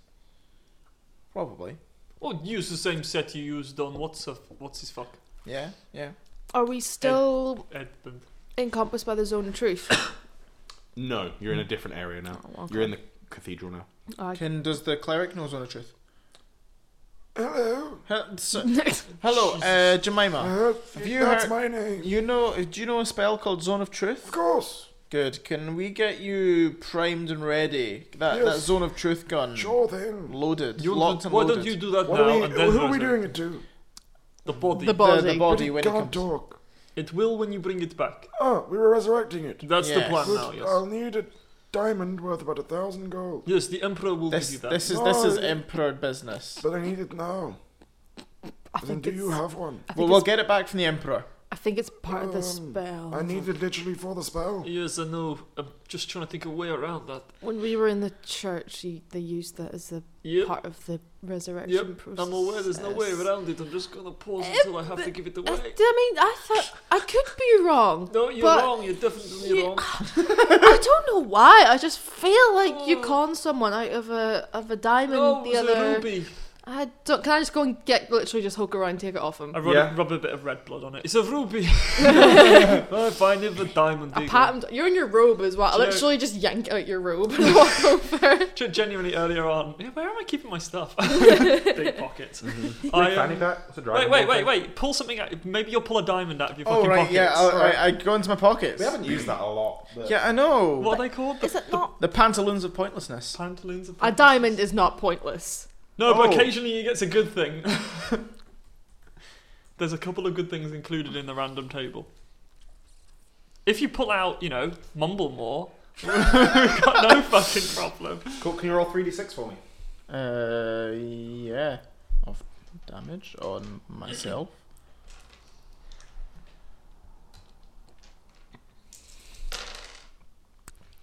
[SPEAKER 1] Probably.
[SPEAKER 2] Or Oh, use the same set you used on what's a, what's his fuck
[SPEAKER 1] Yeah. Yeah.
[SPEAKER 9] Are we still
[SPEAKER 2] Edmund.
[SPEAKER 9] encompassed by the zone of truth?
[SPEAKER 4] No, you're in a different area now.
[SPEAKER 9] Oh, okay.
[SPEAKER 4] You're in the cathedral now.
[SPEAKER 9] I-
[SPEAKER 1] Can does the cleric knows on the truth?
[SPEAKER 10] Hello.
[SPEAKER 1] Hel- so- Hello, uh, Jemima.
[SPEAKER 10] Uh,
[SPEAKER 1] Have you
[SPEAKER 10] that's
[SPEAKER 1] heard-
[SPEAKER 10] my name.
[SPEAKER 1] You know? Do you know a spell called Zone of Truth?
[SPEAKER 10] Of course.
[SPEAKER 1] Good. Can we get you primed and ready? That that
[SPEAKER 10] Yes.
[SPEAKER 1] zone of truth gun.
[SPEAKER 10] Sure thing.
[SPEAKER 1] Loaded.
[SPEAKER 2] You
[SPEAKER 1] locked
[SPEAKER 2] do-
[SPEAKER 1] and
[SPEAKER 2] why
[SPEAKER 1] loaded.
[SPEAKER 2] don't you do that
[SPEAKER 10] What
[SPEAKER 2] now?
[SPEAKER 10] are we,
[SPEAKER 2] and then
[SPEAKER 10] who are we
[SPEAKER 2] resurrect
[SPEAKER 10] doing it to?
[SPEAKER 2] The body.
[SPEAKER 9] The
[SPEAKER 1] the,
[SPEAKER 9] body.
[SPEAKER 1] the body when it
[SPEAKER 10] can't
[SPEAKER 1] comes?
[SPEAKER 10] talk.
[SPEAKER 2] it will when you bring it back.
[SPEAKER 10] Oh, we were resurrecting it.
[SPEAKER 2] That's the
[SPEAKER 1] Yes.
[SPEAKER 2] plan
[SPEAKER 10] Good. Um,
[SPEAKER 2] now, yes.
[SPEAKER 10] I'll need a diamond worth about a thousand gold.
[SPEAKER 2] yes, the Emperor will
[SPEAKER 1] This
[SPEAKER 2] give you that.
[SPEAKER 1] this is this is
[SPEAKER 10] No.
[SPEAKER 1] emperor business.
[SPEAKER 10] But I need it now. Then do you have one?
[SPEAKER 9] I think
[SPEAKER 1] Well, we'll
[SPEAKER 9] it's-
[SPEAKER 1] get it back from the emperor.
[SPEAKER 9] I think it's part of the
[SPEAKER 10] Um,
[SPEAKER 9] spell.
[SPEAKER 10] I need it literally for the spell.
[SPEAKER 2] Yes, I know. I'm just trying to think of a way around that.
[SPEAKER 9] When we were in the church, you, they used that as a
[SPEAKER 2] Yep.
[SPEAKER 9] part of the resurrection
[SPEAKER 2] Yep,
[SPEAKER 9] process.
[SPEAKER 2] I'm aware there's no way around it. I'm just gonna pause
[SPEAKER 9] Eh,
[SPEAKER 2] until I have to give it
[SPEAKER 9] Uh, I, I
[SPEAKER 2] away.
[SPEAKER 9] mean, I thought I could be wrong.
[SPEAKER 2] No, you're
[SPEAKER 9] but
[SPEAKER 2] wrong. You're definitely
[SPEAKER 9] you-
[SPEAKER 2] wrong.
[SPEAKER 9] I don't know why. I just feel like you con someone out of a of a diamond
[SPEAKER 2] Oh. No,
[SPEAKER 9] the
[SPEAKER 2] it was a
[SPEAKER 9] other
[SPEAKER 2] ruby.
[SPEAKER 9] I don't. Can I just go and get literally just hook around, and take it off him?
[SPEAKER 2] I rub,
[SPEAKER 4] Yeah.
[SPEAKER 2] rub a bit of red blood on it. Oh, It's a ruby. I find it the diamond.
[SPEAKER 9] I
[SPEAKER 2] eagle.
[SPEAKER 9] pat him. d- You're in your robe as well. I
[SPEAKER 2] Do you know-
[SPEAKER 9] literally just yank out your robe and walk over.
[SPEAKER 2] Gen- Genuinely earlier on, yeah, where am I keeping my stuff? Big pockets.
[SPEAKER 1] Mm-hmm.
[SPEAKER 2] I, um,
[SPEAKER 4] Fanny pack? It's a
[SPEAKER 2] wait,
[SPEAKER 4] dragon
[SPEAKER 2] wait,
[SPEAKER 4] ball
[SPEAKER 2] wait,
[SPEAKER 4] thing.
[SPEAKER 2] wait. Pull something out. Maybe you'll pull a diamond out of your
[SPEAKER 1] Oh
[SPEAKER 2] fucking
[SPEAKER 1] right,
[SPEAKER 2] pockets.
[SPEAKER 1] yeah. I'll, I, I go into my pockets.
[SPEAKER 4] We haven't used that a lot. But
[SPEAKER 1] Yeah, I know.
[SPEAKER 2] What are they called? The
[SPEAKER 9] Is it not?
[SPEAKER 1] The pantaloons of pointlessness.
[SPEAKER 2] pantaloons? Of
[SPEAKER 9] A diamond is not pointless.
[SPEAKER 2] No, but
[SPEAKER 1] Oh.
[SPEAKER 2] occasionally he gets a good thing. There's a couple of good things included in the random table. If you pull out, you know, mumble more, we've got no fucking problem.
[SPEAKER 4] Cool, can you roll 3d6 for me?
[SPEAKER 1] Uh, yeah. Of damage on myself.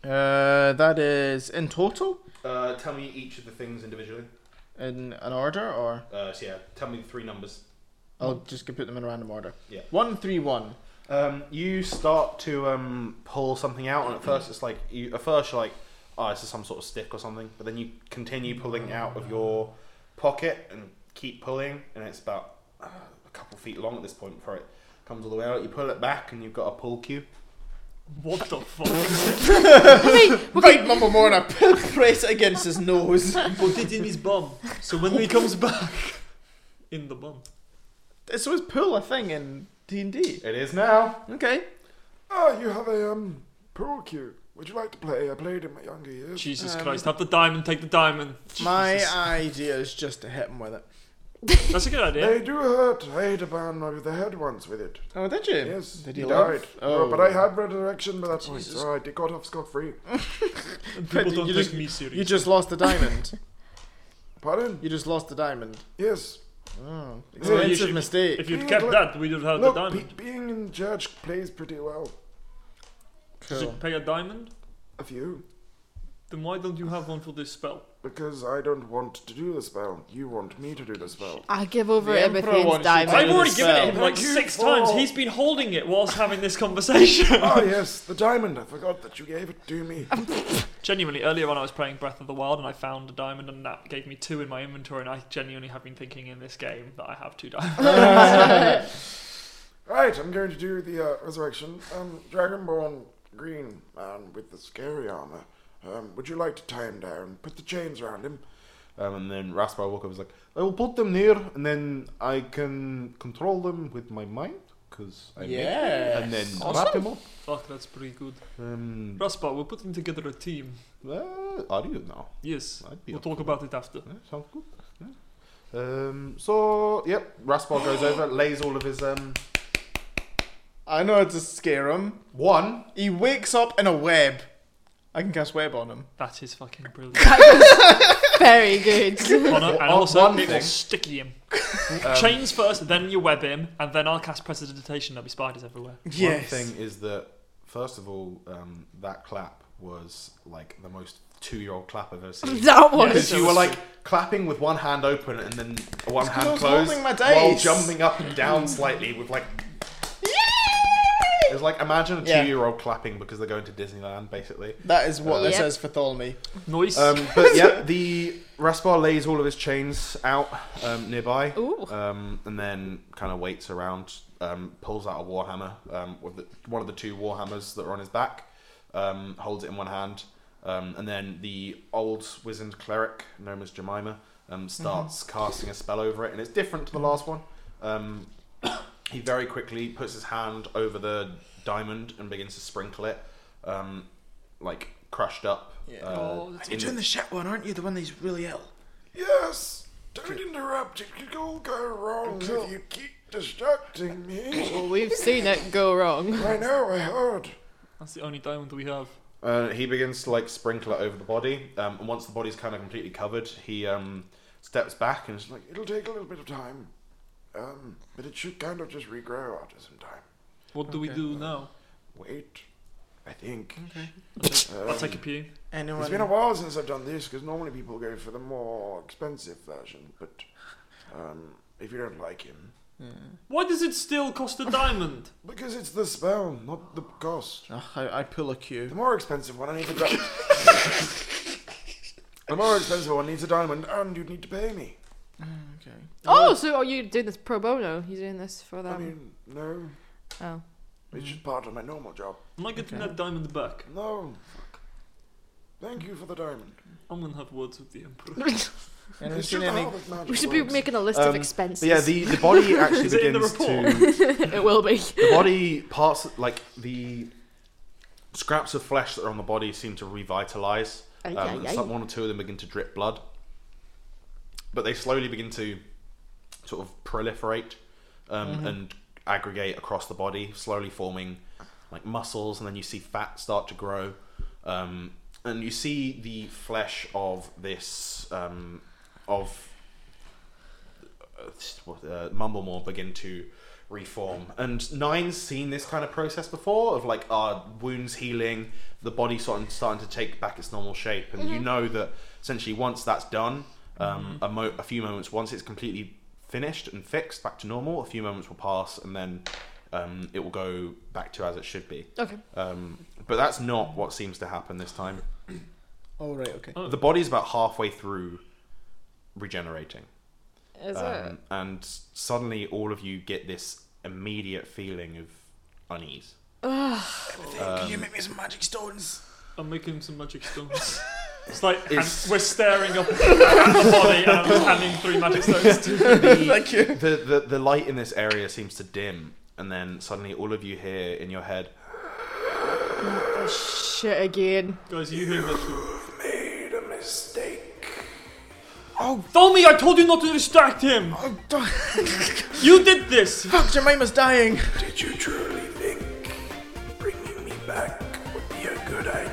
[SPEAKER 1] Uh, that is in total,
[SPEAKER 4] Uh, tell me each of the things individually.
[SPEAKER 1] in an order, or
[SPEAKER 4] Uh, so yeah, tell me the three numbers.
[SPEAKER 1] I'll just put them in random order.
[SPEAKER 4] Yeah.
[SPEAKER 1] One, three, one.
[SPEAKER 4] Um, you start to um, pull something out, and at first it's like you. At first you're like, "Oh, this is some sort of stick or something," but then you continue pulling it out of your pocket and keep pulling, and it's about uh, a couple feet long at this point before it comes all the way out. You pull it back, and you've got a pull cue.
[SPEAKER 2] What the fuck?
[SPEAKER 1] Bite Mumblemore and I press it against his nose.
[SPEAKER 2] Put it in his bum. So when he comes back, in the bum.
[SPEAKER 1] So is pull a thing in D and D?
[SPEAKER 4] It is now.
[SPEAKER 1] Okay.
[SPEAKER 10] Oh, you have a um pool cue. Would you like to play? I played in my younger years.
[SPEAKER 2] Jesus
[SPEAKER 1] Um,
[SPEAKER 2] Christ! Have the diamond. Take the diamond.
[SPEAKER 1] My uh,
[SPEAKER 2] Jesus.
[SPEAKER 1] idea is just to hit him with it.
[SPEAKER 2] That's a good idea.
[SPEAKER 10] They do hurt. I hit a man with the head once with it.
[SPEAKER 1] Oh, did you?
[SPEAKER 10] Yes,
[SPEAKER 1] Did
[SPEAKER 10] he,
[SPEAKER 1] he laugh?
[SPEAKER 10] died.
[SPEAKER 1] Oh,
[SPEAKER 10] No, but I had resurrection by that point, so I did- got off scot free.
[SPEAKER 2] And people
[SPEAKER 1] You
[SPEAKER 2] don't
[SPEAKER 1] just-
[SPEAKER 2] take me
[SPEAKER 1] You
[SPEAKER 2] serious.
[SPEAKER 1] just lost the diamond.
[SPEAKER 10] Pardon?
[SPEAKER 1] you just lost the diamond.
[SPEAKER 10] Yes.
[SPEAKER 1] Oh,
[SPEAKER 2] you
[SPEAKER 1] expensive
[SPEAKER 2] should-
[SPEAKER 1] mistake.
[SPEAKER 2] If you'd kept that, we'd have had the
[SPEAKER 10] Look,
[SPEAKER 2] diamond.
[SPEAKER 10] be- being in church plays pretty well.
[SPEAKER 2] Does
[SPEAKER 1] cool.
[SPEAKER 2] it pay a diamond?
[SPEAKER 10] A few.
[SPEAKER 2] Then why don't you have one for this spell?
[SPEAKER 10] Because I don't want to do the spell. You want me to do the spell.
[SPEAKER 9] I give over
[SPEAKER 1] The Emperor wants
[SPEAKER 9] everything's
[SPEAKER 1] you
[SPEAKER 9] diamond.
[SPEAKER 1] to
[SPEAKER 2] I've
[SPEAKER 1] I've
[SPEAKER 2] already
[SPEAKER 1] already
[SPEAKER 2] given it
[SPEAKER 1] given
[SPEAKER 2] him
[SPEAKER 10] him
[SPEAKER 2] like
[SPEAKER 10] Thank you
[SPEAKER 2] six
[SPEAKER 10] for-
[SPEAKER 2] times. He's been holding it whilst having this conversation.
[SPEAKER 10] ah, yes, the diamond. I forgot that you gave it to me.
[SPEAKER 2] genuinely, earlier on, I was playing Breath of the Wild and I found a diamond, and that gave me two in my inventory. And I genuinely have been thinking in this game that I have two diamonds.
[SPEAKER 10] Right, I'm going to do the uh, resurrection. Um, Dragonborn green man with the scary armor. Um, would you like to tie him down? Put the chains around him.
[SPEAKER 4] Um, and then Raspar woke up. Was like, "I will put them near, and then I can control them with my mind, because I make
[SPEAKER 1] Yeah.
[SPEAKER 4] and then wrap
[SPEAKER 1] Awesome.
[SPEAKER 4] him up."
[SPEAKER 2] Fuck, that's pretty good.
[SPEAKER 4] Um,
[SPEAKER 2] Raspar, we're putting together a team.
[SPEAKER 4] Eh, well, are you now?
[SPEAKER 2] Yes,
[SPEAKER 4] I'd be
[SPEAKER 2] we'll
[SPEAKER 4] up
[SPEAKER 2] talk
[SPEAKER 4] for
[SPEAKER 2] about it after.
[SPEAKER 4] Yeah, sounds good. Yeah. Um, so, yep, Raspar goes over, lays all of his. Um,
[SPEAKER 1] I know how to scare him.
[SPEAKER 4] one.
[SPEAKER 1] He wakes up in a web. I can cast web on him.
[SPEAKER 2] That is fucking brilliant.
[SPEAKER 9] Very good.
[SPEAKER 2] Connor, and
[SPEAKER 4] on
[SPEAKER 2] also
[SPEAKER 4] one
[SPEAKER 2] it will
[SPEAKER 4] thing. Um,
[SPEAKER 2] sticky him. Chains first, then you web him, and then I'll cast prestidigitation. There'll be spiders everywhere.
[SPEAKER 1] Yes.
[SPEAKER 4] One thing is that, first of all, um, that clap was like the most two year old clap I've ever seen.
[SPEAKER 9] that one.
[SPEAKER 4] Because you were like clapping with one hand open and then one hand
[SPEAKER 1] I was
[SPEAKER 4] closed
[SPEAKER 1] holding my Mm.
[SPEAKER 4] while
[SPEAKER 1] dice.
[SPEAKER 4] jumping up and down slightly with like. It was like imagine a
[SPEAKER 1] Yeah.
[SPEAKER 4] two-year-old clapping because they're going to Disneyland, basically.
[SPEAKER 1] That is what this
[SPEAKER 9] Yep.
[SPEAKER 1] is for Tholme.
[SPEAKER 2] Noise.
[SPEAKER 4] Um, but yeah, the Raspar lays all of his chains out um, nearby,
[SPEAKER 9] Ooh.
[SPEAKER 4] um, and then kind of waits around, um, pulls out a warhammer, um, with the, one of the two warhammers that are on his back, um, holds it in one hand, um, and then the old wizened cleric known as Jemima um, starts casting a spell over it, and it's different to the last one. Um, he very quickly puts his hand over the diamond and begins to sprinkle it, um, like crushed up.
[SPEAKER 1] Yeah.
[SPEAKER 4] uh,
[SPEAKER 2] Oh, that's
[SPEAKER 4] in the-
[SPEAKER 1] shit one, aren't you? The one that's really ill.
[SPEAKER 10] Yes! Don't interrupt. It could all go wrong if you keep distracting me.
[SPEAKER 9] Well, we've seen it go wrong.
[SPEAKER 10] I know, I heard.
[SPEAKER 2] That's the only diamond we have.
[SPEAKER 4] Uh, he begins to like sprinkle it over the body, um, and once the body's kind of completely covered, he um, steps back and is like,
[SPEAKER 10] It'll take a little bit of time. Um, but it should kind of just regrow after some time.
[SPEAKER 2] What do we do now?
[SPEAKER 10] Wait. I think.
[SPEAKER 2] I'll take a pew.
[SPEAKER 1] Anyone?
[SPEAKER 10] It's been a while since I've done this because normally people go for the more expensive version, but um, if you don't like him.
[SPEAKER 2] Why does it still cost a diamond?
[SPEAKER 10] Because it's the spell, not the cost.
[SPEAKER 1] Ugh, I, I pull a
[SPEAKER 10] The
[SPEAKER 1] cue.
[SPEAKER 10] more expensive one, I need to. Di- the more expensive one needs a diamond, and you need to pay me.
[SPEAKER 1] Okay.
[SPEAKER 3] Oh, so are you doing this pro bono? You're doing this for them?
[SPEAKER 10] I mean, no.
[SPEAKER 3] oh.
[SPEAKER 10] It's just part of my normal job.
[SPEAKER 2] Am I getting
[SPEAKER 1] Okay.
[SPEAKER 2] that diamond back?
[SPEAKER 10] No. Thank you for the diamond.
[SPEAKER 2] I'm gonna have words with the emperor.
[SPEAKER 1] And
[SPEAKER 10] It's
[SPEAKER 1] is there
[SPEAKER 10] just
[SPEAKER 1] any-
[SPEAKER 10] how this magic
[SPEAKER 12] We should be
[SPEAKER 10] works.
[SPEAKER 12] making a list
[SPEAKER 4] Um,
[SPEAKER 12] of expenses.
[SPEAKER 4] But yeah, the, the body actually
[SPEAKER 2] Is it in the
[SPEAKER 4] begins
[SPEAKER 2] report?
[SPEAKER 4] to.
[SPEAKER 3] it will be.
[SPEAKER 4] The body parts, like the scraps of flesh that are on the body, seem to revitalize.
[SPEAKER 12] Ay,
[SPEAKER 4] Um,
[SPEAKER 12] ay,
[SPEAKER 4] and
[SPEAKER 12] ay.
[SPEAKER 4] some, one or two of them begin to drip blood, but they slowly begin to sort of proliferate um,
[SPEAKER 12] Mm-hmm.
[SPEAKER 4] and aggregate across the body, slowly forming like muscles, and then you see fat start to grow, um, and you see the flesh of this um, of uh, Mumblemore begin to reform. And Nine's seen this kind of process before of like our wounds healing, the body sort of starting to take back its normal shape. And you know that essentially once that's done, um, a, mo- a few moments, once it's completely finished and fixed back to normal, a few moments will pass and then um, it will go back to as it should be.
[SPEAKER 12] Okay.
[SPEAKER 4] Um, but that's not what seems to happen this time.
[SPEAKER 1] Oh, right, okay.
[SPEAKER 4] The body's about halfway through regenerating.
[SPEAKER 3] Is
[SPEAKER 4] Um, and suddenly, all of you get this immediate feeling of unease.
[SPEAKER 1] Can you make me some magic stones?
[SPEAKER 2] I'm making some magic stones. It's like hand-
[SPEAKER 4] It's-
[SPEAKER 2] we're staring up at the body and I'm just handing three magic stones to
[SPEAKER 1] Thank you.
[SPEAKER 4] The, the the light in this area seems to dim, and then suddenly, all of you hear in your head,
[SPEAKER 3] it? Shit again.
[SPEAKER 2] guys. You hear that?
[SPEAKER 10] made a mistake.
[SPEAKER 2] Tommy, I told you not to distract him.
[SPEAKER 1] Oh, don't-
[SPEAKER 2] You did this.
[SPEAKER 1] Fuck, Jemima's dying.
[SPEAKER 10] Did you truly think bringing me back would be a good idea?